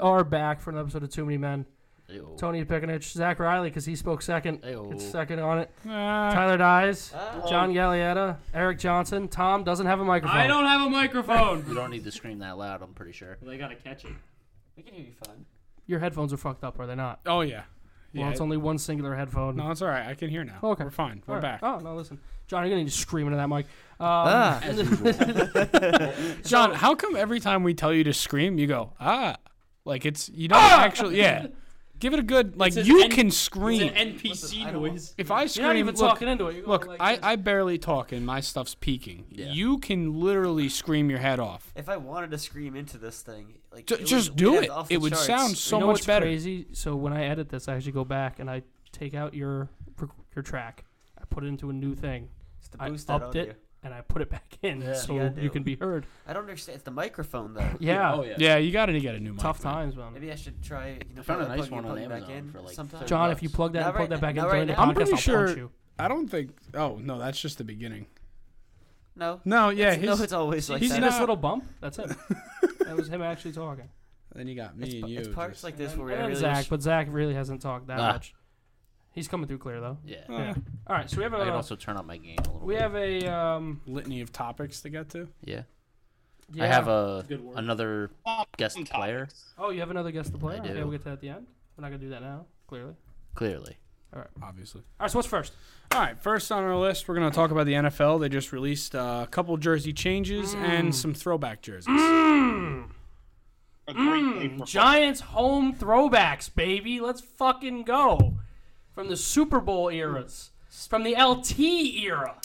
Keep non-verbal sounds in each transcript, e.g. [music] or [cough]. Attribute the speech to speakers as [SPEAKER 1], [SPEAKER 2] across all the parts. [SPEAKER 1] are back for an episode of Too Many Men.
[SPEAKER 2] Ew.
[SPEAKER 1] Tony Pickenich, Zach Riley, because he spoke second.
[SPEAKER 2] Ayo.
[SPEAKER 1] It's second on it.
[SPEAKER 3] Ah,
[SPEAKER 1] Tyler Dyes,
[SPEAKER 2] Ah.
[SPEAKER 1] John Gallietta, Eric Johnson. Tom doesn't have a microphone.
[SPEAKER 3] I don't have a
[SPEAKER 2] You
[SPEAKER 3] microphone.
[SPEAKER 2] don't need to scream that loud. I'm pretty sure.
[SPEAKER 3] they gotta catch it.
[SPEAKER 4] We can hear you fine.
[SPEAKER 1] Your headphones are fucked up, are they not?
[SPEAKER 3] [laughs] Oh yeah. Yeah.
[SPEAKER 1] Well, it's only one singular headphone.
[SPEAKER 3] no, it's all right. I can hear now.
[SPEAKER 1] Okay.
[SPEAKER 3] We're fine. We're
[SPEAKER 1] All right.
[SPEAKER 3] back.
[SPEAKER 1] Oh no, listen, John, you're gonna need to scream into that mic. Um, [laughs]
[SPEAKER 4] Ah.
[SPEAKER 2] As usual.
[SPEAKER 3] John, how come every time we tell you to scream, you go ah, like it's you don't actually yeah. Give it a good like
[SPEAKER 4] an
[SPEAKER 3] you
[SPEAKER 4] N-
[SPEAKER 3] can scream.
[SPEAKER 4] Listen, I don't want-
[SPEAKER 3] if I
[SPEAKER 1] you're
[SPEAKER 3] scream,
[SPEAKER 1] not even
[SPEAKER 3] look,
[SPEAKER 1] talking into it. You're
[SPEAKER 3] Look,
[SPEAKER 1] going like
[SPEAKER 3] I,
[SPEAKER 1] this.
[SPEAKER 3] I barely talk and my stuff's peaking.
[SPEAKER 2] Yeah.
[SPEAKER 3] You can literally scream your head off.
[SPEAKER 4] If I wanted to scream into this thing, like
[SPEAKER 3] J-
[SPEAKER 4] it would-
[SPEAKER 3] just
[SPEAKER 4] we'd
[SPEAKER 3] do
[SPEAKER 4] have
[SPEAKER 3] it.
[SPEAKER 4] off the
[SPEAKER 3] It would
[SPEAKER 4] charts.
[SPEAKER 3] sound so
[SPEAKER 1] you know
[SPEAKER 3] much
[SPEAKER 1] what's
[SPEAKER 3] better.
[SPEAKER 1] Crazy. So when I edit this, I actually go back and I take out your rec- your track, I put it into a new thing,
[SPEAKER 4] It's to
[SPEAKER 1] I
[SPEAKER 4] boost that
[SPEAKER 1] upped
[SPEAKER 4] audio.
[SPEAKER 1] it. and I put it back in
[SPEAKER 2] Yeah.
[SPEAKER 1] so
[SPEAKER 4] You
[SPEAKER 1] you,
[SPEAKER 4] gotta do.
[SPEAKER 1] can be heard.
[SPEAKER 4] I don't understand. It's the microphone
[SPEAKER 1] [laughs]
[SPEAKER 4] though.
[SPEAKER 1] Yeah,
[SPEAKER 2] Oh yeah.
[SPEAKER 3] Yeah, you got to get a new mic.
[SPEAKER 1] tough
[SPEAKER 3] man.
[SPEAKER 1] times, man.
[SPEAKER 4] Maybe I should try. You know,
[SPEAKER 2] I found a nice
[SPEAKER 4] unplugging
[SPEAKER 2] one
[SPEAKER 4] and
[SPEAKER 2] on
[SPEAKER 4] plugging back
[SPEAKER 2] Amazon
[SPEAKER 4] in
[SPEAKER 2] for, like,
[SPEAKER 4] sometime.
[SPEAKER 2] thirty
[SPEAKER 1] John, if you plug that
[SPEAKER 4] Not
[SPEAKER 1] and plug
[SPEAKER 4] right
[SPEAKER 1] that back
[SPEAKER 4] now.
[SPEAKER 1] in
[SPEAKER 4] Not
[SPEAKER 1] during
[SPEAKER 4] right now.
[SPEAKER 1] the
[SPEAKER 3] I'm
[SPEAKER 1] podcast,
[SPEAKER 3] pretty
[SPEAKER 1] I'll
[SPEAKER 3] sure-
[SPEAKER 1] punch you.
[SPEAKER 3] I don't think. Oh no, that's just the beginning.
[SPEAKER 1] [laughs]
[SPEAKER 4] no,
[SPEAKER 3] No, yeah,
[SPEAKER 4] It's- no,
[SPEAKER 3] he's.
[SPEAKER 4] it's always like
[SPEAKER 3] he's
[SPEAKER 1] See
[SPEAKER 4] that.
[SPEAKER 3] not-
[SPEAKER 1] this little bump? That's it. [laughs] that was him actually talking.
[SPEAKER 3] then you got me
[SPEAKER 4] It's,
[SPEAKER 3] and you.
[SPEAKER 4] it's parts
[SPEAKER 3] just-
[SPEAKER 4] like this
[SPEAKER 1] and
[SPEAKER 4] where I
[SPEAKER 1] then
[SPEAKER 4] really
[SPEAKER 1] Zach,
[SPEAKER 4] wish-
[SPEAKER 1] but Zach really hasn't talked that
[SPEAKER 2] Ah.
[SPEAKER 1] much. He's coming through clear though.
[SPEAKER 2] Yeah.
[SPEAKER 3] Uh,
[SPEAKER 1] Yeah. All right, so we have
[SPEAKER 2] I could
[SPEAKER 1] a
[SPEAKER 2] also turn up my game a little.
[SPEAKER 1] we
[SPEAKER 2] bit.
[SPEAKER 1] have a um.
[SPEAKER 3] litany of topics to get to.
[SPEAKER 2] Yeah.
[SPEAKER 1] Yeah.
[SPEAKER 2] I have a
[SPEAKER 3] Good work.
[SPEAKER 2] another guest player.
[SPEAKER 1] Oh, you have another guest to play.
[SPEAKER 2] I
[SPEAKER 1] Okay,
[SPEAKER 2] do.
[SPEAKER 1] we'll get to that at the end. We're not gonna do that now, clearly.
[SPEAKER 2] Clearly.
[SPEAKER 3] Obviously.
[SPEAKER 1] All right, so what's first?
[SPEAKER 3] All right. First on our list, we're gonna talk about the NFL. They just released uh, a couple jersey changes and some throwback jerseys.
[SPEAKER 5] A great day for
[SPEAKER 1] Giants home throwbacks, baby. Let's fucking go. From the Super Bowl eras, from the LT era.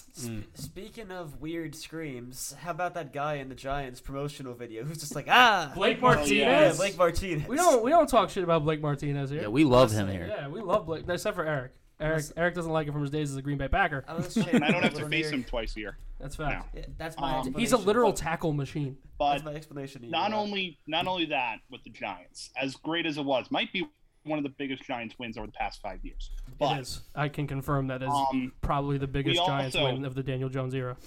[SPEAKER 4] Speaking of weird screams, how about that guy in the Giants promotional video who's just
[SPEAKER 1] [laughs]
[SPEAKER 4] like ah,
[SPEAKER 1] Blake
[SPEAKER 5] yeah,
[SPEAKER 1] Martinez.
[SPEAKER 4] yeah, Blake Martinez.
[SPEAKER 1] we don't we don't talk shit about Blake Martinez here.
[SPEAKER 2] Yeah, we love him here.
[SPEAKER 1] Yeah, we love Blake, except for Eric. Eric Eric doesn't like him from his days as a Green Bay Packer.
[SPEAKER 5] Uh,
[SPEAKER 4] I, was ashamed
[SPEAKER 5] I don't have to
[SPEAKER 4] when
[SPEAKER 5] face
[SPEAKER 4] you're-
[SPEAKER 5] him twice a year.
[SPEAKER 1] That's fact.
[SPEAKER 4] Yeah, That's my.
[SPEAKER 1] He's
[SPEAKER 5] Um,
[SPEAKER 1] a
[SPEAKER 4] explanation.
[SPEAKER 1] literal tackle machine.
[SPEAKER 5] But
[SPEAKER 4] That's my explanation. to you,
[SPEAKER 5] not
[SPEAKER 4] Rob.
[SPEAKER 5] only not only that with the Giants, as great as it was, might be one of the biggest Giants wins over the past five years.
[SPEAKER 1] It
[SPEAKER 5] But
[SPEAKER 1] is. I can confirm that is
[SPEAKER 5] um,
[SPEAKER 1] probably the biggest
[SPEAKER 5] also-
[SPEAKER 1] Giants win of the Daniel Jones era.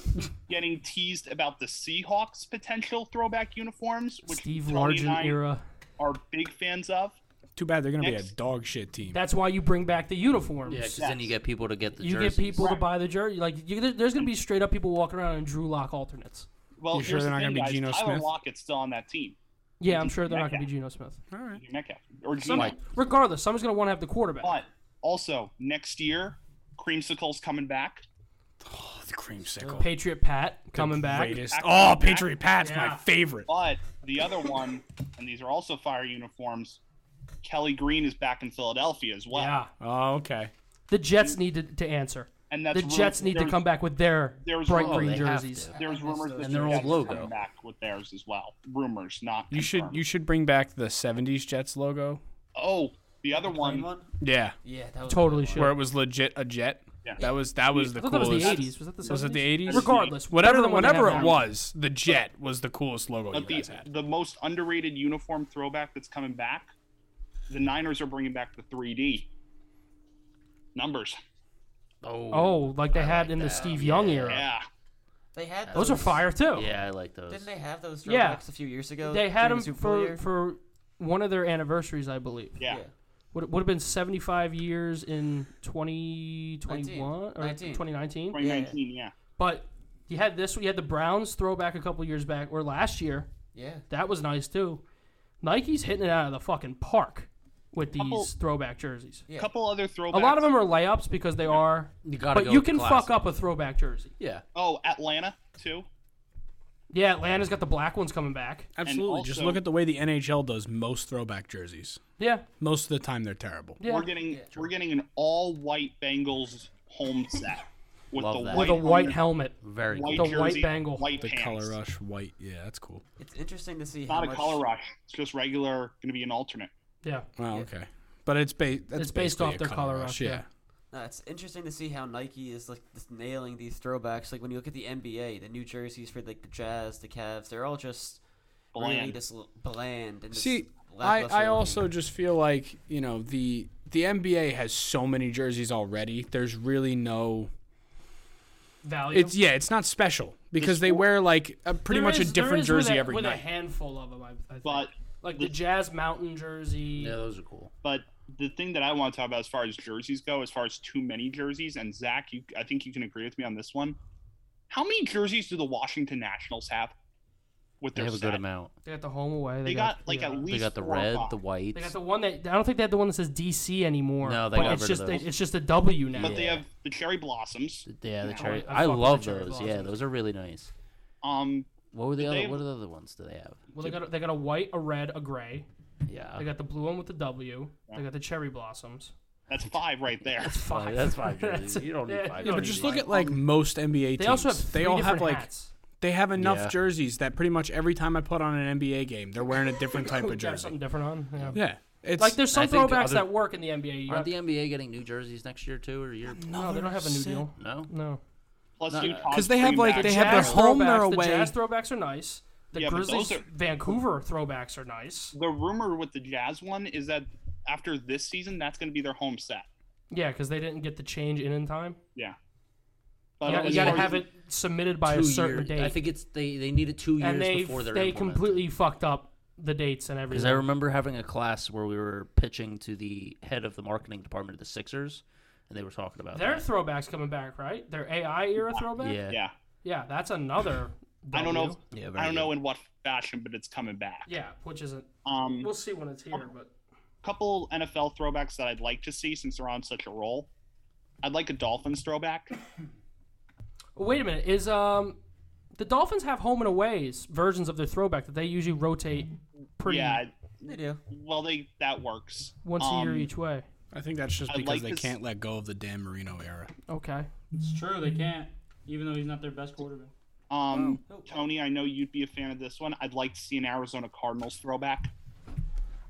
[SPEAKER 5] getting teased about the Seahawks potential throwback uniforms, which
[SPEAKER 1] Steve
[SPEAKER 5] Tony and
[SPEAKER 1] Largent
[SPEAKER 5] I
[SPEAKER 1] era.
[SPEAKER 5] are big fans of.
[SPEAKER 3] Too bad they're gonna be
[SPEAKER 5] Next.
[SPEAKER 3] a dog shit team.
[SPEAKER 1] That's why you bring back the uniforms.
[SPEAKER 2] Yeah, because then you get people to get the
[SPEAKER 1] you
[SPEAKER 2] jerseys.
[SPEAKER 1] get people to
[SPEAKER 5] Right.
[SPEAKER 1] buy the jersey. Like you, there- there's gonna be straight up people walking around in Drew Lock alternates.
[SPEAKER 5] Well,
[SPEAKER 3] You sure
[SPEAKER 5] here's
[SPEAKER 3] they're not
[SPEAKER 5] the
[SPEAKER 3] gonna
[SPEAKER 5] thing,
[SPEAKER 3] be
[SPEAKER 5] guys,
[SPEAKER 3] Geno
[SPEAKER 5] Tyler
[SPEAKER 3] Smith?
[SPEAKER 5] Lockett's still on that team.
[SPEAKER 1] Yeah, I'm sure they're not gonna be Geno Smith.
[SPEAKER 3] All right.
[SPEAKER 5] Metcalf or Geno.
[SPEAKER 2] Mike.
[SPEAKER 1] Regardless, someone's gonna want to have the quarterback.
[SPEAKER 5] But also next year, Creamsicle's coming back.
[SPEAKER 3] Oh, the creamsicle.
[SPEAKER 1] Patriot Pat coming back.
[SPEAKER 3] Greatest.
[SPEAKER 5] Back-
[SPEAKER 3] Oh,
[SPEAKER 5] back-
[SPEAKER 3] Patriot Pat's my
[SPEAKER 1] Yeah.
[SPEAKER 3] favorite.
[SPEAKER 5] But the [laughs] other one, and these are also fire uniforms. Kelly Green is back in Philadelphia as well.
[SPEAKER 1] Yeah,
[SPEAKER 3] Oh, okay.
[SPEAKER 1] the Jets need to, to answer.
[SPEAKER 5] And that's
[SPEAKER 1] The Jets need to
[SPEAKER 5] there's-
[SPEAKER 1] come back with their
[SPEAKER 5] there's-
[SPEAKER 1] bright
[SPEAKER 5] oh,
[SPEAKER 1] green
[SPEAKER 2] they have
[SPEAKER 1] jerseys.
[SPEAKER 2] to.
[SPEAKER 5] There's rumors that
[SPEAKER 2] And their
[SPEAKER 5] the
[SPEAKER 2] old
[SPEAKER 5] Jets are
[SPEAKER 2] logo.
[SPEAKER 5] coming back with theirs as well. Rumors, not
[SPEAKER 3] You should
[SPEAKER 5] confirmed.
[SPEAKER 3] you should bring back the '70s Jets logo.
[SPEAKER 5] Oh, the other
[SPEAKER 4] Plain
[SPEAKER 5] one.
[SPEAKER 4] one?
[SPEAKER 3] Yeah,
[SPEAKER 4] Yeah, that was
[SPEAKER 1] Totally
[SPEAKER 4] sure.
[SPEAKER 1] should.
[SPEAKER 3] where it was legit a jet.
[SPEAKER 5] Yeah.
[SPEAKER 3] That was that was the
[SPEAKER 1] I thought that was
[SPEAKER 3] coolest.
[SPEAKER 1] the 80s. Was that the 70s?
[SPEAKER 3] Was it the 80s?
[SPEAKER 1] Regardless,
[SPEAKER 3] Whatever,
[SPEAKER 1] better than what they
[SPEAKER 3] whenever
[SPEAKER 1] have
[SPEAKER 3] it
[SPEAKER 1] now.
[SPEAKER 3] was, the jet was the coolest logo you
[SPEAKER 5] But the
[SPEAKER 3] guys had.
[SPEAKER 5] the most underrated uniform throwback that's coming back, the Niners are bringing back the 3D numbers.
[SPEAKER 2] Oh,
[SPEAKER 1] Oh, like they
[SPEAKER 2] I
[SPEAKER 1] had
[SPEAKER 2] like
[SPEAKER 1] in the
[SPEAKER 2] that.
[SPEAKER 1] Steve Young
[SPEAKER 2] Yeah.
[SPEAKER 1] era.
[SPEAKER 5] Yeah,
[SPEAKER 4] They had those,
[SPEAKER 1] Those are fire too.
[SPEAKER 2] Yeah, I like those.
[SPEAKER 4] Didn't they have those throwbacks
[SPEAKER 1] Yeah.
[SPEAKER 4] a few years ago?
[SPEAKER 1] They
[SPEAKER 4] during
[SPEAKER 1] had them
[SPEAKER 4] the Super Bowl
[SPEAKER 1] for
[SPEAKER 4] year?
[SPEAKER 1] for one of their anniversaries, I believe.
[SPEAKER 5] yeah.
[SPEAKER 1] Would would have been 75 years in 2021 or
[SPEAKER 4] 19.
[SPEAKER 1] 2019.
[SPEAKER 5] 2019. Yeah.
[SPEAKER 1] But you had this. You had the Browns throwback a couple years back or last year.
[SPEAKER 4] yeah.
[SPEAKER 1] That was nice too. Nike's hitting it out of the fucking park with these
[SPEAKER 5] Couple-
[SPEAKER 1] throwback jerseys.
[SPEAKER 4] Yeah.
[SPEAKER 5] couple other throwbacks.
[SPEAKER 1] A lot of them are layups because they are.
[SPEAKER 2] You gotta
[SPEAKER 1] But
[SPEAKER 2] go
[SPEAKER 1] you
[SPEAKER 2] with the
[SPEAKER 1] can fuck
[SPEAKER 2] classic.
[SPEAKER 1] up a throwback jersey.
[SPEAKER 2] Yeah.
[SPEAKER 5] Oh, Atlanta too.
[SPEAKER 1] Yeah, Atlanta's got the black ones coming back.
[SPEAKER 3] Absolutely.
[SPEAKER 5] And
[SPEAKER 3] Just
[SPEAKER 5] also-
[SPEAKER 3] look at the way the NHL does most throwback jerseys.
[SPEAKER 1] Yeah,
[SPEAKER 3] Most of the time, they're terrible.
[SPEAKER 1] yeah.
[SPEAKER 5] We're getting we're getting an all white Bengals home set with
[SPEAKER 2] Love
[SPEAKER 5] the
[SPEAKER 2] that.
[SPEAKER 1] with
[SPEAKER 5] white
[SPEAKER 1] a white
[SPEAKER 5] helmet,
[SPEAKER 1] helmet.
[SPEAKER 2] Very
[SPEAKER 5] white
[SPEAKER 2] cool.
[SPEAKER 1] the
[SPEAKER 5] jersey,
[SPEAKER 1] white Bengal.
[SPEAKER 5] white
[SPEAKER 3] The
[SPEAKER 5] pants.
[SPEAKER 3] color rush white. Yeah, that's cool.
[SPEAKER 4] It's interesting to see
[SPEAKER 5] Not
[SPEAKER 4] how
[SPEAKER 5] a
[SPEAKER 4] much
[SPEAKER 5] color rush. It's just regular. Going to be an alternate.
[SPEAKER 1] Yeah.
[SPEAKER 3] Wow. Okay. But it's based.
[SPEAKER 1] It's based off their color rush, yeah.
[SPEAKER 4] No, it's interesting to see how Nike is like just nailing these throwbacks. Like when you look at the NBA, the new jerseys for like the Jazz, the Cavs, they're all just really
[SPEAKER 5] Bland.
[SPEAKER 4] just l- bland and just
[SPEAKER 3] See, I,
[SPEAKER 4] lackluster
[SPEAKER 3] I
[SPEAKER 4] looking.
[SPEAKER 3] also just feel like you know the the NBA has so many jerseys already. There's really no.
[SPEAKER 1] Value.
[SPEAKER 3] It's yeah. It's not special because they wear like a, pretty
[SPEAKER 1] There
[SPEAKER 3] much
[SPEAKER 1] is-
[SPEAKER 3] a
[SPEAKER 1] there
[SPEAKER 3] different
[SPEAKER 1] is with
[SPEAKER 3] jersey
[SPEAKER 1] a-
[SPEAKER 3] every
[SPEAKER 1] with a
[SPEAKER 3] night.
[SPEAKER 1] handful of them, I, I think.
[SPEAKER 5] But
[SPEAKER 1] like the Jazz Mountain jersey.
[SPEAKER 2] Yeah, those are cool.
[SPEAKER 5] But the thing that I want to talk about as far as jerseys go, as far as too many jerseys, and Zach, you, I think you can agree with me on this one. How many jerseys do the Washington Nationals have? With
[SPEAKER 2] They
[SPEAKER 5] their
[SPEAKER 2] have a
[SPEAKER 5] set?
[SPEAKER 2] good amount.
[SPEAKER 1] They got the home away.
[SPEAKER 5] They got like
[SPEAKER 1] yeah.
[SPEAKER 5] at least
[SPEAKER 2] They got the
[SPEAKER 5] four or
[SPEAKER 2] red,
[SPEAKER 5] five.
[SPEAKER 2] the white.
[SPEAKER 1] They got the one that I don't think they had the one that says DC anymore.
[SPEAKER 2] No, they
[SPEAKER 1] but
[SPEAKER 2] got
[SPEAKER 1] it's
[SPEAKER 2] rid of
[SPEAKER 1] just
[SPEAKER 2] those.
[SPEAKER 1] it's just a W now.
[SPEAKER 5] but they
[SPEAKER 2] yeah.
[SPEAKER 5] have the cherry blossoms.
[SPEAKER 2] yeah, the
[SPEAKER 5] Yeah,
[SPEAKER 2] cherry.
[SPEAKER 1] I
[SPEAKER 2] I,
[SPEAKER 1] fuck with the
[SPEAKER 2] love
[SPEAKER 1] cherry
[SPEAKER 2] those. Yeah,
[SPEAKER 1] blossoms.
[SPEAKER 2] those are really nice.
[SPEAKER 5] Um,
[SPEAKER 2] What were the
[SPEAKER 5] Did
[SPEAKER 2] other?
[SPEAKER 5] they-
[SPEAKER 2] What are the other ones do they have?
[SPEAKER 1] well, they got a, they got a white, a red, a gray.
[SPEAKER 2] Yeah,
[SPEAKER 1] They got the blue one with the W. They got the cherry blossoms.
[SPEAKER 5] that's five right there.
[SPEAKER 2] Five.
[SPEAKER 1] Five.
[SPEAKER 2] That's five
[SPEAKER 1] That's- [laughs]
[SPEAKER 2] jerseys. you don't need
[SPEAKER 1] yeah,
[SPEAKER 2] five.
[SPEAKER 1] yeah,
[SPEAKER 3] Yeah,
[SPEAKER 1] don't
[SPEAKER 3] but
[SPEAKER 1] need
[SPEAKER 3] just
[SPEAKER 1] to
[SPEAKER 3] look
[SPEAKER 1] buy
[SPEAKER 3] at like most NBA teams.
[SPEAKER 1] They also have three
[SPEAKER 3] they all have
[SPEAKER 1] different
[SPEAKER 3] like
[SPEAKER 1] hats.
[SPEAKER 3] they have enough
[SPEAKER 2] Yeah.
[SPEAKER 3] jerseys that pretty much every time I put on an NBA game, they're wearing a different type
[SPEAKER 1] [laughs] They
[SPEAKER 3] of
[SPEAKER 1] got something
[SPEAKER 3] jersey.
[SPEAKER 1] different on. Yeah.
[SPEAKER 3] Yeah, it's
[SPEAKER 1] Like there's
[SPEAKER 2] I
[SPEAKER 1] some
[SPEAKER 2] think the
[SPEAKER 1] throwbacks
[SPEAKER 2] other-
[SPEAKER 1] that work in the NBA. You got,
[SPEAKER 2] Aren't the NBA getting new jerseys next year too, or year?
[SPEAKER 1] no, they don't have a new
[SPEAKER 3] set.
[SPEAKER 1] deal.
[SPEAKER 2] No.
[SPEAKER 1] No.
[SPEAKER 5] [laughs] Plus
[SPEAKER 2] No,
[SPEAKER 5] Utah's
[SPEAKER 3] 'cause they have,
[SPEAKER 5] bringing
[SPEAKER 3] like,
[SPEAKER 5] back-
[SPEAKER 3] they have their
[SPEAKER 1] Jazz
[SPEAKER 3] home, their
[SPEAKER 1] throwbacks-
[SPEAKER 3] away.
[SPEAKER 1] The Jazz throwbacks are nice. The
[SPEAKER 5] Yeah, but those
[SPEAKER 1] Grizzlies
[SPEAKER 5] are-
[SPEAKER 1] Vancouver throwbacks are nice.
[SPEAKER 5] the rumor with the Jazz one is that after this season, that's going to be their home set.
[SPEAKER 1] Yeah, because they didn't get the change in in time.
[SPEAKER 5] Yeah.
[SPEAKER 1] You, got, you
[SPEAKER 5] as
[SPEAKER 1] gotta
[SPEAKER 5] far as
[SPEAKER 1] have
[SPEAKER 5] the-
[SPEAKER 1] it submitted by a certain
[SPEAKER 2] year-
[SPEAKER 1] date.
[SPEAKER 2] I think it's they. They need it two years
[SPEAKER 1] and they
[SPEAKER 2] before they're
[SPEAKER 1] they
[SPEAKER 2] implemented.
[SPEAKER 1] completely fucked up the dates and
[SPEAKER 2] Because I
[SPEAKER 1] everything.
[SPEAKER 2] remember having a class where we were pitching to the head of the marketing department of the Sixers, and they were talking about
[SPEAKER 1] Their
[SPEAKER 2] that.
[SPEAKER 1] throwbacks coming back, right? Their AI era throwback.
[SPEAKER 2] yeah,
[SPEAKER 5] Yeah.
[SPEAKER 1] Yeah, that's another.
[SPEAKER 5] I don't know.
[SPEAKER 1] W.
[SPEAKER 5] If,
[SPEAKER 2] Yeah,
[SPEAKER 5] I
[SPEAKER 2] very
[SPEAKER 5] don't know in what fashion, but it's coming back.
[SPEAKER 1] Yeah, which isn't.
[SPEAKER 5] Um,
[SPEAKER 1] We'll see when it's here, but
[SPEAKER 5] couple NFL throwbacks that I'd like to see since they're on such a roll. I'd like a Dolphins throwback.
[SPEAKER 1] Oh, wait a minute. Is um, the Dolphins have home and aways versions of their throwback that they usually rotate pretty
[SPEAKER 5] Yeah.
[SPEAKER 4] They do.
[SPEAKER 5] Well, they that works.
[SPEAKER 1] once a year
[SPEAKER 5] Um,
[SPEAKER 1] each way.
[SPEAKER 3] I think that's just
[SPEAKER 5] I
[SPEAKER 3] because
[SPEAKER 5] like
[SPEAKER 3] they
[SPEAKER 5] this-
[SPEAKER 3] can't let go of the Dan Marino era.
[SPEAKER 1] Okay.
[SPEAKER 6] It's true. They can't, even though he's not their best quarterback.
[SPEAKER 5] Um,
[SPEAKER 1] Oh.
[SPEAKER 5] Tony, I know you'd be a fan of this one. I'd like to see an Arizona Cardinals throwback.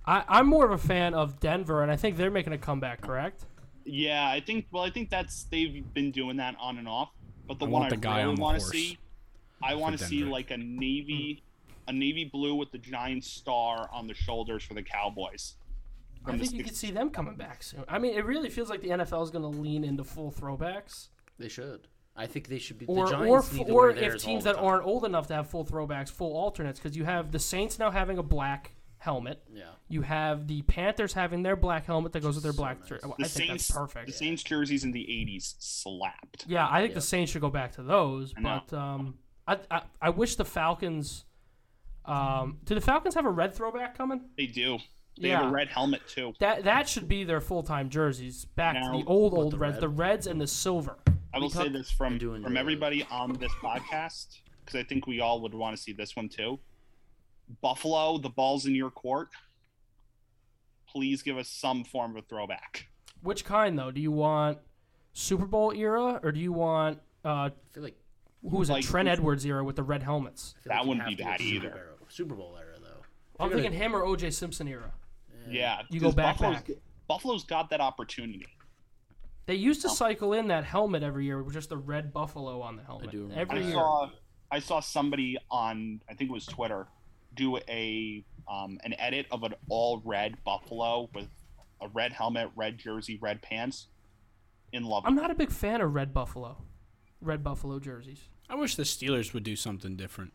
[SPEAKER 1] I, I'm more of a fan of Denver, and I think they're making a comeback. Correct?
[SPEAKER 5] Yeah, I think. Well, I think that's they've been doing that on and off. But the
[SPEAKER 3] I
[SPEAKER 5] one
[SPEAKER 3] want
[SPEAKER 5] I
[SPEAKER 3] the guy
[SPEAKER 5] really
[SPEAKER 3] on the
[SPEAKER 5] want to
[SPEAKER 3] horse
[SPEAKER 5] see, I want to see
[SPEAKER 3] Denver.
[SPEAKER 5] like a navy, a navy blue with the giant star on the shoulders for the Cowboys.
[SPEAKER 1] I think you could see them coming back soon. I mean, it really feels like the NFL is going to lean into full throwbacks.
[SPEAKER 2] they should. I think they should be.
[SPEAKER 1] or
[SPEAKER 2] the
[SPEAKER 1] or,
[SPEAKER 2] Giants need to
[SPEAKER 1] or
[SPEAKER 2] wear
[SPEAKER 1] if
[SPEAKER 2] theirs all
[SPEAKER 1] teams
[SPEAKER 2] the
[SPEAKER 1] that
[SPEAKER 2] time.
[SPEAKER 1] aren't old enough to have full throwbacks, full alternates, because you have the Saints now having a black helmet.
[SPEAKER 2] Yeah.
[SPEAKER 1] You have the Panthers having their black helmet that goes with their black. jer-
[SPEAKER 5] The
[SPEAKER 1] I think
[SPEAKER 5] Saints,
[SPEAKER 1] that's perfect.
[SPEAKER 5] The Saints jerseys in the '80s slapped.
[SPEAKER 1] Yeah, I think the Saints should go back to those.
[SPEAKER 5] I know.
[SPEAKER 1] But um, I, I I wish the Falcons. Um, do the Falcons have a red throwback coming?
[SPEAKER 5] They do. They have
[SPEAKER 1] Yeah.
[SPEAKER 5] a red helmet too.
[SPEAKER 1] That that should be their full time jerseys. Back
[SPEAKER 5] No.
[SPEAKER 1] to the old old
[SPEAKER 2] the
[SPEAKER 1] reds,
[SPEAKER 2] red?
[SPEAKER 1] the reds and the silver.
[SPEAKER 5] I will say
[SPEAKER 2] talked-
[SPEAKER 5] this from
[SPEAKER 2] do enjoy
[SPEAKER 5] from
[SPEAKER 2] those.
[SPEAKER 5] everybody on this podcast because I think we all would want to see this one too. Buffalo, the ball's in your court. Please give us some form of a throwback.
[SPEAKER 1] Which kind though? Do you want Super Bowl era or do you want uh,
[SPEAKER 2] I feel like
[SPEAKER 1] who was
[SPEAKER 5] Like-
[SPEAKER 1] it? Trent Edwards era with the red helmets.
[SPEAKER 2] I feel
[SPEAKER 5] That
[SPEAKER 2] like you
[SPEAKER 5] wouldn't
[SPEAKER 2] have
[SPEAKER 5] be
[SPEAKER 2] to go
[SPEAKER 5] bad
[SPEAKER 2] Super
[SPEAKER 5] either.
[SPEAKER 2] Bowl era- Super Bowl era though.
[SPEAKER 1] I'm
[SPEAKER 2] You're
[SPEAKER 1] thinking him or OJ Simpson era.
[SPEAKER 5] Yeah,
[SPEAKER 1] You go
[SPEAKER 5] because
[SPEAKER 1] back,
[SPEAKER 5] Buffalo's,
[SPEAKER 1] back.
[SPEAKER 5] Buffalo's got that opportunity.
[SPEAKER 1] They used to cycle in that helmet every year with just the red buffalo on the helmet.
[SPEAKER 2] do remember
[SPEAKER 1] every
[SPEAKER 5] I
[SPEAKER 2] that.
[SPEAKER 1] year.
[SPEAKER 5] saw I saw somebody on I think it was Twitter do a um, an edit of an all red Buffalo with a red helmet, red jersey, red pants. In love.
[SPEAKER 1] I'm not a big fan of red buffalo, red buffalo jerseys.
[SPEAKER 3] I wish the Steelers would do something different.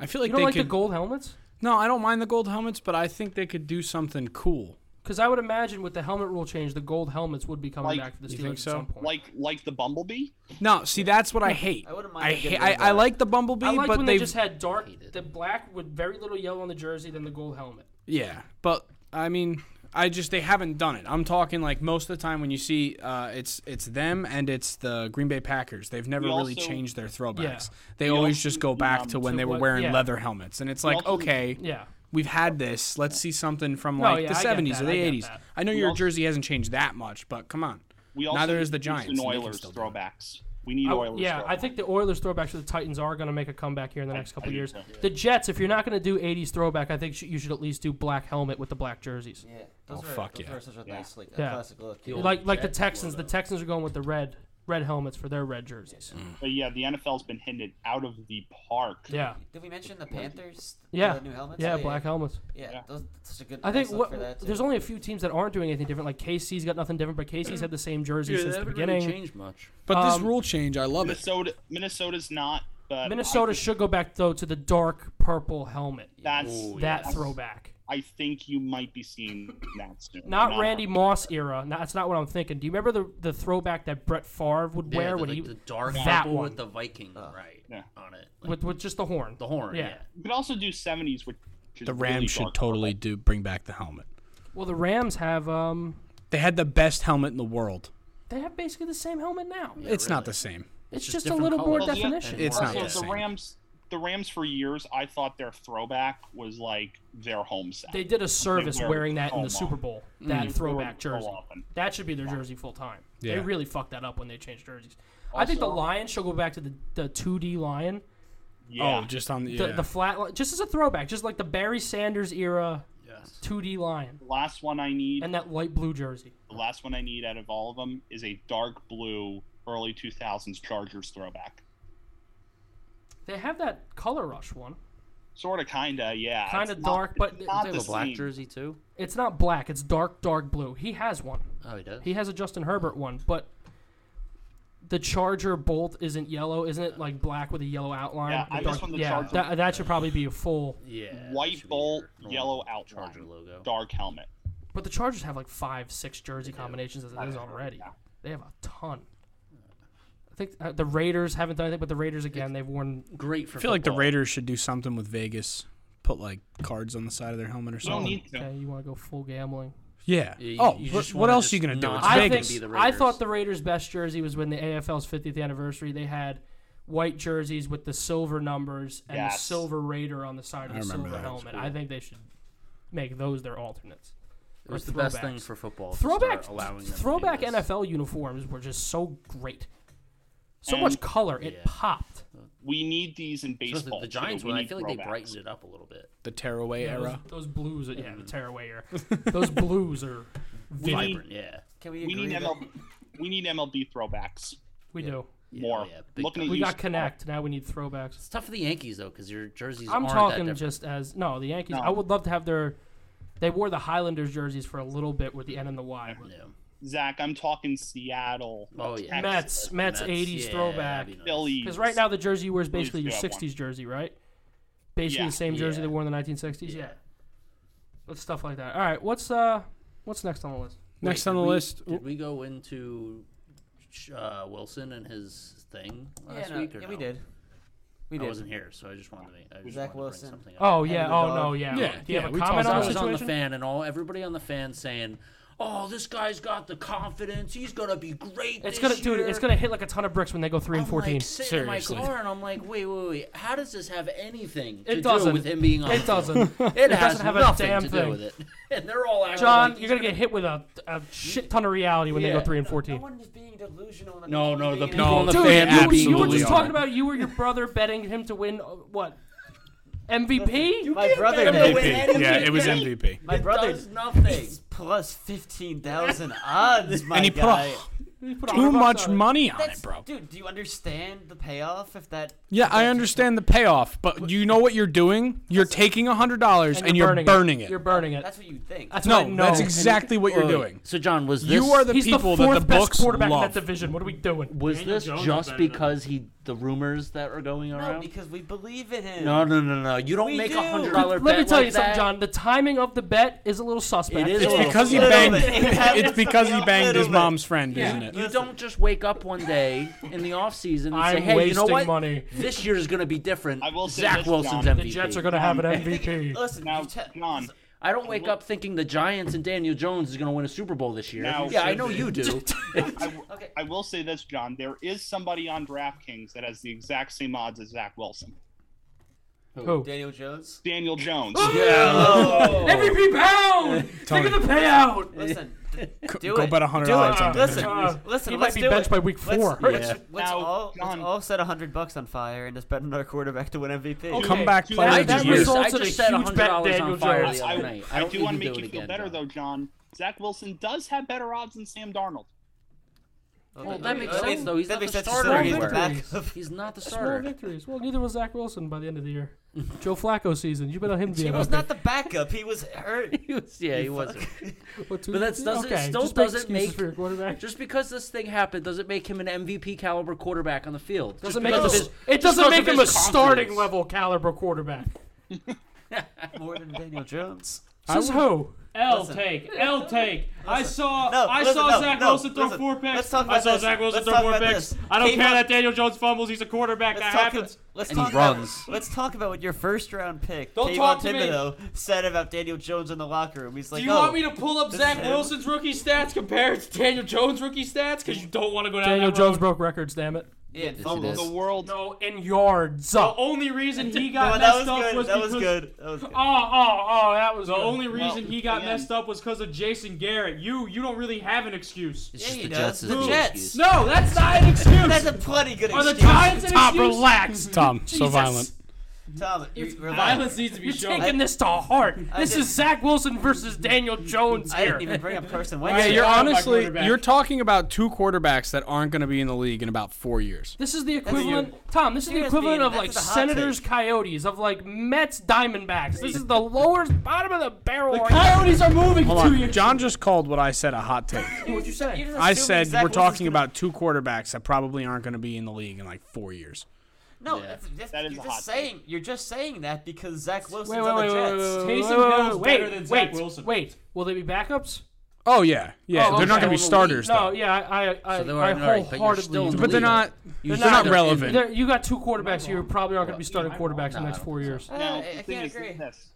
[SPEAKER 3] I feel
[SPEAKER 1] You
[SPEAKER 3] like
[SPEAKER 1] don't
[SPEAKER 3] they
[SPEAKER 1] like
[SPEAKER 3] could.
[SPEAKER 1] the gold helmets?
[SPEAKER 3] no, I don't mind the gold helmets, but I think they could do something cool.
[SPEAKER 1] Because I would imagine with the helmet rule change, the gold helmets would be coming
[SPEAKER 5] Like-
[SPEAKER 1] back for the
[SPEAKER 3] You
[SPEAKER 1] Steelers
[SPEAKER 3] think
[SPEAKER 1] at
[SPEAKER 3] so?
[SPEAKER 1] some point.
[SPEAKER 5] like like the bumblebee.
[SPEAKER 3] No, see, that's what I hate.
[SPEAKER 4] I wouldn't mind
[SPEAKER 3] I
[SPEAKER 4] them
[SPEAKER 3] hate.
[SPEAKER 4] getting rid
[SPEAKER 3] I,
[SPEAKER 4] of
[SPEAKER 3] I
[SPEAKER 4] that.
[SPEAKER 3] like the bumblebee,
[SPEAKER 1] I like
[SPEAKER 3] but
[SPEAKER 1] when
[SPEAKER 3] they.
[SPEAKER 1] they just had dark,
[SPEAKER 2] Hated.
[SPEAKER 1] the black with very little yellow on the jersey, than the gold helmet.
[SPEAKER 3] yeah, but I mean, I just they haven't done it. I'm talking like most of the time when you see, uh, it's it's them and it's the Green Bay Packers. They've never
[SPEAKER 5] We
[SPEAKER 3] really
[SPEAKER 5] also-
[SPEAKER 3] changed their throwbacks.
[SPEAKER 1] Yeah.
[SPEAKER 3] They always
[SPEAKER 5] also
[SPEAKER 3] just go
[SPEAKER 5] need,
[SPEAKER 3] back
[SPEAKER 5] um,
[SPEAKER 3] to when
[SPEAKER 1] to
[SPEAKER 3] they were
[SPEAKER 1] what-
[SPEAKER 3] wearing
[SPEAKER 1] yeah.
[SPEAKER 3] leather helmets, and it's like
[SPEAKER 5] also need-
[SPEAKER 3] okay,
[SPEAKER 1] Yeah.
[SPEAKER 3] we've had this. Let's see something from
[SPEAKER 1] No,
[SPEAKER 3] like
[SPEAKER 1] yeah,
[SPEAKER 3] the
[SPEAKER 1] I get
[SPEAKER 3] 70s
[SPEAKER 1] that,
[SPEAKER 3] or
[SPEAKER 1] I
[SPEAKER 3] the
[SPEAKER 1] get
[SPEAKER 3] 80s.
[SPEAKER 1] that.
[SPEAKER 3] I know your
[SPEAKER 5] also-
[SPEAKER 3] jersey hasn't changed that much, but come on.
[SPEAKER 5] We also
[SPEAKER 3] Neither is the
[SPEAKER 5] need Houston
[SPEAKER 3] Giants, and they can
[SPEAKER 5] Oilers
[SPEAKER 3] still do it.
[SPEAKER 5] throwbacks. We need
[SPEAKER 1] I-
[SPEAKER 5] Oilers.
[SPEAKER 1] Oh, yeah, I
[SPEAKER 5] throwbacks.
[SPEAKER 1] think the Oilers throwbacks to the Titans are going to make a comeback here in the next couple
[SPEAKER 5] I do
[SPEAKER 1] years.
[SPEAKER 5] too.
[SPEAKER 1] The Jets, if you're not going to do 80s throwback, I think sh- you should at least do black helmet with the black jerseys.
[SPEAKER 4] Yeah. Those
[SPEAKER 3] Oh,
[SPEAKER 4] are,
[SPEAKER 3] fuck
[SPEAKER 4] those
[SPEAKER 3] yeah.
[SPEAKER 4] are such a
[SPEAKER 5] Yeah.
[SPEAKER 4] nice, like, a
[SPEAKER 1] Yeah.
[SPEAKER 4] classic look.
[SPEAKER 2] The
[SPEAKER 4] yeah.
[SPEAKER 2] old
[SPEAKER 1] Like like the
[SPEAKER 2] Jets
[SPEAKER 1] Texans,
[SPEAKER 2] were,
[SPEAKER 1] the
[SPEAKER 2] though.
[SPEAKER 1] Texans are going with the red red helmets for their red jerseys.
[SPEAKER 5] But yeah, the NFL's been hitting out of the park.
[SPEAKER 1] Yeah.
[SPEAKER 4] Did we mention the Panthers? The-
[SPEAKER 1] Yeah.
[SPEAKER 4] The new helmets?
[SPEAKER 1] yeah,
[SPEAKER 4] Oh,
[SPEAKER 1] black helmets.
[SPEAKER 4] Yeah,
[SPEAKER 5] Yeah.
[SPEAKER 4] Those, that's such a good
[SPEAKER 1] I think
[SPEAKER 4] nice look
[SPEAKER 1] what,
[SPEAKER 4] for that, too.
[SPEAKER 1] there's only a few teams that aren't doing anything different. Like KC's got nothing different, but KC's had the same jersey since the beginning.
[SPEAKER 2] changed much.
[SPEAKER 3] But this
[SPEAKER 1] Um,
[SPEAKER 3] rule change, I love it.
[SPEAKER 5] Minnesota, Minnesota—Minnesota's not, but I
[SPEAKER 1] Minnesota
[SPEAKER 5] think
[SPEAKER 1] should go back though to the dark purple helmet.
[SPEAKER 5] that's
[SPEAKER 2] Ooh,
[SPEAKER 1] that
[SPEAKER 5] yes.
[SPEAKER 1] throwback.
[SPEAKER 5] I think you might be seeing that soon.
[SPEAKER 1] Not Randy Moss era. No, that's not what I'm thinking. Do you remember the, the throwback that Brett Favre would
[SPEAKER 2] Yeah,
[SPEAKER 1] wear
[SPEAKER 2] the,
[SPEAKER 1] when
[SPEAKER 2] like,
[SPEAKER 1] he
[SPEAKER 2] the dark
[SPEAKER 1] that
[SPEAKER 2] purple
[SPEAKER 1] one.
[SPEAKER 2] with the Viking right
[SPEAKER 5] Yeah.
[SPEAKER 2] on it, like
[SPEAKER 1] with, with just the horn?
[SPEAKER 2] the horn.
[SPEAKER 1] yeah.
[SPEAKER 2] Yeah.
[SPEAKER 5] You could also do 70s, which is
[SPEAKER 3] The
[SPEAKER 5] really
[SPEAKER 3] Rams should
[SPEAKER 5] dark
[SPEAKER 3] totally do bring back the helmet.
[SPEAKER 1] Well, the Rams have um
[SPEAKER 3] They had the best helmet in the world.
[SPEAKER 1] they have basically the same helmet now.
[SPEAKER 3] it's not the same.
[SPEAKER 1] It's,
[SPEAKER 2] just
[SPEAKER 1] just, a
[SPEAKER 2] different
[SPEAKER 1] little more
[SPEAKER 2] colors.
[SPEAKER 5] Well, yeah,
[SPEAKER 1] definition.
[SPEAKER 3] and It's not
[SPEAKER 5] Also,
[SPEAKER 3] the same.
[SPEAKER 5] Rams, the Rams for years, I thought their throwback was like their home set.
[SPEAKER 1] they did a service
[SPEAKER 5] They wear
[SPEAKER 1] wearing that in
[SPEAKER 5] home
[SPEAKER 1] the Super
[SPEAKER 5] on.
[SPEAKER 1] Bowl.
[SPEAKER 2] Mm.
[SPEAKER 1] That
[SPEAKER 5] They wore
[SPEAKER 1] throwback
[SPEAKER 5] it so
[SPEAKER 1] jersey.
[SPEAKER 5] often.
[SPEAKER 2] Oh,
[SPEAKER 1] That should be their jersey full time. They
[SPEAKER 3] Yeah.
[SPEAKER 1] really fucked that up when they changed jerseys. I think the
[SPEAKER 5] Also-
[SPEAKER 1] lion should go back to the the two D lion,
[SPEAKER 5] Yeah.
[SPEAKER 3] Oh, just on the,
[SPEAKER 1] the,
[SPEAKER 3] yeah.
[SPEAKER 1] the flat line, just as a throwback, just like the Barry Sanders era
[SPEAKER 2] Yes.
[SPEAKER 1] two D lion,
[SPEAKER 5] last one I need,
[SPEAKER 1] and that light blue jersey.
[SPEAKER 5] the last one I need out of all of them is a dark blue early 2000s Chargers throwback.
[SPEAKER 1] They have that color rush one.
[SPEAKER 5] Sort of, kinda, yeah. It's
[SPEAKER 1] Kinda
[SPEAKER 5] not-
[SPEAKER 1] dark,
[SPEAKER 5] it's
[SPEAKER 1] but
[SPEAKER 5] not
[SPEAKER 1] they-
[SPEAKER 5] the
[SPEAKER 1] The
[SPEAKER 2] The black
[SPEAKER 5] same.
[SPEAKER 2] jersey too.
[SPEAKER 1] It's not black. It's dark, dark blue. He has one.
[SPEAKER 2] Oh, he does.
[SPEAKER 1] He has a Justin Herbert one, but the Charger bolt isn't yellow, isn't it? Like black with a yellow outline.
[SPEAKER 5] Yeah,
[SPEAKER 1] The
[SPEAKER 5] I just want the
[SPEAKER 1] yeah,
[SPEAKER 5] Charger-
[SPEAKER 1] that, that should probably
[SPEAKER 5] [laughs]
[SPEAKER 1] be a full.
[SPEAKER 2] yeah. that should
[SPEAKER 5] White
[SPEAKER 2] be
[SPEAKER 5] bolt,
[SPEAKER 2] your normal
[SPEAKER 5] yellow outline,
[SPEAKER 2] Charger logo.
[SPEAKER 5] dark helmet.
[SPEAKER 1] But the Chargers have like five, six jersey combinations as it is already. They have a ton. I think uh, the Raiders haven't done anything, but the Raiders again, they've worn.
[SPEAKER 2] Great for.
[SPEAKER 3] I feel like the
[SPEAKER 2] football.
[SPEAKER 3] Raiders should do something with Vegas. Put like cards on the side of their helmet or
[SPEAKER 5] You don't
[SPEAKER 3] something.
[SPEAKER 5] need to.
[SPEAKER 1] Okay, you want to go full gambling?
[SPEAKER 3] yeah.
[SPEAKER 2] Yeah, you-
[SPEAKER 3] oh,
[SPEAKER 2] you
[SPEAKER 3] what-
[SPEAKER 2] just
[SPEAKER 3] what
[SPEAKER 2] wanna
[SPEAKER 3] else are you
[SPEAKER 2] just
[SPEAKER 3] gonna do?
[SPEAKER 2] not-
[SPEAKER 3] It's
[SPEAKER 2] I
[SPEAKER 1] I
[SPEAKER 2] think
[SPEAKER 3] Vegas.
[SPEAKER 2] be the
[SPEAKER 1] think I
[SPEAKER 2] Raiders.
[SPEAKER 1] thought the Raiders' best jersey was when the AFL's 50th anniversary. They had white jerseys with the silver numbers and the
[SPEAKER 5] Yes.
[SPEAKER 1] silver Raider on the side of
[SPEAKER 3] I
[SPEAKER 1] the
[SPEAKER 3] remember
[SPEAKER 1] silver
[SPEAKER 3] that. That was
[SPEAKER 1] helmet. I think they should make those their alternates.
[SPEAKER 2] It was the best thing
[SPEAKER 1] throwbacks.
[SPEAKER 2] for football. to start
[SPEAKER 1] Throwback,
[SPEAKER 2] allowing them to do
[SPEAKER 1] throwback
[SPEAKER 2] this.
[SPEAKER 1] NFL uniforms were just so great. So
[SPEAKER 5] And-
[SPEAKER 1] much color, it
[SPEAKER 2] Yeah.
[SPEAKER 1] popped.
[SPEAKER 5] We need these in
[SPEAKER 2] Especially
[SPEAKER 5] baseball.
[SPEAKER 2] The Giants
[SPEAKER 5] too. We
[SPEAKER 2] one, I
[SPEAKER 5] need
[SPEAKER 2] feel like they
[SPEAKER 5] throwbacks.
[SPEAKER 2] brightened it up a little bit.
[SPEAKER 3] the tearaway
[SPEAKER 1] Those,
[SPEAKER 3] era.
[SPEAKER 1] those blues, are- yeah, the tearaway era. [laughs] Those blues are vivid.
[SPEAKER 5] need-
[SPEAKER 1] We,
[SPEAKER 2] Vibrant, yeah.
[SPEAKER 4] Can we
[SPEAKER 5] We
[SPEAKER 4] agree
[SPEAKER 5] need
[SPEAKER 4] that
[SPEAKER 5] MLB. We need MLB throwbacks
[SPEAKER 1] do.
[SPEAKER 2] Yeah,
[SPEAKER 5] more.
[SPEAKER 2] yeah, big
[SPEAKER 5] Looking
[SPEAKER 2] time.
[SPEAKER 5] at
[SPEAKER 1] We
[SPEAKER 5] you,
[SPEAKER 1] got
[SPEAKER 5] Scott.
[SPEAKER 1] Connect. Now we need throwbacks.
[SPEAKER 2] It's tough for the Yankees though, because your jerseys
[SPEAKER 1] I'm
[SPEAKER 2] aren't that
[SPEAKER 1] talking
[SPEAKER 2] different.
[SPEAKER 1] just as no, the Yankees.
[SPEAKER 5] No.
[SPEAKER 1] I would love to have their. They wore the Highlanders jerseys for a little bit with the N and the Y.
[SPEAKER 2] Yeah.
[SPEAKER 5] Zach, I'm talking Seattle.
[SPEAKER 2] Oh yeah.
[SPEAKER 5] Mets,
[SPEAKER 1] Mets, Mets, 80s
[SPEAKER 2] yeah,
[SPEAKER 1] throwback.
[SPEAKER 2] that'd be nice.
[SPEAKER 5] Philly.
[SPEAKER 1] Because right now the jersey you wear is basically your
[SPEAKER 5] do have one.
[SPEAKER 1] 60s jersey, right? Basically
[SPEAKER 5] Yeah.
[SPEAKER 1] the same jersey
[SPEAKER 2] Yeah.
[SPEAKER 1] they wore in the 1960s. Yeah.
[SPEAKER 2] Yeah.
[SPEAKER 1] It's stuff like that. All right, what's uh, what's next on the list?
[SPEAKER 3] Next
[SPEAKER 2] Wait,
[SPEAKER 3] on the
[SPEAKER 2] did we-
[SPEAKER 3] list.
[SPEAKER 2] Did we go into uh, Wilson and his thing
[SPEAKER 4] Yeah,
[SPEAKER 2] last
[SPEAKER 4] no,
[SPEAKER 2] week? Or
[SPEAKER 4] yeah,
[SPEAKER 2] no?
[SPEAKER 4] we did. We
[SPEAKER 2] I
[SPEAKER 4] did.
[SPEAKER 2] wasn't here, so I just wanted to. Make, I just
[SPEAKER 4] Zach
[SPEAKER 2] wanted
[SPEAKER 4] Wilson.
[SPEAKER 2] To bring something up.
[SPEAKER 1] Oh
[SPEAKER 4] And
[SPEAKER 1] yeah.
[SPEAKER 4] the
[SPEAKER 1] Oh
[SPEAKER 4] dog.
[SPEAKER 1] no. Yeah.
[SPEAKER 3] Yeah,
[SPEAKER 1] Do you
[SPEAKER 3] yeah,
[SPEAKER 1] have a
[SPEAKER 3] we talked
[SPEAKER 1] comment on
[SPEAKER 2] I
[SPEAKER 1] the
[SPEAKER 3] about
[SPEAKER 2] was on the
[SPEAKER 1] situation?
[SPEAKER 2] fan, and all everybody on the fan saying, "Oh, this guy's got the confidence. He's gonna be
[SPEAKER 1] It's
[SPEAKER 2] great. this
[SPEAKER 1] gonna, dude. It's
[SPEAKER 2] year."
[SPEAKER 1] gonna hit like a ton of bricks when they go three
[SPEAKER 2] I'm
[SPEAKER 1] and fourteen.
[SPEAKER 2] like sitting
[SPEAKER 3] Seriously.
[SPEAKER 2] in my car, and I'm like, wait, wait, wait. How does this have anything to
[SPEAKER 1] It doesn't.
[SPEAKER 2] do with him being on?
[SPEAKER 1] It
[SPEAKER 2] the field?
[SPEAKER 1] doesn't.
[SPEAKER 2] [laughs] It, has
[SPEAKER 1] doesn't have a
[SPEAKER 2] nothing
[SPEAKER 1] damn
[SPEAKER 2] to
[SPEAKER 1] thing.
[SPEAKER 2] do with it. [laughs] And they're all acting
[SPEAKER 1] John,
[SPEAKER 2] like
[SPEAKER 1] you're gonna get hit with a, a shit ton of reality when they go
[SPEAKER 2] Yeah.
[SPEAKER 1] three and
[SPEAKER 4] No
[SPEAKER 1] fourteen.
[SPEAKER 4] one is being delusional. and
[SPEAKER 2] No, no, the
[SPEAKER 4] being
[SPEAKER 2] people
[SPEAKER 3] oh,
[SPEAKER 2] on the
[SPEAKER 1] Dude,
[SPEAKER 2] fan
[SPEAKER 1] you, were- you were
[SPEAKER 2] absolutely
[SPEAKER 1] just
[SPEAKER 2] are.
[SPEAKER 1] talking about you or your brother betting him to win uh, what MVP?
[SPEAKER 4] [laughs] My brother
[SPEAKER 2] better
[SPEAKER 4] did
[SPEAKER 2] win
[SPEAKER 4] it.
[SPEAKER 2] MVP.
[SPEAKER 3] Yeah, it was MVP.
[SPEAKER 4] My
[SPEAKER 2] It
[SPEAKER 4] brother
[SPEAKER 2] does nothing.
[SPEAKER 4] is plus fifteen thousand odds, my
[SPEAKER 3] And he put
[SPEAKER 4] guy.
[SPEAKER 3] a,
[SPEAKER 1] You put
[SPEAKER 3] too
[SPEAKER 1] $100
[SPEAKER 3] much
[SPEAKER 1] on it.
[SPEAKER 3] money on
[SPEAKER 4] That's-
[SPEAKER 3] it, bro.
[SPEAKER 4] Dude, do you understand the payoff? If that
[SPEAKER 3] Yeah,
[SPEAKER 4] if
[SPEAKER 3] I
[SPEAKER 4] that's-
[SPEAKER 3] understand the payoff, but you know what you're doing? You're taking hundred dollars and you're burning it.
[SPEAKER 1] You're burning it.
[SPEAKER 4] That's what you think.
[SPEAKER 1] That's what I
[SPEAKER 3] No,
[SPEAKER 1] know.
[SPEAKER 3] that's exactly what you're
[SPEAKER 2] Wait,
[SPEAKER 3] doing.
[SPEAKER 2] So, John, was this
[SPEAKER 3] You are the
[SPEAKER 1] He's
[SPEAKER 3] people
[SPEAKER 1] the
[SPEAKER 3] that
[SPEAKER 1] fourth
[SPEAKER 3] the
[SPEAKER 1] best
[SPEAKER 3] books
[SPEAKER 1] quarterback in
[SPEAKER 3] love.
[SPEAKER 1] that division. What are we doing?
[SPEAKER 2] was
[SPEAKER 7] Daniel
[SPEAKER 2] this
[SPEAKER 7] Jones is
[SPEAKER 2] just
[SPEAKER 7] better than-
[SPEAKER 2] because he the rumors that are going
[SPEAKER 4] no,
[SPEAKER 2] around?
[SPEAKER 4] because we believe in him.
[SPEAKER 2] No, no, no, no. You don't
[SPEAKER 4] We
[SPEAKER 2] make
[SPEAKER 4] do.
[SPEAKER 2] a hundred dollar bet
[SPEAKER 1] Let me tell
[SPEAKER 2] like
[SPEAKER 1] you something,
[SPEAKER 2] that.
[SPEAKER 1] John. The timing of the bet is a little suspect.
[SPEAKER 2] It is
[SPEAKER 3] It's
[SPEAKER 2] Oh,
[SPEAKER 3] because he
[SPEAKER 4] little
[SPEAKER 3] banged.
[SPEAKER 1] [laughs]
[SPEAKER 4] bit.
[SPEAKER 3] It's because he banged his
[SPEAKER 4] Little bit.
[SPEAKER 3] mom's friend, isn't it?
[SPEAKER 2] You don't just wake up one day in the off season and
[SPEAKER 1] I'm
[SPEAKER 2] say, "Hey, you know
[SPEAKER 1] wasting
[SPEAKER 2] what?
[SPEAKER 1] money.
[SPEAKER 2] This year is going to be different."
[SPEAKER 5] I will say
[SPEAKER 2] Zach
[SPEAKER 5] this,
[SPEAKER 2] Wilson's
[SPEAKER 5] John.
[SPEAKER 2] MVP.
[SPEAKER 1] The Jets are going to have an MVP.
[SPEAKER 4] Listen,
[SPEAKER 5] Now,
[SPEAKER 4] you te-
[SPEAKER 5] John,
[SPEAKER 2] I don't wake up thinking the Giants and Daniel Jones is going to win a Super Bowl this year.
[SPEAKER 5] Now
[SPEAKER 2] yeah, I
[SPEAKER 5] should
[SPEAKER 2] know
[SPEAKER 5] be.
[SPEAKER 2] you do.
[SPEAKER 5] I, w-
[SPEAKER 4] Okay.
[SPEAKER 5] I will say this, John. There is somebody on DraftKings that has the exact same odds as Zach Wilson.
[SPEAKER 2] Oh,
[SPEAKER 1] Who?
[SPEAKER 4] Daniel Jones.
[SPEAKER 5] Daniel Jones.
[SPEAKER 1] MVP
[SPEAKER 2] [laughs]
[SPEAKER 1] pound.
[SPEAKER 3] Tony.
[SPEAKER 1] Think of the payout.
[SPEAKER 4] Listen, do
[SPEAKER 3] Go
[SPEAKER 4] it.
[SPEAKER 3] bet hundred dollars
[SPEAKER 4] Do it.
[SPEAKER 3] on this.
[SPEAKER 4] Listen,
[SPEAKER 1] Uh,
[SPEAKER 4] listen.
[SPEAKER 1] he
[SPEAKER 4] let's
[SPEAKER 1] might be
[SPEAKER 4] do
[SPEAKER 1] benched
[SPEAKER 4] it.
[SPEAKER 1] by week four.
[SPEAKER 4] Let's, let's,
[SPEAKER 2] Yeah.
[SPEAKER 4] let's
[SPEAKER 5] Now,
[SPEAKER 4] all, let's
[SPEAKER 5] John-
[SPEAKER 4] all set hundred bucks on fire and just bet on our quarterback to win MVP.
[SPEAKER 1] Okay.
[SPEAKER 3] Come back
[SPEAKER 5] Dude,
[SPEAKER 3] player
[SPEAKER 2] I
[SPEAKER 3] of the
[SPEAKER 2] just,
[SPEAKER 1] That
[SPEAKER 3] year.
[SPEAKER 1] result-
[SPEAKER 2] I
[SPEAKER 1] resulted in a
[SPEAKER 2] just said
[SPEAKER 1] huge
[SPEAKER 2] hundred
[SPEAKER 1] bet,
[SPEAKER 2] dollars
[SPEAKER 1] Daniel
[SPEAKER 2] on fire
[SPEAKER 1] Jones.
[SPEAKER 2] the
[SPEAKER 5] I,
[SPEAKER 2] other night.
[SPEAKER 5] I
[SPEAKER 2] don't
[SPEAKER 5] do
[SPEAKER 2] need
[SPEAKER 5] want to
[SPEAKER 2] do
[SPEAKER 5] make
[SPEAKER 2] it
[SPEAKER 5] you feel
[SPEAKER 2] again,
[SPEAKER 5] better,
[SPEAKER 2] John.
[SPEAKER 5] though, John. Zach Wilson does have better odds than Sam Darnold.
[SPEAKER 2] Well, that makes
[SPEAKER 4] That
[SPEAKER 2] sense though. He's
[SPEAKER 4] that
[SPEAKER 2] not the
[SPEAKER 4] makes sense.
[SPEAKER 2] starter
[SPEAKER 1] Small
[SPEAKER 4] He's the
[SPEAKER 2] anymore.
[SPEAKER 1] victories.
[SPEAKER 4] backup.
[SPEAKER 2] He's not the
[SPEAKER 1] Small
[SPEAKER 2] starter.
[SPEAKER 1] victories. Well, neither was Zach Wilson by the end of the year. Joe Flacco season. You bet on him. to be
[SPEAKER 4] He was
[SPEAKER 1] MVP.
[SPEAKER 4] not the backup. He was hurt.
[SPEAKER 2] [laughs] He was- yeah, he wasn't.
[SPEAKER 1] What, two
[SPEAKER 2] But that
[SPEAKER 1] years?
[SPEAKER 2] doesn't-
[SPEAKER 1] okay,
[SPEAKER 2] still
[SPEAKER 1] just make
[SPEAKER 2] doesn't
[SPEAKER 1] excuses
[SPEAKER 2] make-
[SPEAKER 1] for your quarterback.
[SPEAKER 2] Just because this thing happened doesn't make him an MVP caliber quarterback on the field. Just
[SPEAKER 1] doesn't make him.
[SPEAKER 2] because
[SPEAKER 1] a-
[SPEAKER 2] of his-
[SPEAKER 1] it
[SPEAKER 2] just
[SPEAKER 1] doesn't
[SPEAKER 2] because
[SPEAKER 1] make
[SPEAKER 2] of
[SPEAKER 1] him a
[SPEAKER 2] his
[SPEAKER 1] starting
[SPEAKER 2] confidence.
[SPEAKER 1] level caliber quarterback.
[SPEAKER 4] More than Daniel Jones.
[SPEAKER 8] Says who?
[SPEAKER 1] L
[SPEAKER 4] Listen.
[SPEAKER 1] take, L take. I saw,
[SPEAKER 4] No,
[SPEAKER 1] I
[SPEAKER 4] listen,
[SPEAKER 1] saw
[SPEAKER 4] no,
[SPEAKER 1] Zach
[SPEAKER 4] no,
[SPEAKER 1] Wilson throw
[SPEAKER 4] listen.
[SPEAKER 1] four picks.
[SPEAKER 4] Let's talk
[SPEAKER 1] I
[SPEAKER 4] about
[SPEAKER 1] saw
[SPEAKER 4] this.
[SPEAKER 1] Zach Wilson
[SPEAKER 4] Let's
[SPEAKER 1] throw
[SPEAKER 4] talk
[SPEAKER 1] four
[SPEAKER 4] about
[SPEAKER 1] picks.
[SPEAKER 4] this.
[SPEAKER 1] I don't
[SPEAKER 4] Came
[SPEAKER 1] care
[SPEAKER 4] up-
[SPEAKER 1] that Daniel Jones fumbles. He's a quarterback.
[SPEAKER 4] Let's
[SPEAKER 1] that
[SPEAKER 4] talk,
[SPEAKER 1] happens.
[SPEAKER 4] let's
[SPEAKER 2] And he
[SPEAKER 4] talk about-
[SPEAKER 2] runs.
[SPEAKER 4] let's talk about what your first round pick,
[SPEAKER 1] Don't
[SPEAKER 4] Kayvon
[SPEAKER 1] talk to me.
[SPEAKER 4] Thibodeau, said about Daniel Jones in the locker room. He's like,
[SPEAKER 1] Do you
[SPEAKER 4] oh,
[SPEAKER 1] want me to pull up
[SPEAKER 4] this
[SPEAKER 1] Zach
[SPEAKER 4] is him.
[SPEAKER 1] Wilson's rookie stats compared to Daniel Jones' rookie stats? Because you don't want to go down
[SPEAKER 8] Daniel
[SPEAKER 1] that
[SPEAKER 8] Jones
[SPEAKER 1] road.
[SPEAKER 8] broke records, damn it.
[SPEAKER 4] yeah,
[SPEAKER 2] Yes,
[SPEAKER 4] fumble.
[SPEAKER 2] it is.
[SPEAKER 5] The world.
[SPEAKER 8] No, in yards.
[SPEAKER 1] The only reason he
[SPEAKER 4] [laughs] No,
[SPEAKER 1] got
[SPEAKER 4] that was
[SPEAKER 1] messed up
[SPEAKER 4] good.
[SPEAKER 1] was
[SPEAKER 4] that
[SPEAKER 1] because
[SPEAKER 4] was good. That was good.
[SPEAKER 1] Oh, oh, oh, that was the
[SPEAKER 8] good.
[SPEAKER 1] only reason
[SPEAKER 5] Well,
[SPEAKER 1] he got
[SPEAKER 5] again-
[SPEAKER 1] messed up was because of Jason Garrett. You you don't really have an excuse.
[SPEAKER 2] It's
[SPEAKER 4] Yeah,
[SPEAKER 2] just
[SPEAKER 4] he
[SPEAKER 2] the
[SPEAKER 4] does.
[SPEAKER 2] Jets. is
[SPEAKER 4] The
[SPEAKER 2] the
[SPEAKER 4] Jets.
[SPEAKER 2] excuse.
[SPEAKER 1] No, that's not an excuse.
[SPEAKER 4] That's a bloody good
[SPEAKER 1] Are the
[SPEAKER 4] excuse.
[SPEAKER 1] Giants an
[SPEAKER 8] Top,
[SPEAKER 1] excuse?
[SPEAKER 8] [laughs] relax.
[SPEAKER 3] Tom, so violent.
[SPEAKER 4] Tom, you- relax.
[SPEAKER 1] Violence needs to be
[SPEAKER 8] You're
[SPEAKER 1] shown.
[SPEAKER 8] taking this to heart. This
[SPEAKER 4] did-
[SPEAKER 8] is Zach Wilson versus Daniel Jones
[SPEAKER 4] I
[SPEAKER 8] here.
[SPEAKER 4] didn't even bring up Carson Wentz.
[SPEAKER 3] Yeah,
[SPEAKER 4] yet.
[SPEAKER 3] you're
[SPEAKER 1] Wow, my
[SPEAKER 3] honestly
[SPEAKER 1] quarterback.
[SPEAKER 3] you're talking about two quarterbacks that aren't going to be in the league in about four years.
[SPEAKER 8] This is the equivalent, Tom. This is the
[SPEAKER 4] Serious
[SPEAKER 8] equivalent
[SPEAKER 4] being,
[SPEAKER 8] of like
[SPEAKER 4] that's the hot
[SPEAKER 8] Senators, Coyotes, of like Mets, Diamondbacks. This is the lowest bottom of the barrel.
[SPEAKER 1] The
[SPEAKER 8] right
[SPEAKER 1] Coyotes are moving
[SPEAKER 3] Hold
[SPEAKER 1] to you.
[SPEAKER 3] on, John just called what I said a hot take.
[SPEAKER 8] now. What'd you
[SPEAKER 4] You're
[SPEAKER 8] say?
[SPEAKER 4] just
[SPEAKER 3] I
[SPEAKER 4] assuming
[SPEAKER 3] said
[SPEAKER 4] Zach
[SPEAKER 3] we're
[SPEAKER 4] Wilson's
[SPEAKER 3] talking
[SPEAKER 4] gonna-
[SPEAKER 3] about two quarterbacks that probably aren't going to be in the league in like four years.
[SPEAKER 4] No,
[SPEAKER 2] Yeah.
[SPEAKER 4] that's, that's,
[SPEAKER 5] That is
[SPEAKER 4] you're
[SPEAKER 5] a
[SPEAKER 4] just
[SPEAKER 5] hot take.
[SPEAKER 4] saying you're just saying that because Zach Wilson's
[SPEAKER 8] Wait, wait,
[SPEAKER 4] on the
[SPEAKER 8] wait, wait,
[SPEAKER 4] Jets.
[SPEAKER 8] wait, wait, wait,
[SPEAKER 1] Taysom
[SPEAKER 8] wait,
[SPEAKER 1] Hill's
[SPEAKER 8] wait,
[SPEAKER 1] better than
[SPEAKER 8] wait,
[SPEAKER 1] Zach Wilson.
[SPEAKER 8] Wait, will they be backups?
[SPEAKER 3] Oh yeah, yeah.
[SPEAKER 8] Oh,
[SPEAKER 3] they're not
[SPEAKER 8] okay.
[SPEAKER 3] going to be
[SPEAKER 2] Well,
[SPEAKER 3] starters
[SPEAKER 8] No,
[SPEAKER 3] though.
[SPEAKER 8] yeah, I, I, I,
[SPEAKER 2] So they were
[SPEAKER 8] I
[SPEAKER 2] in the right, but you're
[SPEAKER 8] wholeheartedly.
[SPEAKER 2] still in the
[SPEAKER 8] agree.
[SPEAKER 3] But they're
[SPEAKER 2] league.
[SPEAKER 3] not.
[SPEAKER 2] You
[SPEAKER 3] They're
[SPEAKER 2] said
[SPEAKER 3] not
[SPEAKER 2] they're
[SPEAKER 3] relevant.
[SPEAKER 8] There- you got two quarterbacks who are probably aren't going to be starting quarterbacks in the next four years.
[SPEAKER 5] Now,
[SPEAKER 4] Uh, I
[SPEAKER 5] the
[SPEAKER 4] can't
[SPEAKER 5] thing is
[SPEAKER 4] agree.
[SPEAKER 5] this.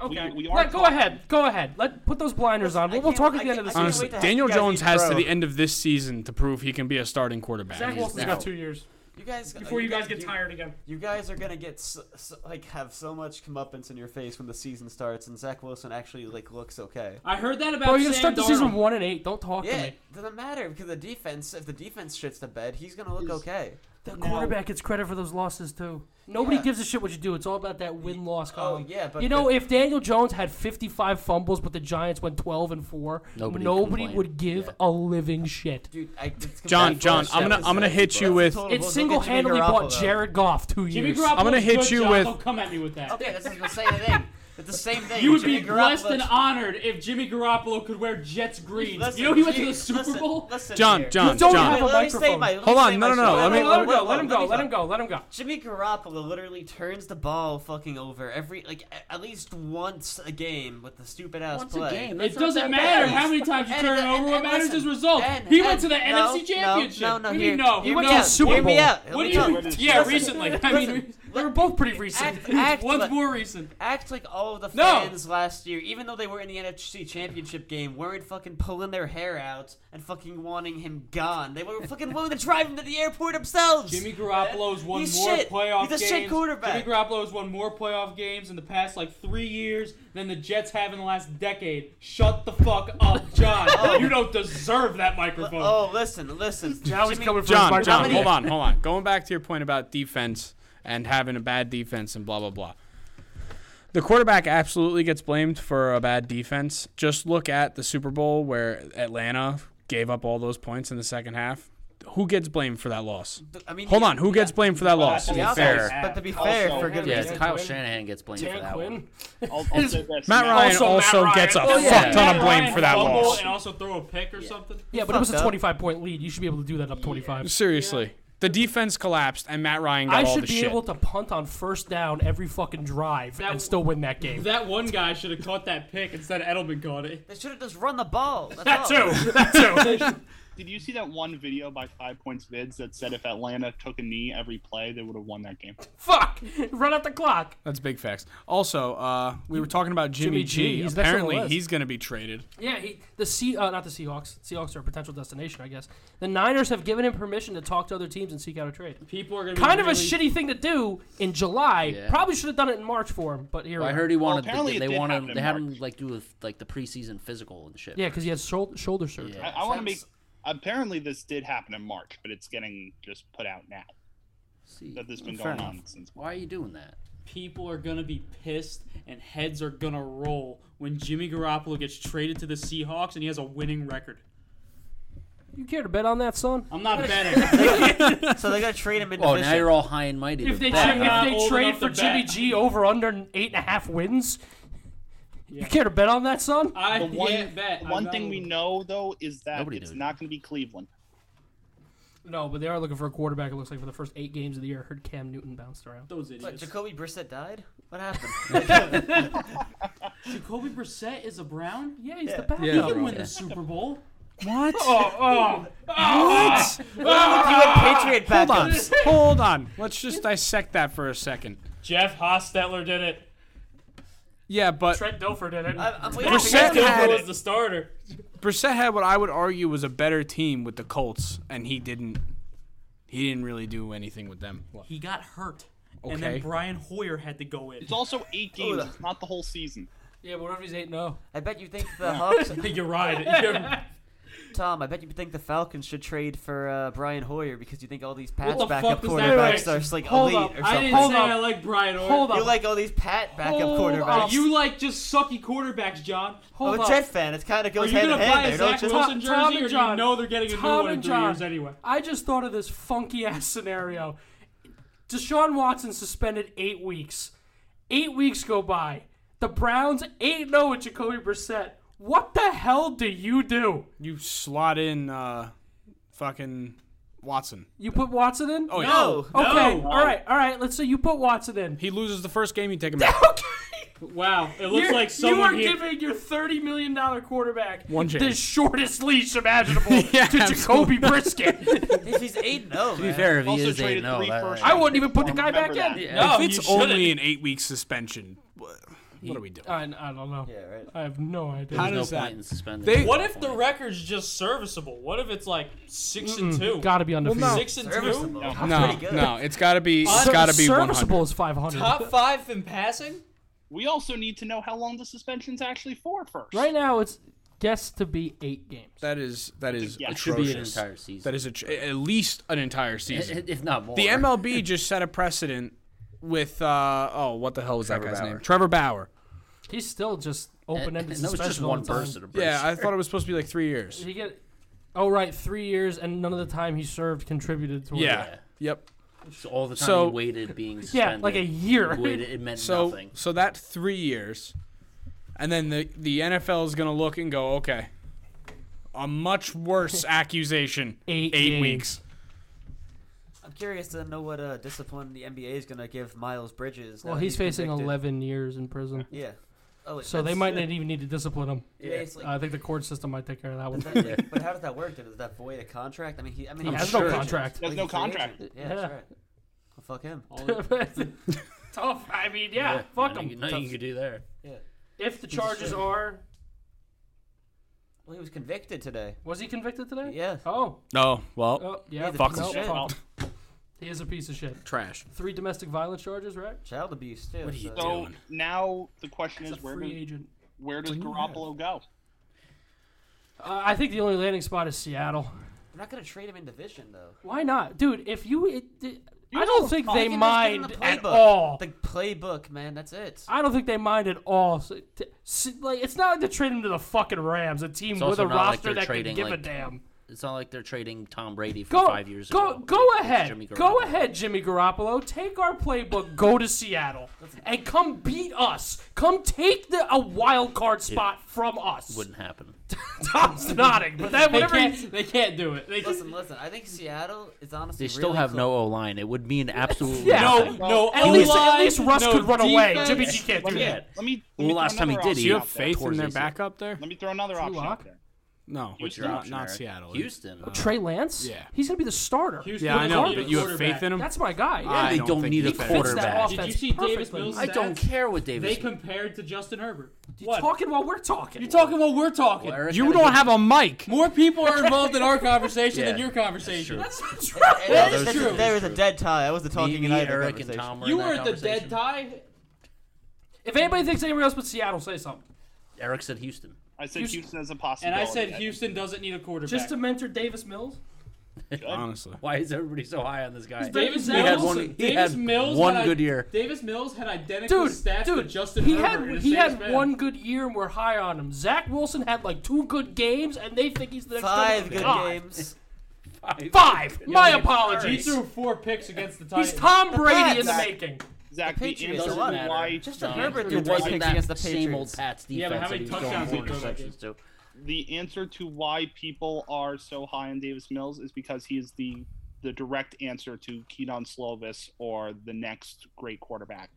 [SPEAKER 8] Okay,
[SPEAKER 5] we are
[SPEAKER 8] Let- go
[SPEAKER 5] talking-
[SPEAKER 8] ahead, go ahead. Let put those blinders on.
[SPEAKER 4] I
[SPEAKER 8] We'll, we'll
[SPEAKER 4] can't-
[SPEAKER 8] talk
[SPEAKER 4] I
[SPEAKER 8] at the end of
[SPEAKER 4] can't-
[SPEAKER 8] the
[SPEAKER 4] I can't
[SPEAKER 8] season.
[SPEAKER 3] Honestly,
[SPEAKER 4] wait to have
[SPEAKER 3] Daniel
[SPEAKER 4] you guys
[SPEAKER 3] Jones
[SPEAKER 4] eat
[SPEAKER 3] has
[SPEAKER 4] crow.
[SPEAKER 3] to the end of this season to prove he can be a starting quarterback.
[SPEAKER 8] Zach Wilson's
[SPEAKER 2] now.
[SPEAKER 8] got two years
[SPEAKER 4] You guys, uh,
[SPEAKER 1] Before you guys get
[SPEAKER 4] you-
[SPEAKER 1] tired again.
[SPEAKER 4] you guys are gonna get so, so, like have so much comeuppance in your face when the season starts and Zach Wilson actually like looks okay.
[SPEAKER 1] I heard that about
[SPEAKER 8] Bro, you're
[SPEAKER 1] Sam
[SPEAKER 8] gonna start the
[SPEAKER 1] Darnold.
[SPEAKER 8] season one and eight. Don't talk to
[SPEAKER 4] Yeah,
[SPEAKER 8] me.
[SPEAKER 4] it doesn't matter because the defense. If the defense shits the bed, he's gonna look okay.
[SPEAKER 8] The
[SPEAKER 1] No.
[SPEAKER 8] quarterback gets credit for those losses too. Nobody
[SPEAKER 4] Yeah.
[SPEAKER 8] gives a shit what you do. It's all about that win loss column.
[SPEAKER 4] Oh, yeah, but
[SPEAKER 8] you know
[SPEAKER 4] the-
[SPEAKER 8] if Daniel Jones had 55 fumbles, but the Giants went 12 and four,
[SPEAKER 2] Nobody
[SPEAKER 8] nobody,
[SPEAKER 2] complained.
[SPEAKER 8] would give a living shit.
[SPEAKER 4] Dude, I, it's
[SPEAKER 3] John,
[SPEAKER 4] compared to
[SPEAKER 3] John,
[SPEAKER 4] last
[SPEAKER 3] I'm
[SPEAKER 4] year.
[SPEAKER 3] gonna I'm gonna hit you with
[SPEAKER 4] Total
[SPEAKER 8] It
[SPEAKER 4] look at Jimmy
[SPEAKER 8] single handedly bought
[SPEAKER 4] Garoppolo.
[SPEAKER 8] Jared Goff two
[SPEAKER 1] Jimmy
[SPEAKER 8] years.
[SPEAKER 1] Garoppolo's
[SPEAKER 3] I'm gonna hit
[SPEAKER 1] good
[SPEAKER 3] you
[SPEAKER 1] job.
[SPEAKER 3] with-
[SPEAKER 1] Don't come at me with that.
[SPEAKER 4] Okay, this is the same thing. It's the same thing.
[SPEAKER 1] [laughs] You would
[SPEAKER 4] Jimmy
[SPEAKER 1] be blessed
[SPEAKER 4] Garoppolo-
[SPEAKER 1] and honored if Jimmy Garoppolo could wear Jets green.
[SPEAKER 4] Listen,
[SPEAKER 1] you know he went to
[SPEAKER 4] Jimmy-
[SPEAKER 1] the Super
[SPEAKER 4] listen,
[SPEAKER 1] Bowl.
[SPEAKER 4] listen
[SPEAKER 3] John,
[SPEAKER 4] here.
[SPEAKER 3] John,
[SPEAKER 8] You don't
[SPEAKER 3] John.
[SPEAKER 8] have a
[SPEAKER 4] Let me say
[SPEAKER 8] microphone.
[SPEAKER 4] my- let me
[SPEAKER 3] Hold on,
[SPEAKER 4] say
[SPEAKER 3] no,
[SPEAKER 4] my
[SPEAKER 3] no, no,
[SPEAKER 4] shit.
[SPEAKER 3] let
[SPEAKER 4] Wait,
[SPEAKER 3] me-
[SPEAKER 8] let him
[SPEAKER 4] wait,
[SPEAKER 8] go.
[SPEAKER 4] wait,
[SPEAKER 8] Let him
[SPEAKER 4] wait,
[SPEAKER 8] go.
[SPEAKER 4] me
[SPEAKER 8] Let
[SPEAKER 4] talk.
[SPEAKER 8] him go. Let him go.
[SPEAKER 4] Jimmy Garoppolo literally turns the ball fucking over every like a- at least once a game with the stupid ass
[SPEAKER 2] Once
[SPEAKER 4] play.
[SPEAKER 2] a game. that's
[SPEAKER 1] It
[SPEAKER 2] not
[SPEAKER 1] doesn't
[SPEAKER 2] that
[SPEAKER 1] matter
[SPEAKER 2] bad.
[SPEAKER 1] how many times you
[SPEAKER 4] And-
[SPEAKER 1] turn it
[SPEAKER 4] and-
[SPEAKER 1] over. What
[SPEAKER 4] and
[SPEAKER 1] matters
[SPEAKER 4] listen,
[SPEAKER 1] is results.
[SPEAKER 4] and-
[SPEAKER 1] He went to the
[SPEAKER 4] and- no,
[SPEAKER 1] NFC
[SPEAKER 4] no,
[SPEAKER 1] Championship.
[SPEAKER 4] No, no,
[SPEAKER 1] What do you
[SPEAKER 4] here,
[SPEAKER 1] mean no?
[SPEAKER 4] He
[SPEAKER 1] You
[SPEAKER 4] went
[SPEAKER 1] know-
[SPEAKER 4] to the Super
[SPEAKER 8] Bowl.
[SPEAKER 4] Bowl. Yeah,
[SPEAKER 1] What do you? Yeah, recently. I mean,
[SPEAKER 8] They were both pretty recent.
[SPEAKER 4] Act, act,
[SPEAKER 1] one's
[SPEAKER 4] like,
[SPEAKER 1] more recent.
[SPEAKER 4] act like all of the
[SPEAKER 1] No.
[SPEAKER 4] fans last year, even though they were in the NFC Championship game, weren't fucking pulling their hair out and fucking wanting him gone. They were fucking willing to drive him to the airport themselves.
[SPEAKER 1] Jimmy Garoppolo's won
[SPEAKER 4] He's
[SPEAKER 1] more
[SPEAKER 4] shit.
[SPEAKER 1] playoff
[SPEAKER 4] He's a
[SPEAKER 1] games.
[SPEAKER 4] shit quarterback.
[SPEAKER 1] Jimmy Garoppolo's won more playoff games in the past like three years than the Jets have in the last decade. Shut the fuck up, John. You don't deserve that microphone.
[SPEAKER 4] Oh, listen, listen.
[SPEAKER 8] [laughs] Now he's
[SPEAKER 4] Jimmy-
[SPEAKER 8] coming for
[SPEAKER 3] John,
[SPEAKER 8] his
[SPEAKER 3] John,
[SPEAKER 8] microphone.
[SPEAKER 3] hold on, hold on. Going back to your point about defense and having a bad defense and blah blah blah. The quarterback absolutely gets blamed for a bad defense. Just look at the Super Bowl where Atlanta gave up all those points in the second half. Who gets blamed for that loss?
[SPEAKER 4] I mean,
[SPEAKER 3] Hold
[SPEAKER 4] yeah,
[SPEAKER 3] on, who gets
[SPEAKER 4] yeah.
[SPEAKER 3] blamed for that loss?
[SPEAKER 5] to be
[SPEAKER 4] Yeah,
[SPEAKER 5] fair.
[SPEAKER 4] But to be fair,
[SPEAKER 5] Also-
[SPEAKER 4] for good
[SPEAKER 2] Yeah,
[SPEAKER 4] reason.
[SPEAKER 2] Kyle
[SPEAKER 8] Quinn.
[SPEAKER 2] Shanahan gets blamed for that one.
[SPEAKER 8] Quinn.
[SPEAKER 5] I'll, I'll say this.
[SPEAKER 3] Matt Ryan also,
[SPEAKER 8] Also, Matt Ryan.
[SPEAKER 3] gets a
[SPEAKER 8] Oh,
[SPEAKER 1] yeah.
[SPEAKER 3] fuck ton
[SPEAKER 1] Matt
[SPEAKER 3] of blame
[SPEAKER 1] Ryan
[SPEAKER 3] for that
[SPEAKER 1] fumble
[SPEAKER 3] loss.
[SPEAKER 1] And also throw a pick or something.
[SPEAKER 8] Yeah, but it was a
[SPEAKER 4] fucked up.
[SPEAKER 8] 25 point lead. You should be able to do that up 25.
[SPEAKER 3] Seriously, the defense collapsed and Matt Ryan got
[SPEAKER 8] I
[SPEAKER 3] all
[SPEAKER 8] should
[SPEAKER 3] the
[SPEAKER 8] be
[SPEAKER 3] shit.
[SPEAKER 8] able to punt on first down every fucking drive
[SPEAKER 1] That-
[SPEAKER 8] and still win that game.
[SPEAKER 1] That one guy should have caught that pick instead of Edelman caught it.
[SPEAKER 4] They should have just run the ball. That's
[SPEAKER 8] That
[SPEAKER 4] all.
[SPEAKER 8] too. That too.
[SPEAKER 5] Did you see that one video by Five Points Vids that said if Atlanta took a knee every play, they would have won that game?
[SPEAKER 1] [laughs]
[SPEAKER 8] Fuck. Run out the clock.
[SPEAKER 3] That's big facts. Also, uh, we were talking about
[SPEAKER 8] Jimmy
[SPEAKER 3] Jimmy, G.
[SPEAKER 8] G, he's next on the
[SPEAKER 3] Apparently,
[SPEAKER 8] list.
[SPEAKER 3] he's going to be traded.
[SPEAKER 8] Yeah, he, the Sea, uh, not the Seahawks. Seahawks are a potential destination, I guess. The Niners have given him permission to talk to other teams and seek out a trade.
[SPEAKER 1] People are gonna
[SPEAKER 8] Kind
[SPEAKER 1] be
[SPEAKER 8] of a
[SPEAKER 1] really-
[SPEAKER 8] shitty thing to do in July.
[SPEAKER 2] Yeah.
[SPEAKER 8] Probably should have done it in March for him, but here
[SPEAKER 2] Well,
[SPEAKER 8] we
[SPEAKER 2] I
[SPEAKER 8] are.
[SPEAKER 2] heard he wanted.
[SPEAKER 5] apparently
[SPEAKER 2] to,
[SPEAKER 5] it
[SPEAKER 2] they
[SPEAKER 5] did
[SPEAKER 2] wanted.
[SPEAKER 5] happen in
[SPEAKER 2] They had him
[SPEAKER 5] March.
[SPEAKER 2] like do with like the preseason physical and shit.
[SPEAKER 8] Yeah, because he had shoulder, shoulder surgery.
[SPEAKER 2] Yeah.
[SPEAKER 5] I, I want to make.
[SPEAKER 4] That's-
[SPEAKER 5] Apparently, this did happen in March, but it's getting just put out now.
[SPEAKER 2] See,
[SPEAKER 5] That this has been
[SPEAKER 2] fair
[SPEAKER 5] going
[SPEAKER 2] enough.
[SPEAKER 5] on since.
[SPEAKER 2] Why are you doing that?
[SPEAKER 1] people are gonna be pissed and heads are gonna roll when Jimmy Garoppolo gets traded to the Seahawks and he has a winning record.
[SPEAKER 8] You care to bet on that, son?
[SPEAKER 1] I'm [laughs] not betting.
[SPEAKER 4] So they're gonna trade him in
[SPEAKER 2] Oh,
[SPEAKER 4] division.
[SPEAKER 2] now you're all high and mighty.
[SPEAKER 8] If
[SPEAKER 2] to
[SPEAKER 8] they,
[SPEAKER 2] bet,
[SPEAKER 8] tra-
[SPEAKER 1] I'm
[SPEAKER 2] huh?
[SPEAKER 1] not
[SPEAKER 8] if they
[SPEAKER 1] old
[SPEAKER 8] trade
[SPEAKER 1] enough
[SPEAKER 8] for
[SPEAKER 1] to
[SPEAKER 8] Jimmy
[SPEAKER 1] bet.
[SPEAKER 8] G over under eight and a half wins,
[SPEAKER 1] Yeah.
[SPEAKER 8] you care to bet on that, son?
[SPEAKER 1] I
[SPEAKER 5] The one,
[SPEAKER 1] can't bet.
[SPEAKER 5] the
[SPEAKER 1] I'm
[SPEAKER 5] one
[SPEAKER 1] not
[SPEAKER 5] thing we
[SPEAKER 1] old.
[SPEAKER 5] know though is that
[SPEAKER 2] Nobody
[SPEAKER 5] it's
[SPEAKER 2] knows.
[SPEAKER 5] not going to be Cleveland.
[SPEAKER 8] No, but they are looking for a quarterback. It looks like for the first eight games of the year, I heard Cam Newton bounced around.
[SPEAKER 1] Those
[SPEAKER 4] What,
[SPEAKER 1] idiots.
[SPEAKER 4] Jacoby Brissett died? What happened?
[SPEAKER 1] Jacoby Brissett is a Brown.
[SPEAKER 8] Yeah, he's the
[SPEAKER 4] Yeah.
[SPEAKER 8] backup.
[SPEAKER 1] He
[SPEAKER 3] Yeah.
[SPEAKER 1] can win
[SPEAKER 2] Yeah.
[SPEAKER 1] the Super Bowl.
[SPEAKER 3] What?
[SPEAKER 1] Oh,
[SPEAKER 3] [laughs] What?
[SPEAKER 4] you had Patriot
[SPEAKER 3] Ah! Hold
[SPEAKER 4] backups.
[SPEAKER 3] on. Hold on. Let's just dissect that for a second.
[SPEAKER 1] Jeff Hostetler did it.
[SPEAKER 3] Yeah, but
[SPEAKER 8] Trent Dilfer did it.
[SPEAKER 4] I'm, I'm waiting
[SPEAKER 3] Brissett
[SPEAKER 4] for you to-
[SPEAKER 3] had
[SPEAKER 1] Hostetler
[SPEAKER 3] it.
[SPEAKER 1] was the starter.
[SPEAKER 3] Brissett had what I would argue was a better team with the Colts, and he didn't. He didn't really do anything with them.
[SPEAKER 1] He got hurt. And
[SPEAKER 3] Okay.
[SPEAKER 1] then Brian Hoyer had to go in.
[SPEAKER 5] It's
[SPEAKER 2] [laughs]
[SPEAKER 5] also
[SPEAKER 2] Oh,
[SPEAKER 5] eight games, it's not the whole season.
[SPEAKER 8] yeah, but what if he's eight? No.
[SPEAKER 4] I bet you think the Hawks,
[SPEAKER 1] [laughs] You're right. [laughs] You're-
[SPEAKER 4] Tom. I bet you think the Falcons should trade for uh, Brian Hoyer because you think all these patch
[SPEAKER 1] the
[SPEAKER 4] backup
[SPEAKER 1] fuck was that?
[SPEAKER 4] quarterbacks are just, like
[SPEAKER 1] Hold
[SPEAKER 4] elite
[SPEAKER 1] up.
[SPEAKER 4] or
[SPEAKER 1] I
[SPEAKER 4] something.
[SPEAKER 1] didn't say I like Brian Hoyer.
[SPEAKER 8] Hold
[SPEAKER 4] you
[SPEAKER 8] up.
[SPEAKER 4] like all these pat backup
[SPEAKER 8] Hold
[SPEAKER 4] quarterbacks. Oh,
[SPEAKER 8] up.
[SPEAKER 1] You like just sucky quarterbacks, John.
[SPEAKER 4] I'm
[SPEAKER 8] Hold
[SPEAKER 4] a
[SPEAKER 8] up.
[SPEAKER 4] Jet fan. It kind of
[SPEAKER 1] Are
[SPEAKER 4] goes
[SPEAKER 1] you
[SPEAKER 4] hand
[SPEAKER 1] gonna
[SPEAKER 4] in
[SPEAKER 1] buy
[SPEAKER 4] hand
[SPEAKER 1] a
[SPEAKER 4] there,
[SPEAKER 1] Zach
[SPEAKER 4] don't you?
[SPEAKER 8] Tom-
[SPEAKER 1] Wilson
[SPEAKER 8] Tom
[SPEAKER 1] jersey,
[SPEAKER 8] and
[SPEAKER 1] or do you
[SPEAKER 8] John.
[SPEAKER 1] know they're getting a new
[SPEAKER 8] Tom
[SPEAKER 1] one in
[SPEAKER 8] and
[SPEAKER 1] three
[SPEAKER 8] John.
[SPEAKER 1] years anyway?
[SPEAKER 8] I just thought of this funky ass scenario. Deshaun Watson suspended eight weeks. Eight weeks go by. The Browns 8 0 with Jacoby Brissett. What the hell do you do?
[SPEAKER 3] You slot in, uh, fucking Watson.
[SPEAKER 8] You put Watson in?
[SPEAKER 3] Oh yeah.
[SPEAKER 4] No.
[SPEAKER 8] Okay,
[SPEAKER 1] No.
[SPEAKER 8] all right, all right. Let's say you put Watson in.
[SPEAKER 3] He loses the first game. You [laughs] take him out.
[SPEAKER 8] Okay.
[SPEAKER 1] Wow, it looks
[SPEAKER 8] You're-
[SPEAKER 1] like
[SPEAKER 8] you
[SPEAKER 1] someone
[SPEAKER 8] are
[SPEAKER 1] here.
[SPEAKER 8] giving your thirty million dollar quarterback
[SPEAKER 3] One
[SPEAKER 8] the
[SPEAKER 3] chance.
[SPEAKER 8] shortest leash imaginable
[SPEAKER 3] Yeah,
[SPEAKER 8] to Jacoby
[SPEAKER 4] [laughs]
[SPEAKER 3] absolutely.
[SPEAKER 8] Brisket.
[SPEAKER 4] He's eight oh, zero.
[SPEAKER 2] To be fair, if he
[SPEAKER 5] Also
[SPEAKER 2] is eight,
[SPEAKER 5] traded
[SPEAKER 2] no,
[SPEAKER 5] three
[SPEAKER 2] that-
[SPEAKER 5] first
[SPEAKER 8] I wouldn't even put the guy back
[SPEAKER 5] Remember that.
[SPEAKER 8] in.
[SPEAKER 1] No,
[SPEAKER 3] if it's
[SPEAKER 1] you shouldn't.
[SPEAKER 3] only an eight-week suspension, what, what are we doing?
[SPEAKER 8] I, I don't know.
[SPEAKER 4] Yeah, right.
[SPEAKER 8] I have no idea.
[SPEAKER 3] How
[SPEAKER 2] there's no
[SPEAKER 3] does that-
[SPEAKER 2] point in suspending.
[SPEAKER 3] They-
[SPEAKER 2] him.
[SPEAKER 1] What if the record's just serviceable? What if it's like six and two?
[SPEAKER 8] Gotta be undefeated.
[SPEAKER 3] no.
[SPEAKER 1] Six and two?
[SPEAKER 4] Serviceable.
[SPEAKER 3] no,
[SPEAKER 4] pretty good.
[SPEAKER 3] no, it's gotta be. It's
[SPEAKER 8] Ser-
[SPEAKER 3] gotta be one
[SPEAKER 8] serviceable
[SPEAKER 3] hundred.
[SPEAKER 8] is five hundred.
[SPEAKER 1] Top five in passing?
[SPEAKER 5] We also need to know how long the suspension's actually for first.
[SPEAKER 8] Right now, it's guessed to be eight games.
[SPEAKER 3] That is that is
[SPEAKER 5] Yeah. It
[SPEAKER 2] should be an
[SPEAKER 3] atrocious.
[SPEAKER 2] entire season?
[SPEAKER 3] That is atro- at least an entire season.
[SPEAKER 2] if not more.
[SPEAKER 3] The MLB just set a precedent with uh, oh, what the hell was
[SPEAKER 2] Trevor
[SPEAKER 3] that guy's
[SPEAKER 2] Bauer.
[SPEAKER 3] name? Trevor Bauer.
[SPEAKER 8] He's still just open
[SPEAKER 2] and
[SPEAKER 8] ended.
[SPEAKER 2] that was just one person. I'm pretty
[SPEAKER 3] Yeah, I
[SPEAKER 2] sure.
[SPEAKER 3] thought it was supposed to be like three years.
[SPEAKER 8] Did he get? Oh right, three years, and none of the time he served contributed to.
[SPEAKER 3] Yeah. Yep.
[SPEAKER 2] So all the time
[SPEAKER 3] So-
[SPEAKER 2] he waited being
[SPEAKER 8] Yeah,
[SPEAKER 2] suspended.
[SPEAKER 8] like a year.
[SPEAKER 2] he waited, it meant
[SPEAKER 3] So
[SPEAKER 2] nothing.
[SPEAKER 3] so that three years, and then the the NFL is gonna look and go, okay, a
[SPEAKER 8] [laughs]
[SPEAKER 3] much worse accusation.
[SPEAKER 8] Eight
[SPEAKER 3] eight
[SPEAKER 8] games.
[SPEAKER 3] weeks.
[SPEAKER 4] I'm curious to know what uh, discipline the NBA is gonna give Miles Bridges. now
[SPEAKER 8] Well,
[SPEAKER 4] that
[SPEAKER 8] he's facing
[SPEAKER 4] convicted.
[SPEAKER 8] eleven years in [laughs] prison,
[SPEAKER 4] Yeah. Oh, wait,
[SPEAKER 8] so they
[SPEAKER 4] that's-
[SPEAKER 8] might not even need to discipline him.
[SPEAKER 4] Yeah, it's like-
[SPEAKER 8] I think the court system might take care of that one. [laughs]
[SPEAKER 4] That- like, [laughs] but how does that work? then? Does that void a contract? I mean, he. I mean,
[SPEAKER 8] He
[SPEAKER 4] he's
[SPEAKER 8] has
[SPEAKER 4] a
[SPEAKER 8] no
[SPEAKER 4] free
[SPEAKER 8] contract.
[SPEAKER 4] agent.
[SPEAKER 5] He has
[SPEAKER 4] He's a
[SPEAKER 5] no
[SPEAKER 4] free
[SPEAKER 5] contract.
[SPEAKER 4] agent. Yeah, that's
[SPEAKER 8] Yeah.
[SPEAKER 4] right. Well, fuck him.
[SPEAKER 8] Tough. I mean, yeah, fuck
[SPEAKER 2] nothing,
[SPEAKER 8] him.
[SPEAKER 2] nothing you could do there.
[SPEAKER 4] Yeah.
[SPEAKER 8] If the charges
[SPEAKER 4] shit.
[SPEAKER 8] are,
[SPEAKER 4] Well, he was convicted today.
[SPEAKER 8] was he convicted today?
[SPEAKER 4] Yeah.
[SPEAKER 8] Oh,
[SPEAKER 3] No, well,
[SPEAKER 8] oh, yeah.
[SPEAKER 4] the
[SPEAKER 3] fuck
[SPEAKER 4] piece
[SPEAKER 3] him.
[SPEAKER 4] of shit.
[SPEAKER 8] Fuck. He is a piece of shit.
[SPEAKER 3] trash.
[SPEAKER 8] Three domestic violence charges, right?
[SPEAKER 4] Child abuse too.
[SPEAKER 3] What are you
[SPEAKER 4] so-
[SPEAKER 5] So
[SPEAKER 3] Doing.
[SPEAKER 5] now the question
[SPEAKER 8] He's a
[SPEAKER 5] is where
[SPEAKER 8] free
[SPEAKER 5] does,
[SPEAKER 8] agent.
[SPEAKER 5] where does
[SPEAKER 3] Didn't you
[SPEAKER 5] Garoppolo go?
[SPEAKER 8] Uh, I think the only landing spot is Seattle.
[SPEAKER 4] They're not gonna trade him in division though.
[SPEAKER 8] Why not, dude? If you, it, it- I don't think they
[SPEAKER 4] Fucking just give him the
[SPEAKER 8] mind at
[SPEAKER 4] playbook.
[SPEAKER 8] all.
[SPEAKER 4] The playbook, man. That's it.
[SPEAKER 8] I don't think they mind at all. So, t- s- like, it's not like they're trading him to the fucking Rams, a team with
[SPEAKER 2] also
[SPEAKER 8] a
[SPEAKER 2] not like
[SPEAKER 8] roster
[SPEAKER 2] they're
[SPEAKER 8] that can
[SPEAKER 2] trading,
[SPEAKER 8] give a
[SPEAKER 2] like,
[SPEAKER 8] damn.
[SPEAKER 2] It's not like they're trading Tom Brady for
[SPEAKER 8] Go,
[SPEAKER 2] five years
[SPEAKER 8] go,
[SPEAKER 2] ago.
[SPEAKER 8] go
[SPEAKER 2] It's Jimmy
[SPEAKER 8] ahead, go
[SPEAKER 2] Garoppolo.
[SPEAKER 8] ahead, Jimmy Garoppolo. Take our playbook, go to Seattle, and come beat us. Come take the a wild card spot from us.
[SPEAKER 2] Wouldn't happen.
[SPEAKER 8] [laughs] Tom's nodding, but
[SPEAKER 2] [laughs]
[SPEAKER 8] that
[SPEAKER 1] They
[SPEAKER 8] whatever. he-
[SPEAKER 1] can't, they can't do it. They
[SPEAKER 4] Listen, listen. I think Seattle is honestly.
[SPEAKER 2] They still
[SPEAKER 4] really
[SPEAKER 2] have
[SPEAKER 4] close.
[SPEAKER 2] no O line. It would mean absolutely
[SPEAKER 8] Yeah.
[SPEAKER 1] no,
[SPEAKER 2] nothing.
[SPEAKER 1] no.
[SPEAKER 8] at least, at
[SPEAKER 1] O-line,
[SPEAKER 8] least Russ
[SPEAKER 1] no
[SPEAKER 8] could run away.
[SPEAKER 1] defense.
[SPEAKER 8] Jimmy G can't
[SPEAKER 5] Let
[SPEAKER 8] do
[SPEAKER 5] me,
[SPEAKER 8] that.
[SPEAKER 5] let me, let
[SPEAKER 2] Well,
[SPEAKER 5] me
[SPEAKER 2] the last
[SPEAKER 5] throw
[SPEAKER 2] time he
[SPEAKER 5] another
[SPEAKER 2] did,
[SPEAKER 5] option
[SPEAKER 2] he-
[SPEAKER 3] Do you have
[SPEAKER 5] out there.
[SPEAKER 3] faith in their
[SPEAKER 2] Towards AC.
[SPEAKER 3] backup there?
[SPEAKER 5] Let me throw another option
[SPEAKER 8] Lock?
[SPEAKER 5] out there.
[SPEAKER 3] No,
[SPEAKER 2] What's your
[SPEAKER 3] not,
[SPEAKER 2] option,
[SPEAKER 3] not
[SPEAKER 2] Eric?
[SPEAKER 3] Seattle.
[SPEAKER 2] Houston.
[SPEAKER 8] Trey Lance,
[SPEAKER 3] Yeah.
[SPEAKER 8] he's gonna be the starter.
[SPEAKER 1] Houston
[SPEAKER 3] Yeah, I know,
[SPEAKER 1] doesn't need
[SPEAKER 3] but
[SPEAKER 1] a
[SPEAKER 3] you have faith in him.
[SPEAKER 8] That's my guy.
[SPEAKER 3] I
[SPEAKER 2] they
[SPEAKER 3] don't
[SPEAKER 2] don't,
[SPEAKER 3] think
[SPEAKER 2] need
[SPEAKER 3] he
[SPEAKER 2] a
[SPEAKER 3] fits that
[SPEAKER 2] quarterback.
[SPEAKER 8] offense.
[SPEAKER 1] Did you see Davis
[SPEAKER 8] Perfectly.
[SPEAKER 1] Mills?
[SPEAKER 2] I don't
[SPEAKER 1] stats?
[SPEAKER 2] care what Davis.
[SPEAKER 1] They compared to Justin Herbert.
[SPEAKER 8] You're
[SPEAKER 1] What?
[SPEAKER 8] talking while we're talking.
[SPEAKER 1] You're talking what we're talking.
[SPEAKER 2] Well, Eric
[SPEAKER 3] You
[SPEAKER 2] had a
[SPEAKER 3] don't
[SPEAKER 2] good-
[SPEAKER 3] have a mic.
[SPEAKER 1] More people are
[SPEAKER 8] [laughs]
[SPEAKER 1] involved in our conversation
[SPEAKER 2] Yeah,
[SPEAKER 1] than your conversation.
[SPEAKER 8] [laughs]
[SPEAKER 2] true.
[SPEAKER 8] That's not true.
[SPEAKER 4] And that's-
[SPEAKER 2] that's
[SPEAKER 4] that's-
[SPEAKER 2] true.
[SPEAKER 4] There is a dead tie. I was the talking
[SPEAKER 2] me,
[SPEAKER 4] and I
[SPEAKER 2] Eric, and Tom. Were
[SPEAKER 1] you
[SPEAKER 2] in
[SPEAKER 1] were
[SPEAKER 2] that
[SPEAKER 1] at the dead
[SPEAKER 2] conversation.
[SPEAKER 1] tie.
[SPEAKER 8] If anybody thinks anywhere else but Seattle, say something.
[SPEAKER 2] Eric said Houston.
[SPEAKER 5] I said
[SPEAKER 8] Houston-
[SPEAKER 5] Houston, as a possibility.
[SPEAKER 1] And I said Houston doesn't need a quarterback.
[SPEAKER 8] Just to mentor Davis Mills.
[SPEAKER 3] Honestly,
[SPEAKER 2] Why is everybody so high on this guy?
[SPEAKER 1] Davis
[SPEAKER 8] He
[SPEAKER 1] Mills,
[SPEAKER 8] had
[SPEAKER 2] one- he
[SPEAKER 1] Davis
[SPEAKER 2] had
[SPEAKER 1] Mills
[SPEAKER 2] one
[SPEAKER 1] had
[SPEAKER 2] good year.
[SPEAKER 1] [laughs] Davis Mills had identical
[SPEAKER 8] Dude,
[SPEAKER 1] stats to
[SPEAKER 8] dude,
[SPEAKER 1] Justin
[SPEAKER 8] he
[SPEAKER 1] Herbert. in
[SPEAKER 8] had
[SPEAKER 1] the
[SPEAKER 8] he
[SPEAKER 1] same
[SPEAKER 8] had
[SPEAKER 1] span.
[SPEAKER 8] one good year and we're high on him. Zach Wilson had like two good games and they think he's the next
[SPEAKER 4] Five
[SPEAKER 8] Tony
[SPEAKER 4] good
[SPEAKER 8] Khan.
[SPEAKER 4] games.
[SPEAKER 8] Five. My
[SPEAKER 1] Yeah, He
[SPEAKER 8] apologies.
[SPEAKER 1] threw four picks against the Titans.
[SPEAKER 8] He's Tom Brady in the
[SPEAKER 5] Zach-
[SPEAKER 8] making.
[SPEAKER 5] Zach,
[SPEAKER 4] The
[SPEAKER 5] the,
[SPEAKER 4] Patriots
[SPEAKER 5] answer
[SPEAKER 4] are
[SPEAKER 5] is
[SPEAKER 4] what?
[SPEAKER 5] why
[SPEAKER 4] Justin
[SPEAKER 5] John-
[SPEAKER 4] Herbert
[SPEAKER 2] It
[SPEAKER 4] did three
[SPEAKER 2] wasn't
[SPEAKER 4] picks
[SPEAKER 2] that
[SPEAKER 4] against the
[SPEAKER 2] same old
[SPEAKER 4] Patriots.
[SPEAKER 2] Pats defense
[SPEAKER 1] Yeah, but how
[SPEAKER 2] that
[SPEAKER 1] many
[SPEAKER 2] he was going
[SPEAKER 1] touchdowns
[SPEAKER 2] for
[SPEAKER 1] did he throw that
[SPEAKER 2] interceptions
[SPEAKER 1] game?
[SPEAKER 2] to.
[SPEAKER 5] the answer to why people are so high on Davis Mills is because he is the the direct answer to Keaton Slovis or the next great quarterback.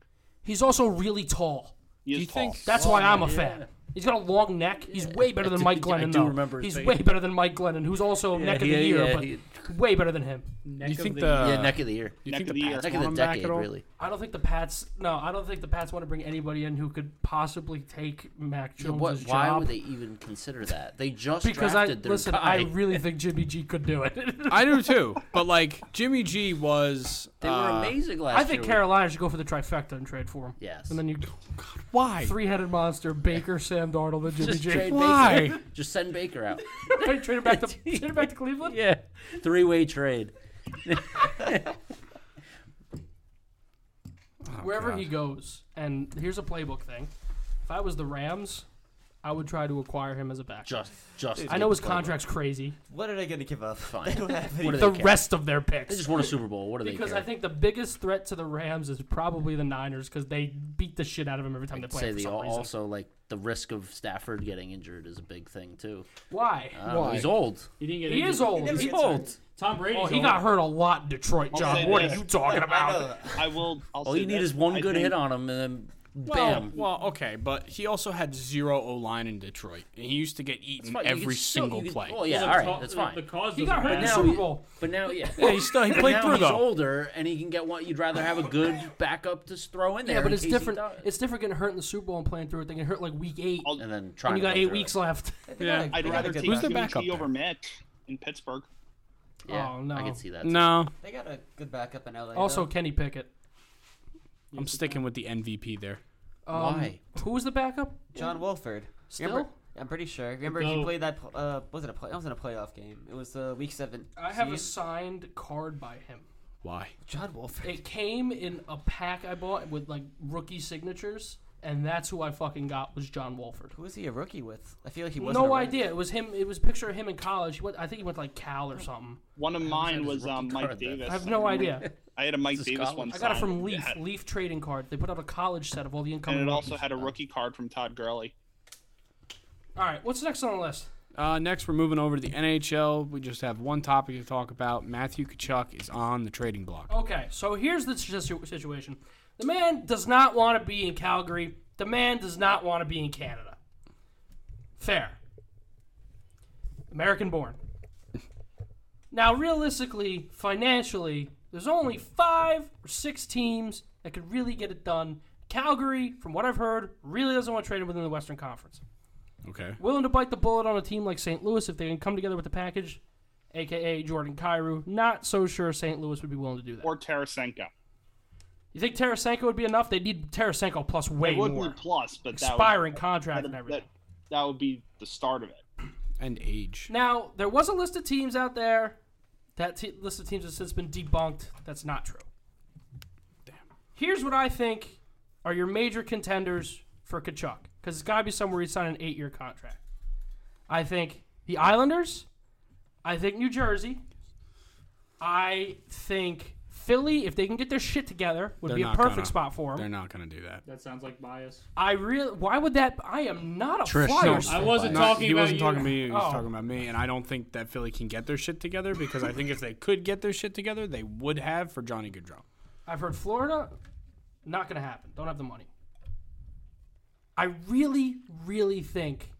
[SPEAKER 8] He's also really tall.
[SPEAKER 5] He is
[SPEAKER 3] you
[SPEAKER 5] tall.
[SPEAKER 3] think-
[SPEAKER 8] That's why I'm a fan. He's got a long neck. He's way better
[SPEAKER 2] I
[SPEAKER 8] than
[SPEAKER 2] do-
[SPEAKER 8] Mike
[SPEAKER 2] I
[SPEAKER 8] Glennon,
[SPEAKER 2] do
[SPEAKER 8] though.
[SPEAKER 2] remember
[SPEAKER 8] He's
[SPEAKER 2] his face.
[SPEAKER 8] way better than Mike Glennon, who's also neck of the
[SPEAKER 2] he-
[SPEAKER 8] year,
[SPEAKER 2] yeah,
[SPEAKER 8] but
[SPEAKER 2] he-
[SPEAKER 8] way better than him.
[SPEAKER 1] Neck
[SPEAKER 3] you
[SPEAKER 1] of
[SPEAKER 3] think
[SPEAKER 1] the-
[SPEAKER 3] the
[SPEAKER 2] yeah, neck of the year.
[SPEAKER 3] you
[SPEAKER 5] Neck
[SPEAKER 3] think
[SPEAKER 5] of
[SPEAKER 3] the
[SPEAKER 5] the year.
[SPEAKER 3] Pats
[SPEAKER 2] Neck
[SPEAKER 3] want
[SPEAKER 2] of the
[SPEAKER 3] him back
[SPEAKER 2] decade,
[SPEAKER 3] at all?
[SPEAKER 2] really.
[SPEAKER 8] I don't think the Pats. No, I don't think the Pats want to bring anybody in who could possibly take Mac Jones'
[SPEAKER 2] What,
[SPEAKER 8] job.
[SPEAKER 2] why would they even consider that? They just
[SPEAKER 8] because I
[SPEAKER 2] drafted their
[SPEAKER 8] listen.
[SPEAKER 2] guy.
[SPEAKER 8] I really think Jimmy G could do it.
[SPEAKER 3] I do too, but like Jimmy G was.
[SPEAKER 2] they were
[SPEAKER 3] uh,
[SPEAKER 2] amazing last year.
[SPEAKER 8] [laughs] I think
[SPEAKER 2] with-
[SPEAKER 8] Carolina should go for the trifecta and trade for him.
[SPEAKER 2] Yes.
[SPEAKER 8] And then you
[SPEAKER 3] Why?
[SPEAKER 8] three-headed monster: Baker, Sam Darnold, and Jimmy
[SPEAKER 2] Just
[SPEAKER 8] G.
[SPEAKER 2] trade
[SPEAKER 3] Why?
[SPEAKER 2] Baker. Just send Baker out.
[SPEAKER 8] [laughs] Trade, trade him back
[SPEAKER 2] [laughs]
[SPEAKER 8] to trade him back to Cleveland.
[SPEAKER 2] yeah, three way trade. Oh,
[SPEAKER 8] wherever
[SPEAKER 3] God.
[SPEAKER 8] he goes, and here's a playbook thing. If I was the Rams, I would try to acquire him as a backup.
[SPEAKER 2] Just, just.
[SPEAKER 8] I
[SPEAKER 2] get
[SPEAKER 8] know his
[SPEAKER 2] the ball.
[SPEAKER 8] contract's crazy.
[SPEAKER 4] What are they going to give up? [laughs]
[SPEAKER 2] Fine.
[SPEAKER 4] They don't have
[SPEAKER 2] What do
[SPEAKER 4] any.
[SPEAKER 8] The
[SPEAKER 2] they care?
[SPEAKER 8] rest of their
[SPEAKER 2] They
[SPEAKER 8] picks.
[SPEAKER 2] just won a Super Bowl. What do
[SPEAKER 8] Because
[SPEAKER 2] they
[SPEAKER 8] I
[SPEAKER 2] care?
[SPEAKER 8] think the biggest threat to the Rams is probably the Niners because they beat the shit out of him every time they play.
[SPEAKER 2] say
[SPEAKER 8] him for
[SPEAKER 2] the
[SPEAKER 8] some
[SPEAKER 2] al-
[SPEAKER 8] reason.
[SPEAKER 2] also like the risk of Stafford getting injured is a big thing too.
[SPEAKER 8] Why?
[SPEAKER 2] I don't know,
[SPEAKER 3] Why?
[SPEAKER 2] He's old.
[SPEAKER 1] He didn't get
[SPEAKER 8] He
[SPEAKER 1] injured.
[SPEAKER 8] is old.
[SPEAKER 4] never
[SPEAKER 8] He-
[SPEAKER 4] gets hurt.
[SPEAKER 1] Tom Brady.
[SPEAKER 8] Oh, he got hurt a lot in Detroit,
[SPEAKER 5] I'll
[SPEAKER 8] John.
[SPEAKER 5] say
[SPEAKER 8] What are
[SPEAKER 5] this.
[SPEAKER 8] you talking
[SPEAKER 4] I
[SPEAKER 8] about?
[SPEAKER 4] know.
[SPEAKER 5] I will. I'll
[SPEAKER 2] All
[SPEAKER 5] say
[SPEAKER 2] you need
[SPEAKER 5] this.
[SPEAKER 2] is one
[SPEAKER 5] I
[SPEAKER 2] good
[SPEAKER 5] think-
[SPEAKER 2] hit on him, and then
[SPEAKER 3] Well,
[SPEAKER 2] bam.
[SPEAKER 3] well, okay, but he also had zero O line in Detroit, and he used to get
[SPEAKER 2] It's
[SPEAKER 3] eaten
[SPEAKER 2] fine, you
[SPEAKER 3] every
[SPEAKER 2] can still-
[SPEAKER 3] single
[SPEAKER 2] you can-
[SPEAKER 3] play.
[SPEAKER 2] Well, yeah, all right, that's
[SPEAKER 1] The
[SPEAKER 2] fine.
[SPEAKER 1] cause
[SPEAKER 8] He got hurt in the
[SPEAKER 2] Now
[SPEAKER 8] Super
[SPEAKER 2] he-
[SPEAKER 8] Bowl.
[SPEAKER 2] But now, yeah,
[SPEAKER 3] yeah, he still he
[SPEAKER 2] But
[SPEAKER 3] played
[SPEAKER 2] now
[SPEAKER 3] through
[SPEAKER 2] he's
[SPEAKER 3] though.
[SPEAKER 2] older, and he can get one. You'd rather have a good backup to throw in there.
[SPEAKER 8] Yeah, but
[SPEAKER 2] in
[SPEAKER 8] it's
[SPEAKER 2] case he
[SPEAKER 8] different.
[SPEAKER 2] does.
[SPEAKER 8] It's different getting hurt in the Super Bowl and playing through it. They get hurt like week eight,
[SPEAKER 5] I'll-
[SPEAKER 2] and then trying.
[SPEAKER 8] and you
[SPEAKER 2] to
[SPEAKER 8] got
[SPEAKER 2] play
[SPEAKER 8] eight
[SPEAKER 2] through
[SPEAKER 8] weeks
[SPEAKER 2] it. [laughs]
[SPEAKER 8] left.
[SPEAKER 3] Yeah.
[SPEAKER 5] I'd
[SPEAKER 4] They got a
[SPEAKER 5] rather
[SPEAKER 4] good
[SPEAKER 5] take
[SPEAKER 3] Who's the
[SPEAKER 5] Jimmy
[SPEAKER 3] backup
[SPEAKER 5] G over
[SPEAKER 3] there?
[SPEAKER 5] Mick in Pittsburgh.
[SPEAKER 2] Yeah,
[SPEAKER 8] Oh, no.
[SPEAKER 2] I can see that. too.
[SPEAKER 3] No,
[SPEAKER 4] They got a good backup in LA.
[SPEAKER 8] Also,
[SPEAKER 4] though.
[SPEAKER 8] Kenny Pickett.
[SPEAKER 3] I'm sticking with the MVP there.
[SPEAKER 8] Um,
[SPEAKER 2] Why?
[SPEAKER 8] Who was the backup?
[SPEAKER 4] John Wolford.
[SPEAKER 8] Still?
[SPEAKER 4] Remember, I'm pretty sure. Remember
[SPEAKER 1] No.
[SPEAKER 4] he played that. pl- Uh, was it a play? That was in a playoff game. It was uh, week seven.
[SPEAKER 8] I have a
[SPEAKER 4] See?
[SPEAKER 8] signed card by him.
[SPEAKER 3] Why?
[SPEAKER 4] John Wolford.
[SPEAKER 8] It came in a pack I bought with like rookie signatures, and that's who I fucking got was John Wolford.
[SPEAKER 4] Who was he a rookie with? I feel like he was.
[SPEAKER 8] No idea. It was him. It was a picture of him in college. He went, I think he went to, like Cal or something.
[SPEAKER 5] One of
[SPEAKER 2] that
[SPEAKER 5] mine
[SPEAKER 2] his
[SPEAKER 5] was
[SPEAKER 2] rookie
[SPEAKER 5] um,
[SPEAKER 2] card
[SPEAKER 5] Mike
[SPEAKER 2] then?
[SPEAKER 5] Davis.
[SPEAKER 8] I have no
[SPEAKER 5] [laughs]
[SPEAKER 8] idea.
[SPEAKER 5] I had a Mike
[SPEAKER 2] It's a
[SPEAKER 5] Davis
[SPEAKER 2] scholar.
[SPEAKER 5] one.
[SPEAKER 8] I got it
[SPEAKER 5] signed.
[SPEAKER 8] from Leaf.
[SPEAKER 5] had-
[SPEAKER 8] Leaf trading card. They put out a college set of all the incoming.
[SPEAKER 5] And it
[SPEAKER 8] rookies.
[SPEAKER 5] also had a rookie card from Todd Gurley.
[SPEAKER 8] All right. What's next on the list?
[SPEAKER 3] Uh, next, we're moving over to the NHL. We just have one topic to talk about. Matthew Kachuk is on the trading block.
[SPEAKER 8] Okay, so here's the situ- situation. The man does not want to be in Calgary. The man does not want to be in Canada. Fair. American born. Now, realistically, financially, there's only five or six teams that could really get it done. Calgary, from what I've heard, really doesn't want to trade him within the Western Conference.
[SPEAKER 3] Okay.
[SPEAKER 8] Willing to bite the bullet on a team like St. Louis if they can come together with the package, aka Jordan Cairo. Not so sure St. Louis would be willing to do that.
[SPEAKER 5] Or Tarasenko.
[SPEAKER 8] You think Tarasenko would be enough? They need Tarasenko plus
[SPEAKER 5] It
[SPEAKER 8] way
[SPEAKER 5] would
[SPEAKER 8] more.
[SPEAKER 5] be plus, but that would,
[SPEAKER 8] Expiring contract
[SPEAKER 5] that,
[SPEAKER 8] and everything.
[SPEAKER 5] that- that would be the start of it.
[SPEAKER 3] And age.
[SPEAKER 8] Now, there was a list of teams out there. That te- list of teams has since been debunked. That's not true. Here's what I think are your major contenders for Kachuk. Because it's got to be somewhere he'd sign an eight year contract. I think the Islanders. I think New Jersey. I think Philly, if they can get their shit together, would
[SPEAKER 3] They're
[SPEAKER 8] be a
[SPEAKER 3] not
[SPEAKER 8] perfect
[SPEAKER 3] gonna.
[SPEAKER 8] spot for him.
[SPEAKER 3] They're not going to do that.
[SPEAKER 1] That sounds like bias.
[SPEAKER 8] I really. Why would that? I am not a
[SPEAKER 2] Trish,
[SPEAKER 8] Flyers.
[SPEAKER 2] no.
[SPEAKER 8] fan.
[SPEAKER 1] I wasn't
[SPEAKER 3] Not-
[SPEAKER 1] talking
[SPEAKER 3] he
[SPEAKER 1] about
[SPEAKER 3] wasn't
[SPEAKER 1] you.
[SPEAKER 3] talking about you. He was
[SPEAKER 8] Oh.
[SPEAKER 3] talking about me. And I don't think that Philly can get their shit together because I think if they could get their shit together, they would have for Johnny Gaudreau.
[SPEAKER 8] I've heard Florida. Not gonna happen. Don't have the money. I really, really think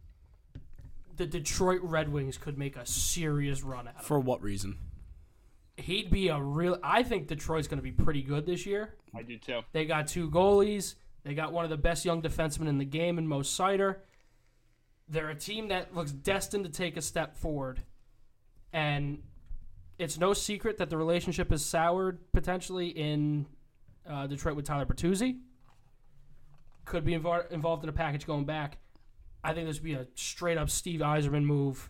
[SPEAKER 8] the Detroit Red Wings could make a serious run at him.
[SPEAKER 3] For what reason?
[SPEAKER 8] He'd be a real. I think Detroit's gonna be pretty good this year.
[SPEAKER 5] I do too.
[SPEAKER 8] They got two goalies. They got one of the best young defensemen in the game in Mo Sider. They're a team that looks destined to take a step forward. And it's no secret that the relationship is soured potentially in uh, Detroit with Tyler Bertuzzi. Could be invo- involved in a package going back. I think this would be a straight up Steve Eiserman move.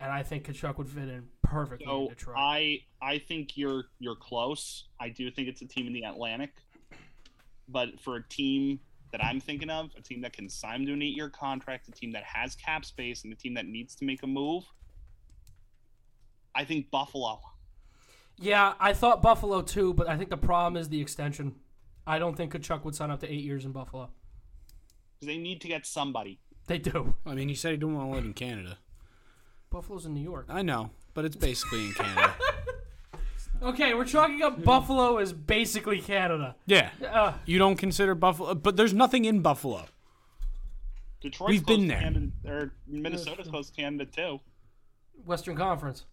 [SPEAKER 8] And I think Kachuk would fit in perfectly in
[SPEAKER 5] So
[SPEAKER 8] Detroit.
[SPEAKER 5] I I think you're you're close. I do think it's a team in the Atlantic, but for a team that I'm thinking of, a team that can sign him to an eight-year contract, a team that has cap space, and a team that needs to make a move, I think Buffalo.
[SPEAKER 8] Yeah, I thought Buffalo too, but I think the problem is the extension. I don't think Kachuk would sign up to eight years in Buffalo.
[SPEAKER 5] 'Cause They need to get somebody.
[SPEAKER 8] They do.
[SPEAKER 3] I mean, he said he didn't want to live in Canada.
[SPEAKER 8] Buffalo's in New York.
[SPEAKER 3] I know, but it's basically in [laughs] Canada.
[SPEAKER 8] Okay, we're chalking up Buffalo as basically Canada.
[SPEAKER 3] yeah.
[SPEAKER 8] Uh,
[SPEAKER 3] You don't consider Buffalo, but there's nothing in Buffalo.
[SPEAKER 5] Detroit's
[SPEAKER 3] We've
[SPEAKER 5] close
[SPEAKER 3] been
[SPEAKER 5] to
[SPEAKER 3] there.
[SPEAKER 5] Canada, or Minnesota's close to Canada too.
[SPEAKER 8] Western Conference.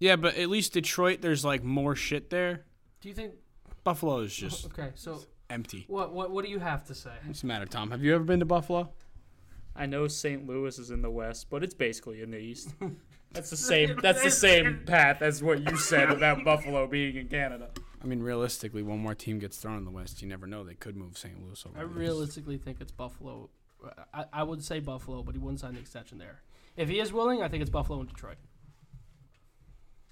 [SPEAKER 3] Yeah, but at least Detroit, there's like more shit there.
[SPEAKER 8] Do you think?
[SPEAKER 3] Buffalo is [laughs] just
[SPEAKER 8] Okay, so
[SPEAKER 3] empty.
[SPEAKER 8] what? What? What do you have to say?
[SPEAKER 3] What's the matter, Tom? Have you ever been to Buffalo?
[SPEAKER 9] I know St. Louis is in the west, but it's basically in the
[SPEAKER 8] [laughs]
[SPEAKER 9] east. That's the same. That's the same path as what you said about Buffalo being in Canada.
[SPEAKER 3] I mean, realistically, one more team gets thrown in the West. You never know. They could move St. Louis over.
[SPEAKER 8] I
[SPEAKER 3] there.
[SPEAKER 8] realistically think it's Buffalo. I, I would say Buffalo, but he wouldn't sign the extension there. If he is willing, I think it's Buffalo and Detroit.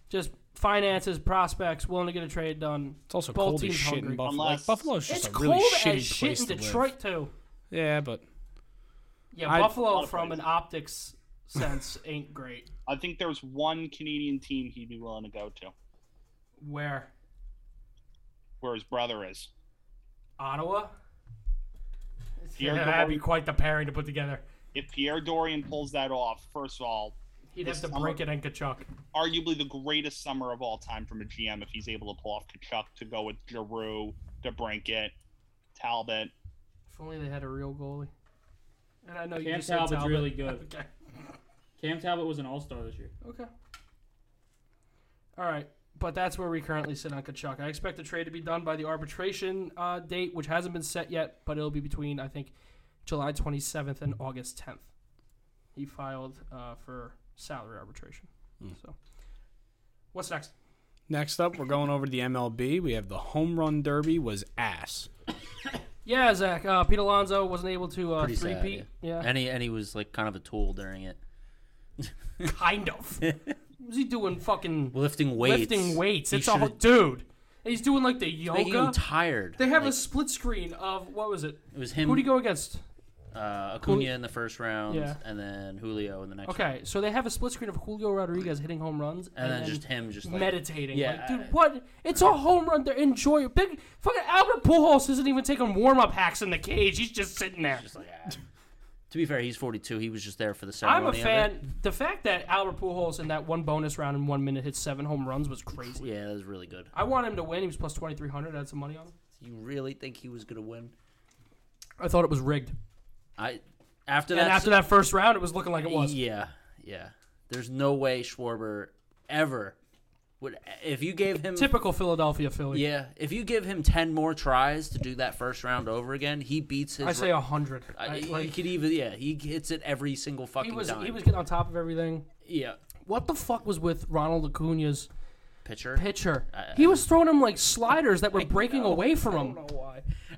[SPEAKER 8] Just finances, prospects, willing to get a trade done.
[SPEAKER 3] It's also
[SPEAKER 8] Both
[SPEAKER 3] cold as
[SPEAKER 8] teams
[SPEAKER 3] shit
[SPEAKER 8] hungry.
[SPEAKER 3] in Buffalo.
[SPEAKER 5] Unless-
[SPEAKER 3] Like, Buffalo's just
[SPEAKER 8] It's
[SPEAKER 3] a really
[SPEAKER 8] cold
[SPEAKER 3] shitty
[SPEAKER 8] as shit
[SPEAKER 3] place
[SPEAKER 8] in
[SPEAKER 3] to live.
[SPEAKER 8] Detroit too.
[SPEAKER 3] Yeah, but
[SPEAKER 8] Yeah,
[SPEAKER 3] I-
[SPEAKER 8] Buffalo
[SPEAKER 5] of
[SPEAKER 8] from
[SPEAKER 5] places.
[SPEAKER 8] an optics [laughs] sense ain't great.
[SPEAKER 5] I think there's one Canadian team he'd be willing to go to,
[SPEAKER 8] Where
[SPEAKER 5] where his brother is.
[SPEAKER 8] Ottawa?
[SPEAKER 5] Pierre
[SPEAKER 8] Yeah, that'd be
[SPEAKER 5] Dorian-
[SPEAKER 8] quite the pairing to put together.
[SPEAKER 5] If Pierre Dorian pulls that off, first of all,
[SPEAKER 8] He'd
[SPEAKER 5] This
[SPEAKER 8] have to
[SPEAKER 5] summer-
[SPEAKER 8] break it in Kachuk.
[SPEAKER 5] arguably the greatest summer of all time from a GM if he's able to pull off Kachuk to go with Giroux, DeBrinket, Talbot.
[SPEAKER 8] If only they had a real goalie. And I know you
[SPEAKER 1] Cam
[SPEAKER 8] just said
[SPEAKER 1] Talbot's
[SPEAKER 8] Talbot. [laughs]
[SPEAKER 1] really good.
[SPEAKER 8] Okay.
[SPEAKER 1] Cam Talbot was an All Star this year.
[SPEAKER 8] Okay. All right, but that's where we currently sit on Kachuk. I expect the trade to be done by the arbitration uh, date, which hasn't been set yet, but it'll be between I think July 27th and August 10th. He filed uh, for salary arbitration.
[SPEAKER 2] Hmm.
[SPEAKER 8] So, what's next?
[SPEAKER 3] next up, we're going over to the MLB. We have the home run derby was ass.
[SPEAKER 8] Yeah, Zach. Uh, Pete Alonso wasn't able to uh,
[SPEAKER 2] Pretty sad.
[SPEAKER 8] three-peat. Yeah,
[SPEAKER 2] yeah. And he and he was like kind of a tool during it,
[SPEAKER 8] [laughs] kind
[SPEAKER 2] [laughs]
[SPEAKER 8] of. was he doing fucking
[SPEAKER 2] lifting weights,
[SPEAKER 8] lifting weights?
[SPEAKER 2] He
[SPEAKER 8] It's all
[SPEAKER 2] should've-
[SPEAKER 8] dude. He's doing like the
[SPEAKER 2] making him
[SPEAKER 8] yoga.
[SPEAKER 2] tired.
[SPEAKER 8] They have
[SPEAKER 2] Like,
[SPEAKER 8] a split screen of what was it?
[SPEAKER 2] it was him.
[SPEAKER 8] Who do you go against?
[SPEAKER 2] Uh, Acuna in the first round,
[SPEAKER 8] Yeah.
[SPEAKER 2] and then Julio in the next. round.
[SPEAKER 8] Okay, so they have a split screen of Julio Rodriguez hitting home runs
[SPEAKER 2] and then just him, just [laughs] like,
[SPEAKER 8] meditating. Yeah,
[SPEAKER 2] Yeah.
[SPEAKER 8] dude, what? It's a home run. They're enjoying. Big fucking Albert Pujols isn't even taking warm up hacks in the cage. He's just sitting there.
[SPEAKER 2] just like, ah. to be fair, he's 42. He was just there for the ceremony.
[SPEAKER 8] I'm a
[SPEAKER 2] of it.
[SPEAKER 8] fan. The fact that Albert Pujols in that one bonus round in one minute hit seven home runs was crazy.
[SPEAKER 2] Yeah, that was really good.
[SPEAKER 8] I want him to win. He was plus twenty three hundred. I had some money on him.
[SPEAKER 2] You really think he was gonna win?
[SPEAKER 8] I thought it was rigged.
[SPEAKER 2] I after
[SPEAKER 8] And
[SPEAKER 2] that,
[SPEAKER 8] after that first round, it was looking like it was.
[SPEAKER 2] yeah, yeah. There's no way Schwarber ever would. If you gave him,
[SPEAKER 8] Typical Philadelphia Philly.
[SPEAKER 2] yeah, if you give him ten more tries to do that first round over again, he beats his.
[SPEAKER 8] I say a hundred.
[SPEAKER 2] I-
[SPEAKER 8] I-
[SPEAKER 2] he
[SPEAKER 8] Like
[SPEAKER 2] could even yeah he hits it every single fucking
[SPEAKER 8] he was,
[SPEAKER 2] time
[SPEAKER 8] he was getting on top of everything.
[SPEAKER 2] yeah
[SPEAKER 8] What the fuck was with Ronald Acuna's
[SPEAKER 2] pitcher
[SPEAKER 8] pitcher. he was throwing him like sliders that were breaking away from him.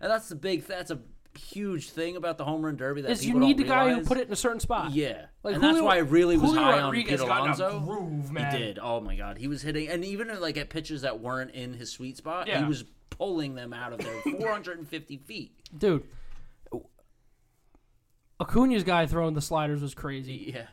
[SPEAKER 2] and that's the big that's a huge thing about the home run derby that
[SPEAKER 8] Is you
[SPEAKER 2] people
[SPEAKER 8] need the
[SPEAKER 2] don't
[SPEAKER 8] guy who
[SPEAKER 2] realize.
[SPEAKER 8] put it in a certain spot.
[SPEAKER 2] yeah
[SPEAKER 8] Like,
[SPEAKER 2] and that's
[SPEAKER 8] Julio-
[SPEAKER 2] why I really was
[SPEAKER 8] Julio
[SPEAKER 2] high
[SPEAKER 8] Rodriguez
[SPEAKER 2] on Pete
[SPEAKER 8] got in a
[SPEAKER 2] Alonso
[SPEAKER 8] groove, man.
[SPEAKER 2] he did oh my god he was hitting and even like at pitches that weren't in his sweet spot
[SPEAKER 8] Yeah.
[SPEAKER 2] he was pulling them out
[SPEAKER 8] [laughs]
[SPEAKER 2] of there 450 feet
[SPEAKER 8] dude. Acuna's guy throwing the sliders was crazy.
[SPEAKER 2] yeah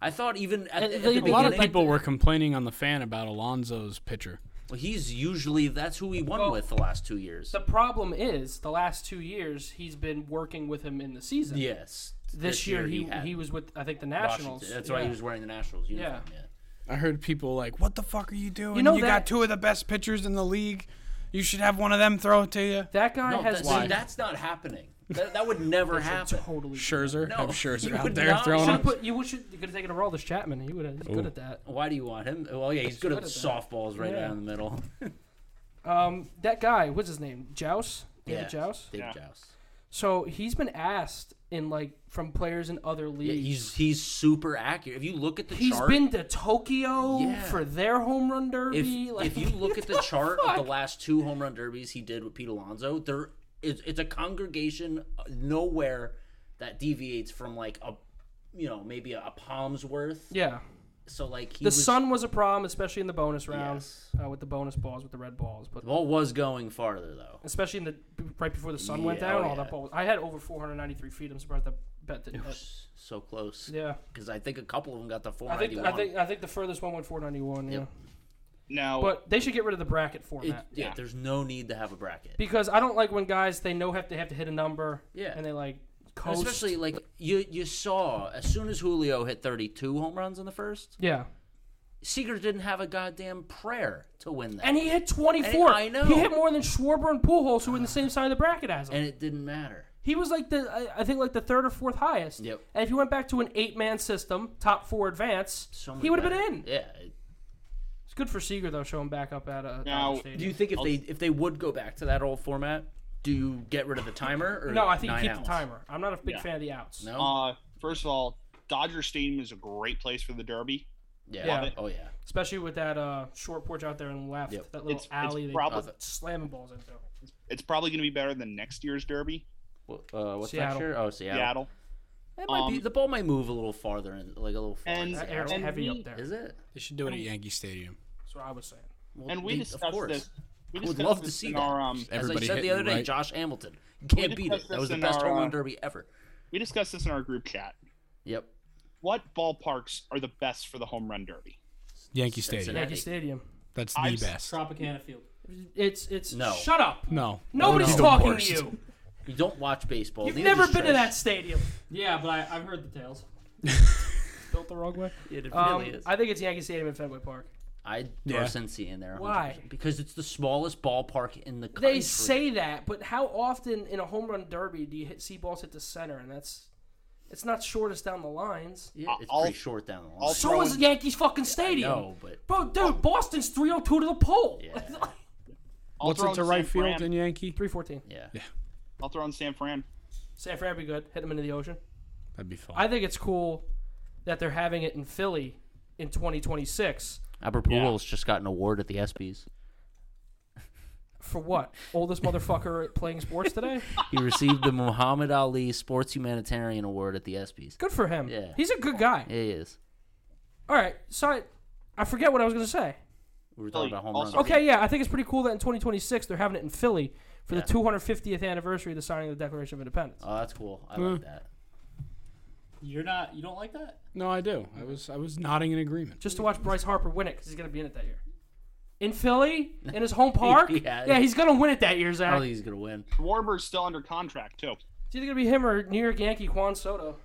[SPEAKER 2] I thought even at,
[SPEAKER 8] And
[SPEAKER 2] at
[SPEAKER 8] they-
[SPEAKER 2] the
[SPEAKER 8] a
[SPEAKER 3] A lot of
[SPEAKER 2] beginning-
[SPEAKER 3] people were complaining on the fan about Alonzo's pitcher.
[SPEAKER 2] well, he's usually that's who he won
[SPEAKER 8] Well,
[SPEAKER 2] with the last two years
[SPEAKER 8] The problem is, the last two years he's been working with him in the season.
[SPEAKER 2] yes
[SPEAKER 8] This, year, he
[SPEAKER 2] had
[SPEAKER 8] he, was with I think the
[SPEAKER 2] Washington.
[SPEAKER 8] Nationals.
[SPEAKER 2] that's why
[SPEAKER 8] Yeah.
[SPEAKER 2] he was wearing the Nationals uniform yeah.
[SPEAKER 3] I heard people like, "What the fuck are you doing?
[SPEAKER 8] You
[SPEAKER 3] You,
[SPEAKER 8] know that-
[SPEAKER 3] got two of the best pitchers in the league. You should have one of them throw it to you."
[SPEAKER 8] That guy
[SPEAKER 2] No,
[SPEAKER 8] has
[SPEAKER 2] that's,
[SPEAKER 8] been
[SPEAKER 2] that's not happening. That, that would never happen.
[SPEAKER 8] totally.
[SPEAKER 3] Sherzer,
[SPEAKER 2] No,
[SPEAKER 8] [laughs]
[SPEAKER 3] have Sherzer
[SPEAKER 2] you
[SPEAKER 3] out
[SPEAKER 2] would
[SPEAKER 3] there
[SPEAKER 2] not-
[SPEAKER 3] throwing
[SPEAKER 8] Should've
[SPEAKER 3] him.
[SPEAKER 8] put- you should you could have taken a roll this Chapman. He would have good at that.
[SPEAKER 2] Why do you want him? Well, yeah, he's good at
[SPEAKER 8] good at that.
[SPEAKER 2] softballs right
[SPEAKER 8] Yeah.
[SPEAKER 2] down the [laughs] middle.
[SPEAKER 8] Um, that guy, what's his name? Jouse. David Jouse.
[SPEAKER 2] David
[SPEAKER 5] Yeah.
[SPEAKER 2] Joust.
[SPEAKER 8] So he's been asked in like from players in other
[SPEAKER 2] Yeah,
[SPEAKER 8] leagues.
[SPEAKER 2] he's he's super accurate. If you look at the
[SPEAKER 8] He's
[SPEAKER 2] chart,
[SPEAKER 8] been to Tokyo
[SPEAKER 2] Yeah.
[SPEAKER 8] for their home run
[SPEAKER 2] if,
[SPEAKER 8] derby. like,
[SPEAKER 2] if you look at the chart of the last two home run derbies he did with Pete Alonso, there it's, it's a congregation uh, nowhere that deviates from like a you know maybe a, a palm's worth.
[SPEAKER 8] [laughs] yeah,
[SPEAKER 2] So like he
[SPEAKER 8] the
[SPEAKER 2] was,
[SPEAKER 8] sun was a problem, especially in the bonus round
[SPEAKER 2] Yes.
[SPEAKER 8] uh, with the bonus balls with the red balls, but
[SPEAKER 2] the ball was going farther though.
[SPEAKER 8] especially in the right before the sun went
[SPEAKER 2] Yeah,
[SPEAKER 8] down,
[SPEAKER 2] oh,
[SPEAKER 8] all
[SPEAKER 2] yeah.
[SPEAKER 8] that ball. Was, I had over 493 feet. I'm surprised that bet didn't. hit.
[SPEAKER 2] So close.
[SPEAKER 8] Yeah,
[SPEAKER 2] because I think a couple of them got the
[SPEAKER 8] I think
[SPEAKER 2] 491.
[SPEAKER 8] I think I think the furthest one went 491. Yeah,
[SPEAKER 2] Yep.
[SPEAKER 5] Now,
[SPEAKER 8] but they should get rid of the bracket
[SPEAKER 2] It-
[SPEAKER 8] format.
[SPEAKER 2] yeah,
[SPEAKER 5] Yeah.
[SPEAKER 2] there's no need to have a bracket.
[SPEAKER 8] because I don't like when guys they know have they have to hit a number.
[SPEAKER 2] Yeah.
[SPEAKER 8] And they like coast.
[SPEAKER 2] Especially like you you saw as soon as Julio hit 32 home runs in the first,
[SPEAKER 8] yeah.
[SPEAKER 2] Seager didn't have a goddamn prayer to win that,
[SPEAKER 8] And he hit 24.
[SPEAKER 2] I know.
[SPEAKER 8] He hit more than Schwarber and Pujols, who were in the same side of the bracket as him.
[SPEAKER 2] and it didn't matter.
[SPEAKER 8] he was like the, I- I think, like the third or fourth highest.
[SPEAKER 2] Yep.
[SPEAKER 8] And if you went back to an eight-man system, top four advance,
[SPEAKER 2] So much
[SPEAKER 8] he would have been
[SPEAKER 2] better.
[SPEAKER 8] in.
[SPEAKER 2] Yeah. it-
[SPEAKER 8] It's good for Seager though, showing back up at a.
[SPEAKER 5] Now,
[SPEAKER 2] Do you think if they if they would go back to that old format, do you get rid of the timer? Or
[SPEAKER 8] no, I think you
[SPEAKER 2] nine
[SPEAKER 8] keep
[SPEAKER 2] outs?
[SPEAKER 8] the timer. I'm not a big
[SPEAKER 5] Yeah.
[SPEAKER 8] fan of the outs.
[SPEAKER 2] No.
[SPEAKER 5] Uh, first of all, Dodger Stadium is a great place for the Derby.
[SPEAKER 2] yeah.
[SPEAKER 8] yeah.
[SPEAKER 2] Oh yeah.
[SPEAKER 8] Especially with that uh, short porch out there on the left,
[SPEAKER 2] Yep.
[SPEAKER 8] that little
[SPEAKER 5] It's- it's
[SPEAKER 8] alley they
[SPEAKER 5] probably-
[SPEAKER 8] keep slamming balls into.
[SPEAKER 5] It's probably going to be better than next year's Derby,
[SPEAKER 2] Well, uh, what's
[SPEAKER 8] Seattle.
[SPEAKER 2] that year? Oh, Seattle.
[SPEAKER 5] Seattle.
[SPEAKER 2] It might be,
[SPEAKER 5] Um,
[SPEAKER 2] the ball might move a little farther and like a little farther.
[SPEAKER 5] And-
[SPEAKER 8] That
[SPEAKER 2] Seattle.
[SPEAKER 8] air's
[SPEAKER 5] And
[SPEAKER 8] heavy
[SPEAKER 5] we-
[SPEAKER 8] up there.
[SPEAKER 2] is it?
[SPEAKER 3] They should do it at Yankee Stadium.
[SPEAKER 8] That's what I was saying.
[SPEAKER 2] Well,
[SPEAKER 5] And we
[SPEAKER 2] they-
[SPEAKER 5] discussed
[SPEAKER 2] of course.
[SPEAKER 5] this.
[SPEAKER 2] I
[SPEAKER 5] We
[SPEAKER 2] would
[SPEAKER 5] discussed
[SPEAKER 2] love to
[SPEAKER 5] this
[SPEAKER 2] see
[SPEAKER 5] in
[SPEAKER 2] that.
[SPEAKER 5] our, um,
[SPEAKER 3] Everybody
[SPEAKER 2] As I said the
[SPEAKER 3] hitting
[SPEAKER 2] other day,
[SPEAKER 3] right.
[SPEAKER 2] Josh Hamilton You can't beat it.
[SPEAKER 5] discussed
[SPEAKER 2] That was the
[SPEAKER 5] this in
[SPEAKER 2] best
[SPEAKER 5] our,
[SPEAKER 2] home run
[SPEAKER 5] uh,
[SPEAKER 2] derby ever.
[SPEAKER 5] we discussed this in our group chat.
[SPEAKER 2] Yep.
[SPEAKER 5] What ballparks are the best for the home run derby?
[SPEAKER 3] Yankee Stadium.
[SPEAKER 2] Cincinnati.
[SPEAKER 8] Yankee Stadium.
[SPEAKER 3] That's the
[SPEAKER 5] I've-
[SPEAKER 3] best.
[SPEAKER 1] Tropicana Field.
[SPEAKER 8] It's it's.
[SPEAKER 2] No.
[SPEAKER 8] Shut up.
[SPEAKER 3] No.
[SPEAKER 8] Nobody's
[SPEAKER 3] It's the
[SPEAKER 8] talking
[SPEAKER 3] worst.
[SPEAKER 8] to you.
[SPEAKER 2] You don't watch baseball.
[SPEAKER 8] You've
[SPEAKER 2] neither
[SPEAKER 8] never
[SPEAKER 2] does
[SPEAKER 8] been to
[SPEAKER 2] Trish.
[SPEAKER 8] that stadium.
[SPEAKER 1] Yeah, but I, I've heard the tales.
[SPEAKER 8] Built the wrong way.
[SPEAKER 2] It really
[SPEAKER 8] Um,
[SPEAKER 2] is.
[SPEAKER 8] I think it's Yankee Stadium and Fenway Park.
[SPEAKER 2] I'd throw
[SPEAKER 3] Yeah.
[SPEAKER 2] Cincy in there.
[SPEAKER 8] Why?
[SPEAKER 2] 100%, Because it's the smallest ballpark in the country.
[SPEAKER 8] They say that, but how often in a home run derby do you hit, see balls hit the center? And that's it's not shortest down the lines.
[SPEAKER 2] yeah, it's
[SPEAKER 5] I'll-
[SPEAKER 2] pretty short down the line.
[SPEAKER 5] I'll-
[SPEAKER 8] So
[SPEAKER 5] Throwing-
[SPEAKER 8] is Yankees fucking stadium.
[SPEAKER 2] no, but
[SPEAKER 8] Bro, dude, Boston's 302 to the pole. [laughs]
[SPEAKER 2] Yeah.
[SPEAKER 5] I'll
[SPEAKER 3] What's
[SPEAKER 5] throw
[SPEAKER 3] it to
[SPEAKER 5] in
[SPEAKER 3] right
[SPEAKER 5] San
[SPEAKER 3] field
[SPEAKER 5] Fran.
[SPEAKER 3] in Yankee?
[SPEAKER 8] 314.
[SPEAKER 2] yeah.
[SPEAKER 5] I'll throw in San Fran.
[SPEAKER 8] San Fran would be good. Hit them into the ocean.
[SPEAKER 3] That'd be fun.
[SPEAKER 8] I think it's cool that they're having it in Philly in 2026.
[SPEAKER 2] Albert Pujols just got an award at the ESPYS.
[SPEAKER 8] For what? Oldest motherfucker playing sports today?
[SPEAKER 2] He received the Muhammad Ali Sports Humanitarian Award at the ESPYS.
[SPEAKER 8] Good for him.
[SPEAKER 2] Yeah.
[SPEAKER 8] He's a good guy.
[SPEAKER 2] Yeah, he is.
[SPEAKER 8] All right. So I, I forget what I was going to say.
[SPEAKER 2] We were talking
[SPEAKER 5] Philly
[SPEAKER 2] about home
[SPEAKER 5] also-
[SPEAKER 2] runs.
[SPEAKER 8] Okay, yeah, I think it's pretty cool that in 2026 they're having it in Philly for the 250th anniversary of the signing of the Declaration of Independence.
[SPEAKER 2] Oh, that's cool.
[SPEAKER 8] Mm.
[SPEAKER 2] I like that.
[SPEAKER 1] You're not. You don't like that?
[SPEAKER 3] no, I do. I was I was nodding in agreement.
[SPEAKER 8] Just to watch Bryce Harper win it because he's going to be in it that year. In Philly, in his home park, yeah,
[SPEAKER 2] [laughs] Yeah. Oh,
[SPEAKER 8] he's going to win it that year,
[SPEAKER 2] I
[SPEAKER 8] Zach.
[SPEAKER 2] don't think he's gonna win.
[SPEAKER 5] Schwarber's still under contract too.
[SPEAKER 8] It's either going to be him or New York Yankee Juan Soto.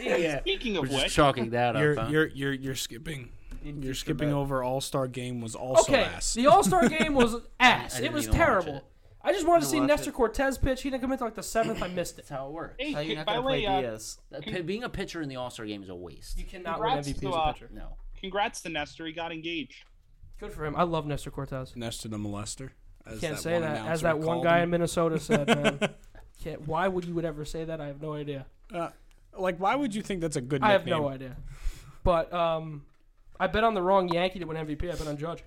[SPEAKER 2] Yeah,
[SPEAKER 5] Speaking of
[SPEAKER 2] we're just
[SPEAKER 5] which,
[SPEAKER 2] chalking that up.
[SPEAKER 3] You're
[SPEAKER 2] huh?
[SPEAKER 3] you're you're you're skipping. You're skipping over All Star Game was also
[SPEAKER 8] Okay,
[SPEAKER 3] ass.
[SPEAKER 8] the All
[SPEAKER 2] [laughs]
[SPEAKER 8] Star game was ass.
[SPEAKER 2] I
[SPEAKER 8] it
[SPEAKER 2] didn't
[SPEAKER 8] was
[SPEAKER 2] even watch
[SPEAKER 8] terrible.
[SPEAKER 2] it.
[SPEAKER 8] I just wanted to see
[SPEAKER 4] watch
[SPEAKER 8] Nestor
[SPEAKER 4] it.
[SPEAKER 8] Cortez pitch. He didn't come in until like the seventh. I missed it.
[SPEAKER 2] [clears throat] that's how it works.
[SPEAKER 5] hey,
[SPEAKER 4] How you
[SPEAKER 5] c-
[SPEAKER 4] not
[SPEAKER 5] by
[SPEAKER 4] gonna
[SPEAKER 5] the way,
[SPEAKER 4] play
[SPEAKER 5] uh,
[SPEAKER 4] Diaz?
[SPEAKER 2] That pi- being a pitcher in the All Star game is a waste.
[SPEAKER 8] You cannot win
[SPEAKER 5] Congrats
[SPEAKER 8] MVP
[SPEAKER 5] to,
[SPEAKER 8] as a
[SPEAKER 5] uh,
[SPEAKER 8] pitcher.
[SPEAKER 2] No.
[SPEAKER 5] congrats to Nestor. He got engaged.
[SPEAKER 8] Good for him. I love Nestor Cortez.
[SPEAKER 3] Next to the molester. As
[SPEAKER 8] Can't say that. As
[SPEAKER 3] announcer
[SPEAKER 8] that one
[SPEAKER 3] called
[SPEAKER 8] guy
[SPEAKER 3] him.
[SPEAKER 8] in
[SPEAKER 3] [laughs]
[SPEAKER 8] Minnesota said, man. Can't, why would you would ever say that? I have no idea.
[SPEAKER 3] Like, why would you think that's a good nickname?
[SPEAKER 8] I have no idea. But um, I bet on the wrong Yankee to win MVP. I bet on Judge.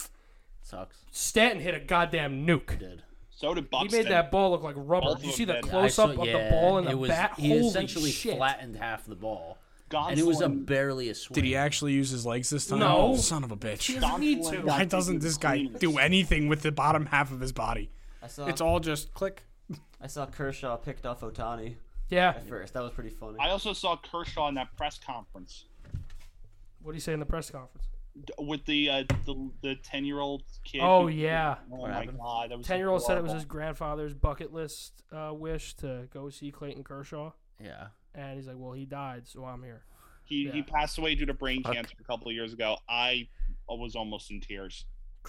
[SPEAKER 2] Sucks.
[SPEAKER 8] Stanton hit a goddamn nuke.
[SPEAKER 2] Did.
[SPEAKER 5] So did
[SPEAKER 8] He
[SPEAKER 5] Buxton.
[SPEAKER 8] made that ball look like rubber.
[SPEAKER 5] Both
[SPEAKER 8] Did you
[SPEAKER 5] of
[SPEAKER 8] see the
[SPEAKER 5] them did.
[SPEAKER 8] close up
[SPEAKER 2] I saw-
[SPEAKER 8] of
[SPEAKER 2] yeah,
[SPEAKER 8] the ball and
[SPEAKER 2] it
[SPEAKER 8] the
[SPEAKER 2] was,
[SPEAKER 8] bat?
[SPEAKER 2] He
[SPEAKER 8] Holy
[SPEAKER 2] essentially
[SPEAKER 8] shit.
[SPEAKER 2] flattened half the ball,
[SPEAKER 5] Gonsolin,
[SPEAKER 2] and it was a barely a swing.
[SPEAKER 3] Did he actually use his legs this time?
[SPEAKER 8] No.
[SPEAKER 3] Son of a bitch.
[SPEAKER 8] doesn't need
[SPEAKER 5] Gonsolin
[SPEAKER 8] to.
[SPEAKER 5] got
[SPEAKER 3] Why
[SPEAKER 5] taken
[SPEAKER 3] doesn't this guy
[SPEAKER 5] cleaners.
[SPEAKER 3] do anything with the bottom half of his body?
[SPEAKER 4] I saw.
[SPEAKER 3] It's all just click.
[SPEAKER 4] I saw Kershaw picked off Otani
[SPEAKER 8] Yeah.
[SPEAKER 4] at first. That was pretty funny.
[SPEAKER 5] I also saw Kershaw in that press conference
[SPEAKER 8] What do you say in the press conference?
[SPEAKER 5] d- with the uh, the the ten year old kid.
[SPEAKER 8] Oh,
[SPEAKER 5] who-
[SPEAKER 8] yeah.
[SPEAKER 5] Oh my god, that was
[SPEAKER 8] Ten year old said it was his
[SPEAKER 5] adorable.
[SPEAKER 8] grandfather's bucket list uh, wish to go see Clayton Kershaw,
[SPEAKER 2] Yeah.
[SPEAKER 8] and he's like, "Well, he died, so I'm here."
[SPEAKER 5] He he
[SPEAKER 8] yeah.
[SPEAKER 5] passed away due to brain
[SPEAKER 2] Fuck.
[SPEAKER 5] cancer a couple of years ago. I was almost in tears.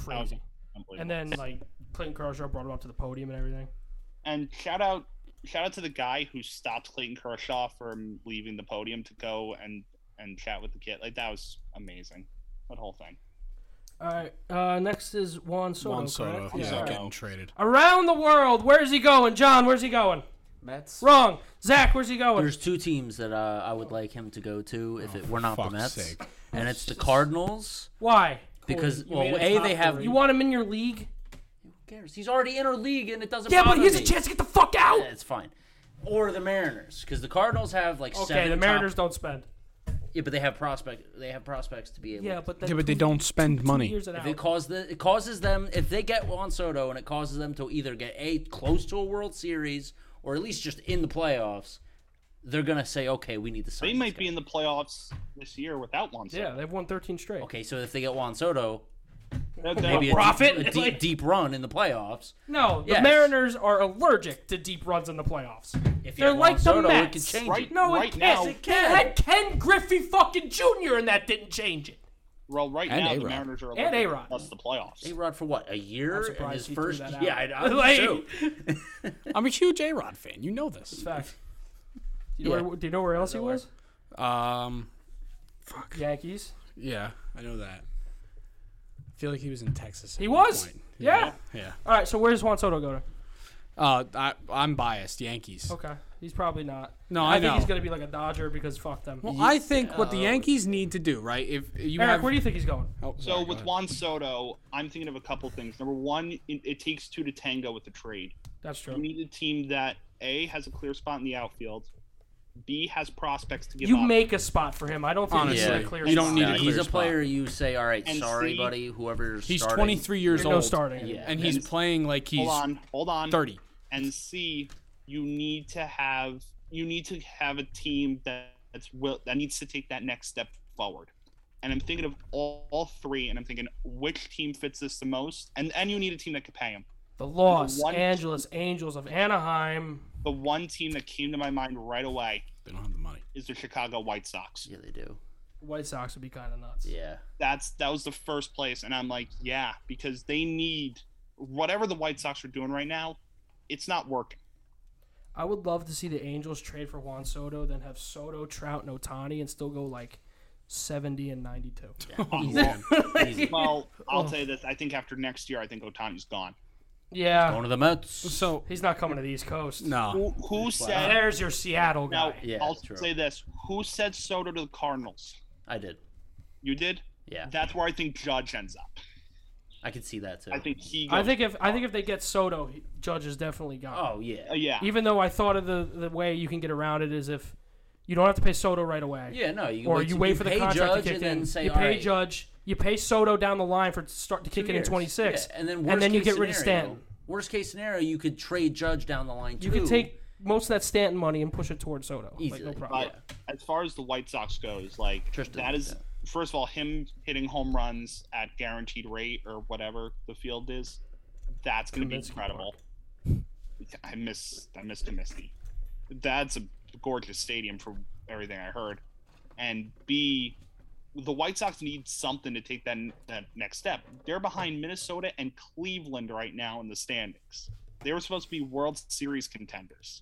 [SPEAKER 5] That was
[SPEAKER 8] Crazy.
[SPEAKER 5] unbelievable.
[SPEAKER 8] And then like Clayton Kershaw brought him up to the podium and everything.
[SPEAKER 5] And shout out, shout out to the guy who stopped Clayton Kershaw from leaving the podium to go and and chat with the kid. Like that was amazing. That whole thing.
[SPEAKER 8] All right. Uh, next is Juan Soto.
[SPEAKER 3] Juan Soto,
[SPEAKER 8] correct?
[SPEAKER 3] yeah,
[SPEAKER 5] sorry.
[SPEAKER 3] getting traded.
[SPEAKER 8] Around the world, where's he going, John? Where's he going?
[SPEAKER 4] Mets.
[SPEAKER 8] Wrong. Zach, where's he going?
[SPEAKER 2] There's two teams that uh, I would like him to go to if it were not the
[SPEAKER 3] Oh, fuck's
[SPEAKER 2] Mets,
[SPEAKER 3] sake.
[SPEAKER 2] and it's the Cardinals
[SPEAKER 8] Why?
[SPEAKER 2] because
[SPEAKER 1] made
[SPEAKER 2] well,
[SPEAKER 1] a
[SPEAKER 2] a
[SPEAKER 1] top
[SPEAKER 2] they have
[SPEAKER 1] three.
[SPEAKER 8] You want him in your league?
[SPEAKER 2] who cares? He's already in our league, and it doesn't.
[SPEAKER 8] Yeah, but
[SPEAKER 2] bother
[SPEAKER 8] he has a
[SPEAKER 2] me.
[SPEAKER 8] chance to get the fuck out.
[SPEAKER 2] Yeah, it's fine. Or the Mariners, because the Cardinals have like
[SPEAKER 8] Okay,
[SPEAKER 2] seven.
[SPEAKER 8] the Mariners
[SPEAKER 2] Top,
[SPEAKER 8] don't spend.
[SPEAKER 2] yeah, but they have prospect. They have prospects to be able.
[SPEAKER 8] Yeah, but
[SPEAKER 3] Yeah, but they don't spend money.
[SPEAKER 8] Years it
[SPEAKER 2] If it causes the, it causes them if they get Juan Soto and it causes them to either get a close to a World Series or at least just in the playoffs, they're gonna say okay, we need to sign.
[SPEAKER 5] They
[SPEAKER 2] this
[SPEAKER 5] might
[SPEAKER 2] guy.
[SPEAKER 5] be in the playoffs this year without one.
[SPEAKER 8] Yeah, they've won 13 straight.
[SPEAKER 2] Okay, so if they get Juan Soto,
[SPEAKER 5] That- that-
[SPEAKER 2] Maybe a,
[SPEAKER 8] profit?
[SPEAKER 2] Deep, a deep,
[SPEAKER 8] Like-
[SPEAKER 2] deep run in the playoffs.
[SPEAKER 8] No, the
[SPEAKER 2] Yes.
[SPEAKER 8] Mariners are allergic to deep runs in the playoffs.
[SPEAKER 2] If you
[SPEAKER 8] They're
[SPEAKER 2] had
[SPEAKER 8] like the
[SPEAKER 2] Juan Soto, it could
[SPEAKER 8] Mets.
[SPEAKER 2] change
[SPEAKER 5] right
[SPEAKER 2] it.
[SPEAKER 8] No,
[SPEAKER 5] right
[SPEAKER 8] it
[SPEAKER 5] now,
[SPEAKER 8] can't. It can. They had Ken Griffey fucking Jr. and that didn't change it.
[SPEAKER 5] well, right
[SPEAKER 3] And
[SPEAKER 5] now the
[SPEAKER 3] A-Rod.
[SPEAKER 5] Mariners are
[SPEAKER 8] And
[SPEAKER 5] electric
[SPEAKER 8] A-Rod.
[SPEAKER 5] plus the playoffs.
[SPEAKER 2] A-Rod for what? A year?
[SPEAKER 8] I'm
[SPEAKER 2] in
[SPEAKER 8] surprised
[SPEAKER 2] his
[SPEAKER 8] he threw
[SPEAKER 2] first
[SPEAKER 8] that out.
[SPEAKER 2] Yeah, I, I'm
[SPEAKER 8] [laughs] Like-
[SPEAKER 2] too.
[SPEAKER 3] I'm a huge A Rod fan. You know this.
[SPEAKER 8] Fact. Do you, know
[SPEAKER 2] Yeah.
[SPEAKER 8] where, do you know where else he was?
[SPEAKER 3] Um,
[SPEAKER 8] Yankees.
[SPEAKER 3] yeah, I know that. I feel like he was in Texas. at
[SPEAKER 8] He
[SPEAKER 3] one
[SPEAKER 8] was.
[SPEAKER 3] point.
[SPEAKER 8] Yeah.
[SPEAKER 3] Yeah.
[SPEAKER 8] All right. So where does Juan Soto go to?
[SPEAKER 3] Uh, I, I'm biased. Yankees.
[SPEAKER 8] Okay. He's probably not.
[SPEAKER 3] No, I
[SPEAKER 8] I, think
[SPEAKER 3] know.
[SPEAKER 8] he's gonna be like a Dodger because fuck them.
[SPEAKER 3] Well, I think what the Yankees need to do, right? If you
[SPEAKER 8] Eric,
[SPEAKER 3] have,
[SPEAKER 8] where do you think he's going?
[SPEAKER 3] oh,
[SPEAKER 5] So
[SPEAKER 3] sorry, go
[SPEAKER 5] with
[SPEAKER 3] ahead.
[SPEAKER 5] Juan Soto, I'm thinking of a couple things. Number one, it, it takes two to tango with the trade.
[SPEAKER 8] That's
[SPEAKER 5] You
[SPEAKER 8] true.
[SPEAKER 5] need a team that a has a clear spot in the outfield, b has prospects to give
[SPEAKER 8] You
[SPEAKER 5] up.
[SPEAKER 8] make a spot for him. I don't think he's
[SPEAKER 3] Honestly,
[SPEAKER 8] a clear
[SPEAKER 3] you don't
[SPEAKER 8] spot.
[SPEAKER 3] need
[SPEAKER 2] No,
[SPEAKER 3] a
[SPEAKER 2] he's
[SPEAKER 3] clear
[SPEAKER 2] a player you say, all right,
[SPEAKER 5] And
[SPEAKER 2] sorry,
[SPEAKER 5] see-
[SPEAKER 2] buddy, whoever
[SPEAKER 3] he's
[SPEAKER 2] starting.
[SPEAKER 3] 23 years
[SPEAKER 8] You're
[SPEAKER 3] old,
[SPEAKER 8] no starting.
[SPEAKER 2] Yeah.
[SPEAKER 3] and he's
[SPEAKER 5] And-
[SPEAKER 3] playing like he's
[SPEAKER 5] hold on, hold on.
[SPEAKER 3] 30.
[SPEAKER 5] And c you need to have you need to have a team that, that's will that needs to take that next step forward. And I'm thinking of all, all three, and I'm thinking which team fits this the most. And and you need a team that could pay him.
[SPEAKER 8] The Los
[SPEAKER 5] One-
[SPEAKER 8] Angeles Angels of Anaheim.
[SPEAKER 5] The one team that came to my mind right away
[SPEAKER 3] They don't have the money.
[SPEAKER 5] is the Chicago White Sox.
[SPEAKER 2] Yeah, they do.
[SPEAKER 8] White Sox would be kind of nuts.
[SPEAKER 2] Yeah.
[SPEAKER 5] that's that was the first place and i'm like yeah because they need whatever the white sox are doing right now it's not working
[SPEAKER 8] I would love to see the Angels trade for Juan Soto, then have Soto, Trout, and Otani, and still go like 70 and 92.
[SPEAKER 5] [laughs] well i'll tell you this i think after next year i think otani's gone
[SPEAKER 8] Yeah.
[SPEAKER 2] Going to the Mets.
[SPEAKER 3] So
[SPEAKER 8] He's not coming to the East Coast.
[SPEAKER 3] no,
[SPEAKER 5] who, who said
[SPEAKER 8] There's your Seattle guy.
[SPEAKER 5] now
[SPEAKER 2] Yeah,
[SPEAKER 5] i'll
[SPEAKER 2] true.
[SPEAKER 5] say this who said soto to the cardinals
[SPEAKER 2] I did.
[SPEAKER 5] you did
[SPEAKER 2] Yeah.
[SPEAKER 5] that's where i think judge ends up
[SPEAKER 2] I could see that, too.
[SPEAKER 5] i think he goes,
[SPEAKER 8] I think if I think if they get Soto, he- Judge is definitely gone.
[SPEAKER 2] Oh, yeah.
[SPEAKER 5] Uh, yeah
[SPEAKER 8] Even though I thought of the, the way you can get around it is if you don't have to pay Soto right away.
[SPEAKER 2] Yeah, no. You
[SPEAKER 8] Or you wait for the
[SPEAKER 2] pay
[SPEAKER 8] contract
[SPEAKER 2] Judge
[SPEAKER 8] to kick
[SPEAKER 2] and then
[SPEAKER 8] in.
[SPEAKER 2] say,
[SPEAKER 8] you
[SPEAKER 2] all
[SPEAKER 8] pay
[SPEAKER 2] right,
[SPEAKER 8] Judge. You pay Soto down the line for it to start to kick in in
[SPEAKER 2] years.
[SPEAKER 8] 26.
[SPEAKER 2] Yeah, and then,
[SPEAKER 8] and
[SPEAKER 2] worst
[SPEAKER 8] then you
[SPEAKER 2] case
[SPEAKER 8] get rid of
[SPEAKER 2] scenario-
[SPEAKER 8] Stanton.
[SPEAKER 2] Worst case scenario, you could trade Judge down the line, too.
[SPEAKER 8] You could take most of that Stanton money and push it towards Soto.
[SPEAKER 2] Easily.
[SPEAKER 8] Like, no problem.
[SPEAKER 5] But as far as the White Sox goes, like
[SPEAKER 2] Tristan,
[SPEAKER 5] that is
[SPEAKER 2] yeah.
[SPEAKER 5] first of all him hitting home runs at guaranteed rate or whatever the field is. That's going to be
[SPEAKER 8] Kaminsky
[SPEAKER 5] incredible. I miss I miss Comiskey. That's a gorgeous stadium from everything I heard. And B, the White Sox need something to take that that next step. They're behind Minnesota and Cleveland right now in the standings. They were supposed to be World Series contenders.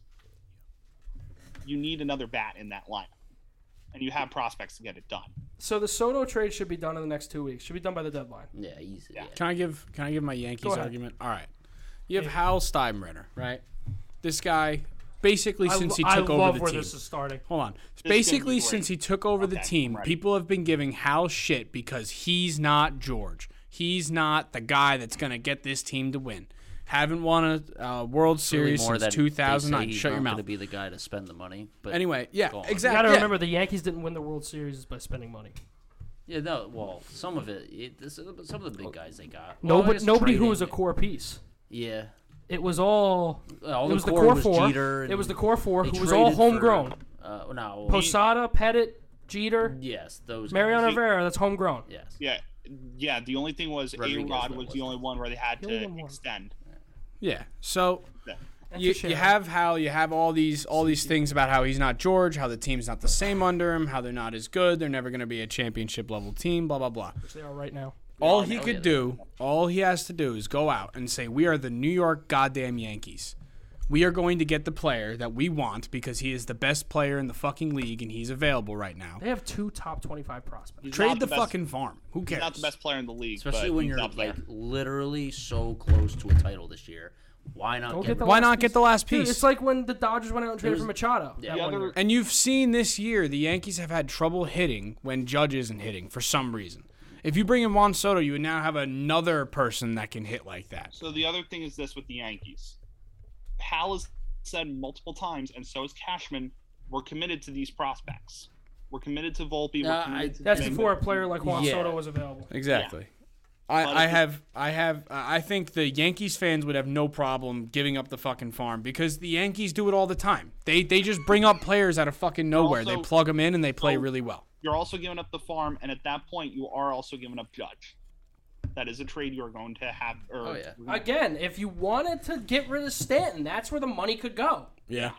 [SPEAKER 5] You need another bat in that lineup, and you have prospects to get it done.
[SPEAKER 8] So the Soto trade should be done in the next two weeks. Should be done by the deadline.
[SPEAKER 2] Yeah, easy. Yeah.
[SPEAKER 3] can I give can I give my Yankees
[SPEAKER 8] ahead.
[SPEAKER 3] argument? All right, you have Hal Steinbrenner, right? This guy, basically since he
[SPEAKER 8] I
[SPEAKER 3] took
[SPEAKER 8] love
[SPEAKER 3] over the
[SPEAKER 8] where
[SPEAKER 3] team,
[SPEAKER 8] this is starting.
[SPEAKER 3] Hold on.
[SPEAKER 5] be
[SPEAKER 3] Basically,
[SPEAKER 5] great.
[SPEAKER 3] since he took over the
[SPEAKER 5] Okay,
[SPEAKER 3] team,
[SPEAKER 5] I'm ready.
[SPEAKER 3] people have been giving Hal shit because he's not George. He's not the guy that's going to get this team to win. Haven't won a uh, World
[SPEAKER 2] Really
[SPEAKER 3] Series
[SPEAKER 2] more that
[SPEAKER 3] since
[SPEAKER 2] they
[SPEAKER 3] 2009.
[SPEAKER 2] say he's
[SPEAKER 3] Shut your
[SPEAKER 2] not gonna
[SPEAKER 3] mouth.
[SPEAKER 2] Be the guy to spend the money. But
[SPEAKER 3] Anyway, yeah,
[SPEAKER 2] Go on.
[SPEAKER 8] You
[SPEAKER 3] exactly.
[SPEAKER 8] got to
[SPEAKER 3] yeah.
[SPEAKER 8] remember the Yankees didn't win the World Series by spending money.
[SPEAKER 2] Yeah, no. Well, some of it, it this, some of the big guys they got. Well, I
[SPEAKER 8] Nobody,
[SPEAKER 2] guess
[SPEAKER 8] nobody who
[SPEAKER 2] trading-
[SPEAKER 8] was a core piece.
[SPEAKER 2] Yeah,
[SPEAKER 8] It was all.
[SPEAKER 2] all
[SPEAKER 8] it
[SPEAKER 2] the
[SPEAKER 8] was
[SPEAKER 2] core, was
[SPEAKER 8] four.
[SPEAKER 2] Jeter.
[SPEAKER 8] it was the
[SPEAKER 2] and
[SPEAKER 8] core four
[SPEAKER 2] they
[SPEAKER 8] who was all
[SPEAKER 2] traded for-
[SPEAKER 8] homegrown.
[SPEAKER 2] Uh, no,
[SPEAKER 8] Posada, Pettit, Jeter,
[SPEAKER 2] yes, those. guys.
[SPEAKER 8] Mariano Rivera. That's homegrown.
[SPEAKER 2] Yes.
[SPEAKER 5] Yeah, yeah. The only thing was A
[SPEAKER 2] Rodriguez,
[SPEAKER 5] Rod
[SPEAKER 2] that
[SPEAKER 5] was
[SPEAKER 2] was
[SPEAKER 5] the only one where they had
[SPEAKER 8] only
[SPEAKER 5] to
[SPEAKER 8] one more.
[SPEAKER 5] extend.
[SPEAKER 3] Yeah. So
[SPEAKER 5] Yeah.
[SPEAKER 3] you,
[SPEAKER 8] a shame.
[SPEAKER 3] you have Hal, you have all these all these things about how he's not George, how the team's not the same under him, how they're not as good, they're never going to be a championship level team, blah blah blah.
[SPEAKER 8] Which they are right now.
[SPEAKER 3] All he
[SPEAKER 2] yeah,
[SPEAKER 3] could
[SPEAKER 2] they-
[SPEAKER 3] do, all he has to do is go out and say, We are the New York goddamn Yankees. We are going to get the player that we want because he is the best player in the fucking league and he's available right now.
[SPEAKER 8] They have two top twenty-five prospects.
[SPEAKER 5] He's
[SPEAKER 3] Trade
[SPEAKER 5] not
[SPEAKER 3] the,
[SPEAKER 5] best-
[SPEAKER 3] fucking farm. Who cares?
[SPEAKER 5] Not the best player in the league,
[SPEAKER 2] Especially
[SPEAKER 5] but
[SPEAKER 2] when
[SPEAKER 5] he's
[SPEAKER 2] you're
[SPEAKER 5] up there.
[SPEAKER 2] like literally so close to a title this year. Why not
[SPEAKER 8] Go
[SPEAKER 2] get,
[SPEAKER 8] get the
[SPEAKER 3] Why
[SPEAKER 8] last
[SPEAKER 3] not get
[SPEAKER 8] piece.
[SPEAKER 3] the last
[SPEAKER 8] Dude,
[SPEAKER 3] piece?
[SPEAKER 8] it's like when the Dodgers went out and traded
[SPEAKER 2] There's-
[SPEAKER 8] for Machado. that
[SPEAKER 5] The
[SPEAKER 8] one
[SPEAKER 5] other-
[SPEAKER 8] year.
[SPEAKER 3] And you've seen this year the Yankees have had trouble hitting when Judge isn't hitting for some reason. If you bring in Juan Soto, you would now have another person that can hit like that.
[SPEAKER 5] So the other thing is this with the Yankees. Hal has said multiple times, and so has Cashman, we're committed to these prospects. We're committed to Volpe. We're
[SPEAKER 2] Uh,
[SPEAKER 5] committed
[SPEAKER 2] I-
[SPEAKER 5] to
[SPEAKER 8] That's
[SPEAKER 5] Bing-
[SPEAKER 8] before a player like Juan
[SPEAKER 2] Yeah.
[SPEAKER 8] Soto was available.
[SPEAKER 3] Exactly.
[SPEAKER 5] But
[SPEAKER 3] I, I
[SPEAKER 5] if-
[SPEAKER 3] have I have I think the Yankees fans would have no problem giving up the fucking farm because the Yankees do it all the time. They they just bring up players out of fucking nowhere. they
[SPEAKER 5] also-
[SPEAKER 3] plug them in and they play
[SPEAKER 5] Oh.
[SPEAKER 3] really well.
[SPEAKER 5] You're also giving up the farm, and at that point, you are also giving up Judge. That is a trade you're going to have. Or
[SPEAKER 2] Oh, yeah.
[SPEAKER 8] Again, if you wanted to get rid of Stanton, that's where the money could go.
[SPEAKER 3] Yeah.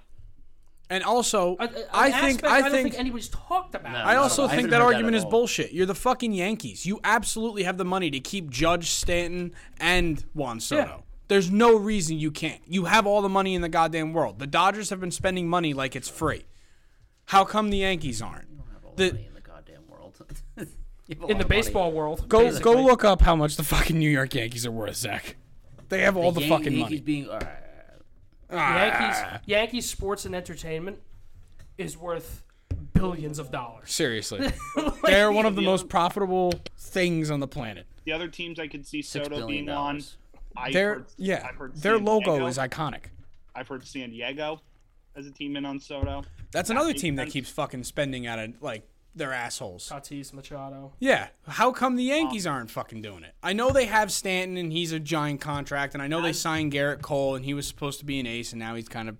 [SPEAKER 3] And also,
[SPEAKER 8] A- a-
[SPEAKER 3] I
[SPEAKER 8] an
[SPEAKER 3] think
[SPEAKER 8] aspect
[SPEAKER 3] I
[SPEAKER 8] don't
[SPEAKER 3] think
[SPEAKER 8] anybody's talked about.
[SPEAKER 2] No.
[SPEAKER 3] I also
[SPEAKER 2] I haven't
[SPEAKER 3] think that
[SPEAKER 2] heard that
[SPEAKER 3] argument
[SPEAKER 2] at
[SPEAKER 3] is
[SPEAKER 2] all.
[SPEAKER 3] bullshit. You're the fucking Yankees. You absolutely have the money to keep Judge Stanton and Juan Soto.
[SPEAKER 8] Yeah.
[SPEAKER 3] There's no reason you can't. You have all the money in the goddamn world. The Dodgers have been spending money like it's free. How come the Yankees aren't? The-
[SPEAKER 2] money in the goddamn world. [laughs] You have a lot
[SPEAKER 8] In the
[SPEAKER 2] of money.
[SPEAKER 8] baseball world,
[SPEAKER 3] Go
[SPEAKER 2] Basically.
[SPEAKER 3] go look up how much the fucking New York Yankees are worth, Zach. They have all the,
[SPEAKER 2] Yan-
[SPEAKER 3] fucking
[SPEAKER 2] Yankees
[SPEAKER 3] money. Ah,
[SPEAKER 2] Being, all right,
[SPEAKER 8] Yankees, Yankees sports and entertainment is worth billions of dollars.
[SPEAKER 3] Seriously, they're one of the most profitable things on the planet.
[SPEAKER 5] the other teams I could see
[SPEAKER 2] six
[SPEAKER 5] Soto
[SPEAKER 2] billion
[SPEAKER 5] being on.
[SPEAKER 2] dollars.
[SPEAKER 5] I
[SPEAKER 3] Their
[SPEAKER 5] heard-
[SPEAKER 3] yeah,
[SPEAKER 5] I've heard
[SPEAKER 3] their
[SPEAKER 5] San
[SPEAKER 3] logo
[SPEAKER 5] Diego-
[SPEAKER 3] is iconic.
[SPEAKER 5] I've heard San Diego as a team in on Soto.
[SPEAKER 3] That's another
[SPEAKER 5] makes
[SPEAKER 3] team that
[SPEAKER 5] sense.
[SPEAKER 3] keeps fucking spending out of like their assholes.
[SPEAKER 8] Tatis, Machado.
[SPEAKER 3] Yeah, how come the Yankees aren't fucking doing it? I know they have Stanton and he's a giant contract, and I know they signed Garrett Cole and he was supposed to be an ace, and now he's kind of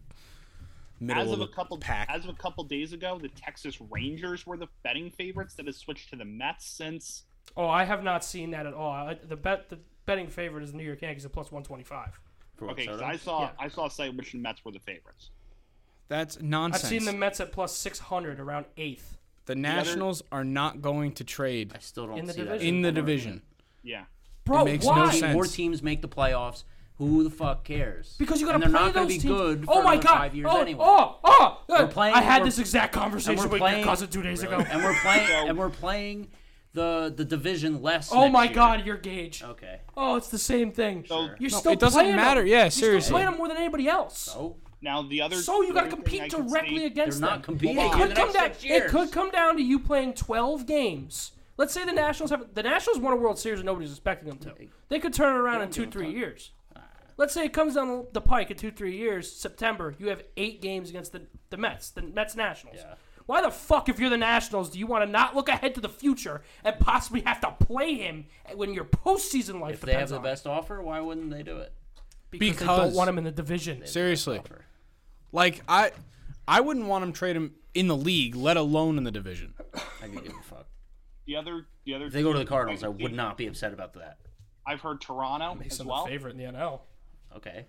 [SPEAKER 3] middle
[SPEAKER 5] As
[SPEAKER 3] of
[SPEAKER 5] of
[SPEAKER 3] the
[SPEAKER 5] a couple
[SPEAKER 3] pack.
[SPEAKER 5] as of a couple days ago, the Texas Rangers were the betting favorites that has switched to the Mets since.
[SPEAKER 8] Oh, I have not seen that at all. I, the bet, the betting favorite is the New York Yankees at plus one twenty five.
[SPEAKER 2] For
[SPEAKER 5] Okay, 'cause
[SPEAKER 2] Soto?
[SPEAKER 5] I saw
[SPEAKER 8] Yeah.
[SPEAKER 5] I saw a site which the Mets were the favorites.
[SPEAKER 3] That's
[SPEAKER 8] I've
[SPEAKER 3] nonsense.
[SPEAKER 8] seen the Mets at plus six hundred, around eighth.
[SPEAKER 3] the Nationals are not going to trade
[SPEAKER 2] I still don't
[SPEAKER 8] In the
[SPEAKER 2] see that.
[SPEAKER 8] division.
[SPEAKER 3] in the division.
[SPEAKER 5] Yeah.
[SPEAKER 8] Bro,
[SPEAKER 3] makes no
[SPEAKER 8] why?
[SPEAKER 3] sense.
[SPEAKER 2] More teams make the playoffs. Who the fuck cares?
[SPEAKER 8] Because you got
[SPEAKER 2] And
[SPEAKER 8] to
[SPEAKER 2] they're
[SPEAKER 8] play
[SPEAKER 2] not gonna
[SPEAKER 8] those
[SPEAKER 2] be
[SPEAKER 8] teams.
[SPEAKER 2] good.
[SPEAKER 8] oh
[SPEAKER 2] for
[SPEAKER 8] my
[SPEAKER 2] another
[SPEAKER 8] god!
[SPEAKER 2] Five years
[SPEAKER 8] oh,
[SPEAKER 2] anyway.
[SPEAKER 8] oh, oh, uh,
[SPEAKER 2] playing-
[SPEAKER 8] I had
[SPEAKER 2] we're-
[SPEAKER 8] this exact
[SPEAKER 2] and
[SPEAKER 8] conversation
[SPEAKER 2] we're
[SPEAKER 8] with
[SPEAKER 2] playing
[SPEAKER 8] your cousin two days ago.
[SPEAKER 2] and we're
[SPEAKER 5] [laughs]
[SPEAKER 2] playing and we're playing the the division less.
[SPEAKER 8] oh
[SPEAKER 2] next
[SPEAKER 8] my
[SPEAKER 2] year.
[SPEAKER 8] god, your gauge.
[SPEAKER 2] Okay.
[SPEAKER 8] Oh, it's the same thing.
[SPEAKER 5] So
[SPEAKER 8] You're
[SPEAKER 3] No,
[SPEAKER 8] still
[SPEAKER 3] it doesn't
[SPEAKER 8] playing
[SPEAKER 3] matter.
[SPEAKER 8] Them.
[SPEAKER 3] Yeah,
[SPEAKER 8] You're still
[SPEAKER 3] seriously.
[SPEAKER 8] playing them more than anybody else.
[SPEAKER 2] Oh,
[SPEAKER 5] now the other
[SPEAKER 8] So you got to
[SPEAKER 5] the other
[SPEAKER 8] compete
[SPEAKER 5] thing I could see-
[SPEAKER 8] directly
[SPEAKER 2] they're
[SPEAKER 8] against them.
[SPEAKER 2] not competing.
[SPEAKER 8] It
[SPEAKER 2] in
[SPEAKER 8] could
[SPEAKER 2] the
[SPEAKER 8] come
[SPEAKER 2] next
[SPEAKER 8] down.
[SPEAKER 2] six
[SPEAKER 8] It
[SPEAKER 2] years.
[SPEAKER 8] could come down to you playing 12 games. Let's say the Nationals have the Nationals won a World Series and nobody's expecting them to. They could turn it around in two, three years. Let's say it comes down the pike in two, three years, September. You have eight games against the, the Mets, the Mets Nationals. Why the fuck, if you're the Nationals, do you want to not look ahead to the future and possibly have to play him when your postseason life
[SPEAKER 2] If they have
[SPEAKER 8] depends
[SPEAKER 2] the
[SPEAKER 8] on it?
[SPEAKER 2] best offer, why wouldn't they do it?
[SPEAKER 8] Because, they
[SPEAKER 3] Because-
[SPEAKER 8] don't want him in the division.
[SPEAKER 3] Seriously, like I, I wouldn't want him trade him in the league, let alone in the division.
[SPEAKER 2] I could give a fuck.
[SPEAKER 5] the other the other
[SPEAKER 2] If they go to the Cardinals, I would not be upset about that.
[SPEAKER 5] I've heard Toronto as
[SPEAKER 8] He's
[SPEAKER 5] well.
[SPEAKER 8] the favorite in the NL.
[SPEAKER 2] Okay,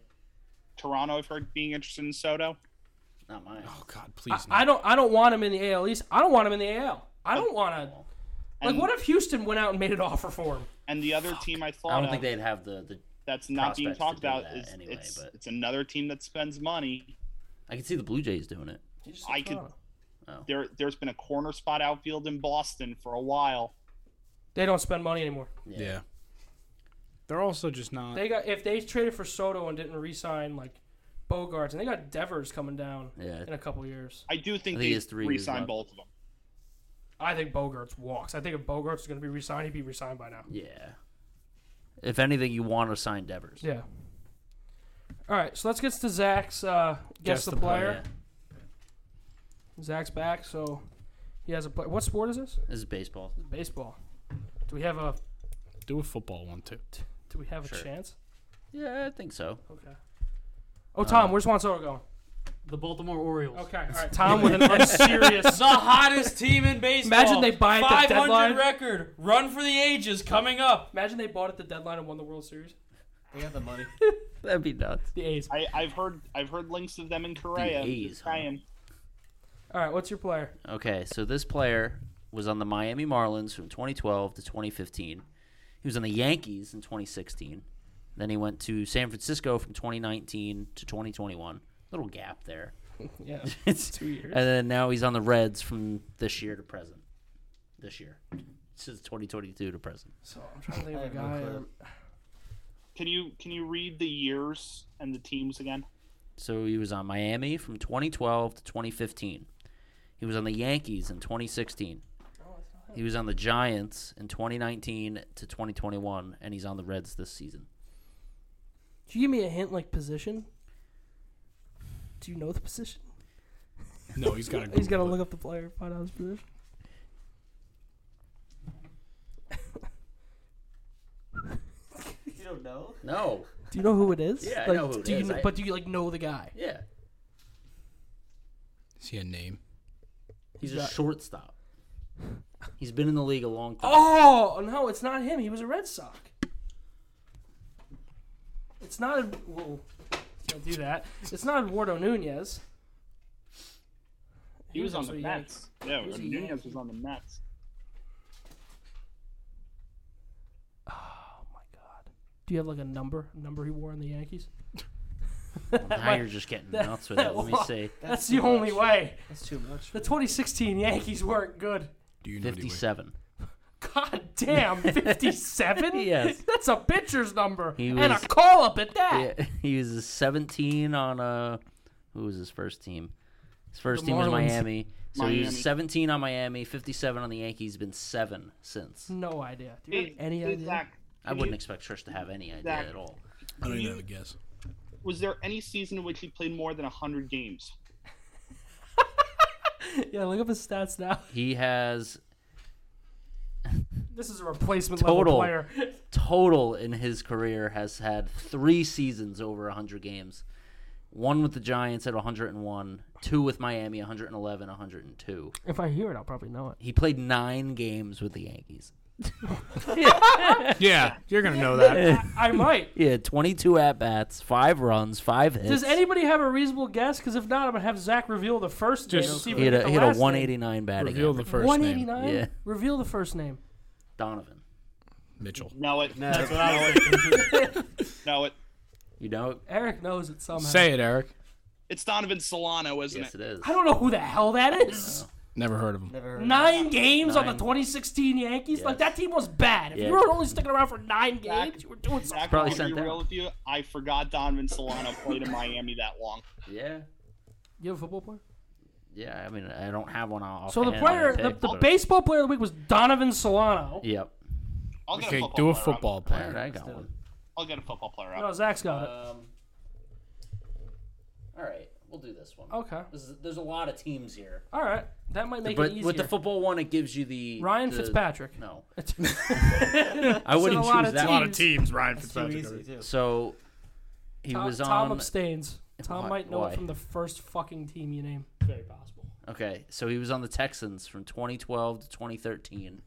[SPEAKER 5] Toronto I've heard being interested in Soto.
[SPEAKER 2] not mine.
[SPEAKER 3] Oh God, please. no.
[SPEAKER 8] I don't. I don't want him in the AL East. I don't want him in the AL. I don't want to. Like,
[SPEAKER 5] And-
[SPEAKER 8] what if Houston went out and made an offer for him?
[SPEAKER 5] And the other team I thought
[SPEAKER 2] I don't
[SPEAKER 5] of
[SPEAKER 2] think they'd have the, the.
[SPEAKER 5] that's not being
[SPEAKER 2] prospects
[SPEAKER 5] talked
[SPEAKER 2] to do
[SPEAKER 5] about
[SPEAKER 2] that
[SPEAKER 5] is
[SPEAKER 2] anyway,
[SPEAKER 5] it's,
[SPEAKER 2] but-
[SPEAKER 5] it's another team that spends money.
[SPEAKER 2] I can see the Blue Jays doing it.
[SPEAKER 5] I could
[SPEAKER 2] Oh.
[SPEAKER 5] there there's been a corner spot outfield in Boston for a while.
[SPEAKER 8] They don't spend money anymore.
[SPEAKER 3] Yeah. They're also just not.
[SPEAKER 8] They got if they traded for Soto and didn't re-sign like Bogarts, and they got Devers coming down
[SPEAKER 2] Yeah.
[SPEAKER 8] in a couple years.
[SPEAKER 5] I do think
[SPEAKER 2] I think
[SPEAKER 5] they
[SPEAKER 2] it's three years
[SPEAKER 5] re-sign
[SPEAKER 2] left.
[SPEAKER 5] both of them.
[SPEAKER 8] I think Bogarts walks. I think if Bogarts is going to be re-signed, he'd be re-signed by now.
[SPEAKER 2] Yeah. If anything, you want to sign Devers.
[SPEAKER 8] Yeah. All right, so let's get to Zach's uh, guess, the, player.
[SPEAKER 2] Yeah.
[SPEAKER 8] Zach's back, so he has a player. What sport is this?
[SPEAKER 2] This is baseball.
[SPEAKER 8] Baseball. Do we have a
[SPEAKER 3] Do a football one too.
[SPEAKER 8] Do we have a chance?
[SPEAKER 2] Yeah, I think so.
[SPEAKER 8] Okay. Oh,
[SPEAKER 2] Uh,
[SPEAKER 8] Tom, where's Juan Soto going?
[SPEAKER 1] The Baltimore Orioles.
[SPEAKER 8] Okay, all right. Tom [laughs] with an unserious.
[SPEAKER 1] The hottest team in baseball.
[SPEAKER 8] Imagine they buy it at the
[SPEAKER 1] 500
[SPEAKER 8] deadline.
[SPEAKER 1] record. Run for the ages coming up.
[SPEAKER 8] Imagine they bought at the deadline and won the World Series.
[SPEAKER 4] They got the money.
[SPEAKER 2] That'd be nuts.
[SPEAKER 8] The A's.
[SPEAKER 5] I, I've heard I've heard links of them in Korea.
[SPEAKER 2] The A's,
[SPEAKER 5] Just
[SPEAKER 2] huh?
[SPEAKER 5] saying.
[SPEAKER 8] All right, what's your player?
[SPEAKER 2] Okay, so this player was on the Miami Marlins from 2012 to 2015. He was on the Yankees in 2016. Then he went to San Francisco from 2019 to 2021. Little gap there. [laughs]
[SPEAKER 8] Yeah,
[SPEAKER 2] It's
[SPEAKER 8] two years.
[SPEAKER 2] And then now he's on the Reds from this year to present. This year. Since 2022 to present.
[SPEAKER 8] So I'm trying to think of a guy.
[SPEAKER 5] Can you can you read the years and the teams again?
[SPEAKER 2] So he was on Miami from 2012 to 2015. He was on the Yankees in 2016. He was on the Giants in 2019 to 2021, and he's on the Reds this season.
[SPEAKER 8] Can you give me a hint, like position? Do you know the position?
[SPEAKER 3] No, he's got to.
[SPEAKER 8] He's got to look up the player, find out his position.
[SPEAKER 4] you don't know?
[SPEAKER 2] No.
[SPEAKER 8] Do you know who it is?
[SPEAKER 2] Yeah, I
[SPEAKER 8] Like,
[SPEAKER 2] know who it
[SPEAKER 8] do you
[SPEAKER 2] is.
[SPEAKER 8] kn-
[SPEAKER 2] I-
[SPEAKER 8] But do you like know the guy?
[SPEAKER 2] Yeah.
[SPEAKER 3] Is he a name?
[SPEAKER 2] He's a shortstop. He's been in the league a long time.
[SPEAKER 8] Oh no, it's not him. He was a Red Sox. It's not. Whoa. Don't do that. It's not Eduardo Nunez.
[SPEAKER 5] He was on
[SPEAKER 8] also
[SPEAKER 5] the
[SPEAKER 8] a
[SPEAKER 5] Mets. Yeah,
[SPEAKER 8] He was a
[SPEAKER 5] Nunez
[SPEAKER 8] Yankee.
[SPEAKER 5] was on the Mets.
[SPEAKER 8] Oh my God. Do you have like a number? A number he wore on the Yankees?
[SPEAKER 2] Now you're just [laughs] getting nuts with it. Let me see.
[SPEAKER 8] That's, the only way.
[SPEAKER 4] That's too much.
[SPEAKER 8] The 2016 Yankees weren't good.
[SPEAKER 10] Do you know the way?
[SPEAKER 2] 57.
[SPEAKER 8] God [laughs] damn, 57?
[SPEAKER 2] Yes.
[SPEAKER 8] That's a pitcher's number.
[SPEAKER 2] He
[SPEAKER 8] And a
[SPEAKER 2] was-
[SPEAKER 8] call up at that.
[SPEAKER 2] Yeah, [laughs] he was 17 on uh who was his first team? His first
[SPEAKER 8] The
[SPEAKER 2] team was
[SPEAKER 8] Marlins.
[SPEAKER 2] Miami. So he was
[SPEAKER 5] Miami.
[SPEAKER 2] 17 on Miami, 57 on the Yankees, been 7 since.
[SPEAKER 8] No idea. Do you have any
[SPEAKER 5] Hey,
[SPEAKER 8] idea?
[SPEAKER 5] Zach,
[SPEAKER 2] I wouldn't expect Trish to have any idea
[SPEAKER 5] Zach.
[SPEAKER 2] at all.
[SPEAKER 10] I don't even have a guess.
[SPEAKER 5] was there any season in which he played more than 100 games?
[SPEAKER 8] Yeah, look up his stats now.
[SPEAKER 2] He has
[SPEAKER 8] This is a replacement level
[SPEAKER 2] Total.
[SPEAKER 8] player.
[SPEAKER 2] total in his career has had 3 seasons over 100 games. One with the Giants at 101, two with Miami 111, 102.
[SPEAKER 8] If I hear it, I'll probably know it.
[SPEAKER 2] He played 9 games with the Yankees.
[SPEAKER 10] Yeah, you're gonna know that.
[SPEAKER 8] [laughs] I might.
[SPEAKER 2] He had 22 at-bats, 5 runs, 5 hits.
[SPEAKER 8] Does anybody have a reasonable guess? Because if not, I'm gonna have Zach reveal the first name. and
[SPEAKER 3] Just-
[SPEAKER 8] see if
[SPEAKER 2] He
[SPEAKER 8] we
[SPEAKER 2] had
[SPEAKER 8] get
[SPEAKER 2] a,
[SPEAKER 8] the
[SPEAKER 2] he had a
[SPEAKER 8] last name.
[SPEAKER 2] 189 batting
[SPEAKER 3] Reveal the
[SPEAKER 2] average.
[SPEAKER 3] first name.
[SPEAKER 8] 189.
[SPEAKER 2] Yeah.
[SPEAKER 8] Reveal the first name.
[SPEAKER 2] Donovan.
[SPEAKER 10] Mitchell.
[SPEAKER 5] No, it.
[SPEAKER 4] That's what I was thinking.
[SPEAKER 8] [laughs]
[SPEAKER 5] No, it.
[SPEAKER 2] You know,
[SPEAKER 8] Eric knows it somehow.
[SPEAKER 3] Say it, Eric.
[SPEAKER 5] It's Donovan Solano, isn't
[SPEAKER 2] yes
[SPEAKER 5] it?
[SPEAKER 2] it is.
[SPEAKER 8] I don't know who the hell that is.
[SPEAKER 3] Never heard of him.
[SPEAKER 4] Never heard
[SPEAKER 8] Nine games on the
[SPEAKER 2] Nine.
[SPEAKER 8] 2016 Yankees? Like,
[SPEAKER 2] Yes.
[SPEAKER 8] that team was bad. If
[SPEAKER 2] Yeah.
[SPEAKER 8] you were only sticking around for nine
[SPEAKER 5] Zach-
[SPEAKER 8] games, you were doing something.
[SPEAKER 5] Zach,
[SPEAKER 2] Probably
[SPEAKER 5] I'll
[SPEAKER 2] sent
[SPEAKER 5] be
[SPEAKER 2] down.
[SPEAKER 5] real with you. I forgot Donovan Solano played in Miami that long.
[SPEAKER 2] Yeah.
[SPEAKER 8] You have a football player?
[SPEAKER 2] Yeah, I mean, I don't have one off.
[SPEAKER 8] So the player, the, the baseball player of the week was Donovan Solano.
[SPEAKER 2] Yep.
[SPEAKER 5] I'll get
[SPEAKER 3] Okay,
[SPEAKER 5] a football
[SPEAKER 3] do a
[SPEAKER 5] player up.
[SPEAKER 3] football
[SPEAKER 2] All right,
[SPEAKER 3] player.
[SPEAKER 2] I got one.
[SPEAKER 5] I'll get a football player
[SPEAKER 8] No,
[SPEAKER 5] up.
[SPEAKER 8] Zach's got it.
[SPEAKER 2] Um, all right, we'll do this one.
[SPEAKER 8] Okay.
[SPEAKER 2] This is, there's a lot of teams here.
[SPEAKER 8] All right. That might make
[SPEAKER 2] But
[SPEAKER 8] it easier.
[SPEAKER 2] with the football one, it gives you the
[SPEAKER 8] Ryan
[SPEAKER 2] the-
[SPEAKER 8] Fitzpatrick.
[SPEAKER 2] No,
[SPEAKER 8] [laughs]
[SPEAKER 2] I
[SPEAKER 8] I
[SPEAKER 2] wouldn't
[SPEAKER 8] a lot
[SPEAKER 2] choose
[SPEAKER 8] of
[SPEAKER 2] that
[SPEAKER 8] teams.
[SPEAKER 2] one.
[SPEAKER 10] teams, Ryan
[SPEAKER 4] too easy too.
[SPEAKER 2] So he
[SPEAKER 8] Tom,
[SPEAKER 2] was
[SPEAKER 8] Tom
[SPEAKER 2] on.
[SPEAKER 8] abstains. Tom
[SPEAKER 2] Why-
[SPEAKER 8] might know
[SPEAKER 2] why?
[SPEAKER 8] it from the first fucking team you name.
[SPEAKER 1] Very possible.
[SPEAKER 2] Okay, so he was on the Texans from 2012 to 2013.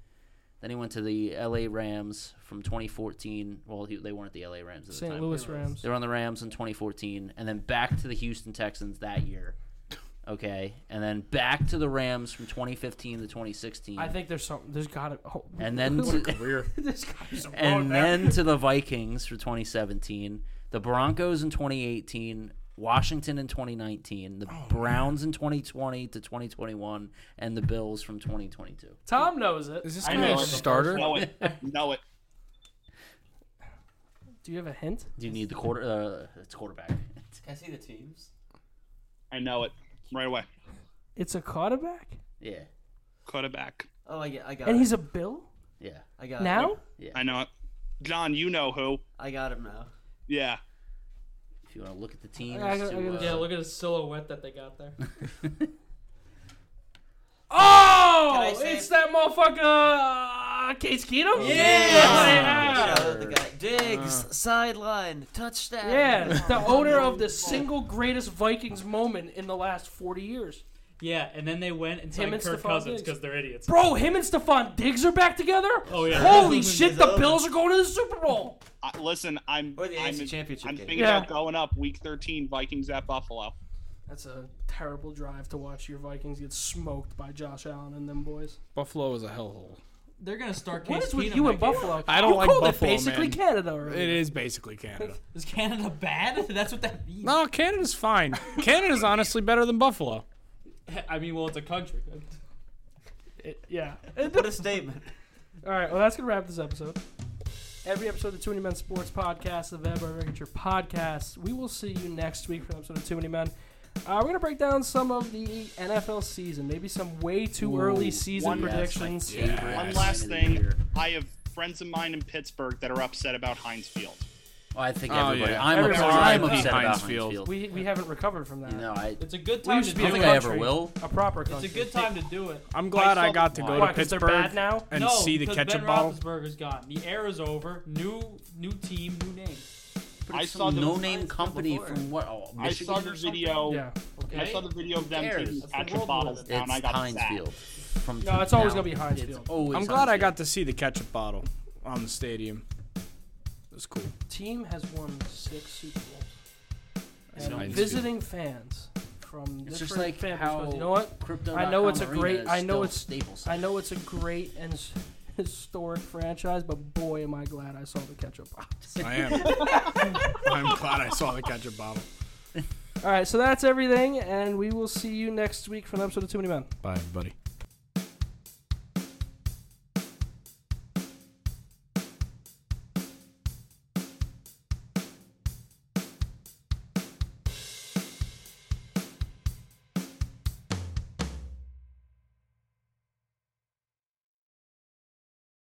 [SPEAKER 2] Then he went to the LA Rams from 2014. Well, he, they weren't the LA Rams at the
[SPEAKER 8] St.
[SPEAKER 2] time.
[SPEAKER 8] Louis Rams.
[SPEAKER 2] They were on the Rams in 2014, and then back to the Houston Texans that year. Okay, and then back to the Rams from 2015 to 2016,
[SPEAKER 8] I think there's something. There's got to. Oh, [laughs]
[SPEAKER 2] and then to, [laughs]
[SPEAKER 8] there's gotta be some-
[SPEAKER 2] and then to the Vikings for 2017, the Broncos in 2018, Washington in 2019,
[SPEAKER 8] Oh,
[SPEAKER 2] the Browns in 2020 to 2021, and the Bills from 2022.
[SPEAKER 8] Tom knows it.
[SPEAKER 3] Is this
[SPEAKER 5] I
[SPEAKER 3] guy
[SPEAKER 5] know
[SPEAKER 3] a
[SPEAKER 5] it.
[SPEAKER 3] starter?
[SPEAKER 5] No, it. No, it.
[SPEAKER 8] Do you have a hint?
[SPEAKER 2] Do you need the quarter? Uh, it's quarterback. [laughs]
[SPEAKER 4] Can I see the teams?
[SPEAKER 5] I know it. Right away.
[SPEAKER 8] It's a quarterback,
[SPEAKER 2] Yeah,
[SPEAKER 5] Cut it back.
[SPEAKER 4] Oh, I, get, I
[SPEAKER 2] Uh,
[SPEAKER 4] got
[SPEAKER 8] and
[SPEAKER 4] it.
[SPEAKER 8] he's a Bill
[SPEAKER 2] yeah.
[SPEAKER 4] I got It.
[SPEAKER 8] now.
[SPEAKER 5] I know it. John, you know who.
[SPEAKER 4] I got him now.
[SPEAKER 5] Yeah.
[SPEAKER 2] If you want to look at the teams,
[SPEAKER 8] I- I-
[SPEAKER 2] to,
[SPEAKER 8] I-
[SPEAKER 2] uh,
[SPEAKER 1] Yeah, look at the silhouette that they got [laughs] there.
[SPEAKER 4] Can I
[SPEAKER 8] Oh,
[SPEAKER 4] say-
[SPEAKER 8] it's that motherfucker, uh, Case Keenum. Yeah,
[SPEAKER 4] You
[SPEAKER 8] yeah,
[SPEAKER 4] know, the guy. Diggs,
[SPEAKER 8] Uh.
[SPEAKER 4] sideline, touchdown.
[SPEAKER 8] The owner of the single greatest Vikings moment in the last 40 years.
[SPEAKER 9] Yeah, and then they went and
[SPEAKER 8] Him
[SPEAKER 9] signed
[SPEAKER 8] and
[SPEAKER 9] Kirk
[SPEAKER 8] Stephon
[SPEAKER 9] Cousins
[SPEAKER 8] Diggs.
[SPEAKER 9] because they're idiots.
[SPEAKER 8] Bro, him and Stephon Diggs are back together.
[SPEAKER 9] Oh, yeah. [laughs]
[SPEAKER 8] Holy shit! The Bills are going to the Super Bowl.
[SPEAKER 5] I, listen, I'm.
[SPEAKER 4] Or the
[SPEAKER 5] I'm,
[SPEAKER 4] AFC Championship
[SPEAKER 5] I'm
[SPEAKER 4] game.
[SPEAKER 5] thinking
[SPEAKER 8] Yeah.
[SPEAKER 5] about going up week 13, Vikings at Buffalo.
[SPEAKER 8] That's a terrible drive to watch your Vikings get smoked by Josh Allen and them boys.
[SPEAKER 3] Buffalo is a hellhole.
[SPEAKER 1] They're gonna start. Case
[SPEAKER 8] What is with
[SPEAKER 1] Keenum
[SPEAKER 8] you
[SPEAKER 1] that
[SPEAKER 8] and
[SPEAKER 1] game.
[SPEAKER 8] Buffalo?
[SPEAKER 3] I don't
[SPEAKER 8] you
[SPEAKER 3] like
[SPEAKER 8] called
[SPEAKER 3] Buffalo,
[SPEAKER 8] It basically
[SPEAKER 3] man.
[SPEAKER 8] Canada. Already.
[SPEAKER 3] It is basically Canada.
[SPEAKER 1] Is Canada bad? [laughs] That's what that means.
[SPEAKER 3] No, Canada's fine. Canada's honestly better than Buffalo.
[SPEAKER 1] I mean, well, it's a country.
[SPEAKER 8] yeah.
[SPEAKER 4] What a statement.
[SPEAKER 8] All right. Well, that's gonna wrap this episode. Every episode of Too Many Men Sports Podcast, available wherever you get your podcasts. We will see you next week for an episode of Too Many Men. Uh, we're gonna break down some of the NFL season, maybe some way too early season
[SPEAKER 5] one-
[SPEAKER 8] predictions.
[SPEAKER 5] One
[SPEAKER 2] Yes.
[SPEAKER 5] last
[SPEAKER 2] End of the
[SPEAKER 5] thing.
[SPEAKER 2] year.
[SPEAKER 5] I have friends of mine in Pittsburgh that are upset about Heinz Field.
[SPEAKER 2] Oh, I think
[SPEAKER 3] Oh,
[SPEAKER 2] everybody.
[SPEAKER 3] yeah.
[SPEAKER 2] I'm,
[SPEAKER 8] Everybody.
[SPEAKER 2] upset, I'm
[SPEAKER 8] R.I.P.
[SPEAKER 2] upset about
[SPEAKER 3] Heinz
[SPEAKER 2] Hinesfield.
[SPEAKER 3] Field.
[SPEAKER 8] We, we haven't recovered from that.
[SPEAKER 2] no, I,
[SPEAKER 1] It's a good
[SPEAKER 8] We
[SPEAKER 1] time
[SPEAKER 8] used
[SPEAKER 1] to
[SPEAKER 8] to be a
[SPEAKER 1] do
[SPEAKER 2] I
[SPEAKER 1] it.
[SPEAKER 2] think
[SPEAKER 8] country.
[SPEAKER 2] I ever will.
[SPEAKER 8] A proper
[SPEAKER 1] It's
[SPEAKER 8] country.
[SPEAKER 1] a good time to do it.
[SPEAKER 3] I'm glad I,
[SPEAKER 5] saw
[SPEAKER 3] got
[SPEAKER 5] the
[SPEAKER 3] to go
[SPEAKER 8] Why?
[SPEAKER 3] to
[SPEAKER 8] 'Cause they're
[SPEAKER 3] Pittsburgh
[SPEAKER 8] bad now?
[SPEAKER 3] and
[SPEAKER 1] no,
[SPEAKER 3] see the
[SPEAKER 1] because
[SPEAKER 3] ketchup
[SPEAKER 1] ben
[SPEAKER 3] ball.
[SPEAKER 1] Roethlisberger's gone. The era's over. New, new team, new name.
[SPEAKER 5] I
[SPEAKER 2] It's
[SPEAKER 5] saw
[SPEAKER 2] some
[SPEAKER 5] the
[SPEAKER 2] no-name
[SPEAKER 4] Heinz
[SPEAKER 2] company
[SPEAKER 4] before.
[SPEAKER 2] from what? Oh,
[SPEAKER 5] I
[SPEAKER 2] Michigan
[SPEAKER 5] saw the
[SPEAKER 2] or something?
[SPEAKER 5] video.
[SPEAKER 8] Yeah.
[SPEAKER 1] Okay.
[SPEAKER 5] I saw the video of them
[SPEAKER 2] Who cares?
[SPEAKER 5] taking
[SPEAKER 2] That's
[SPEAKER 1] the
[SPEAKER 5] ketchup
[SPEAKER 1] world we
[SPEAKER 5] bottles
[SPEAKER 1] live
[SPEAKER 5] down.
[SPEAKER 2] It's
[SPEAKER 5] I got
[SPEAKER 2] Hinesfield. From
[SPEAKER 8] No, it's always
[SPEAKER 2] now.
[SPEAKER 8] gonna be Hinesfield.
[SPEAKER 2] It's always
[SPEAKER 3] I'm glad I
[SPEAKER 2] Hinesfield.
[SPEAKER 3] got to see the ketchup bottle on the stadium. was cool.
[SPEAKER 8] team has won six Super Bowls. And
[SPEAKER 3] nice.
[SPEAKER 8] visiting fans from
[SPEAKER 2] It's just
[SPEAKER 8] different
[SPEAKER 2] like
[SPEAKER 8] fan
[SPEAKER 2] how
[SPEAKER 8] perspectives. you know what?
[SPEAKER 2] Crypto.
[SPEAKER 8] I know it's a great- I know it's-
[SPEAKER 2] Staples.
[SPEAKER 8] I know it's a great and s- [laughs] historic franchise, but boy, am I glad I saw the ketchup [laughs] box.
[SPEAKER 10] I am. I'm glad I saw the ketchup bottle.
[SPEAKER 8] All right, so that's everything, and we will see you next week for an episode of Too Many Men.
[SPEAKER 10] Bye, buddy.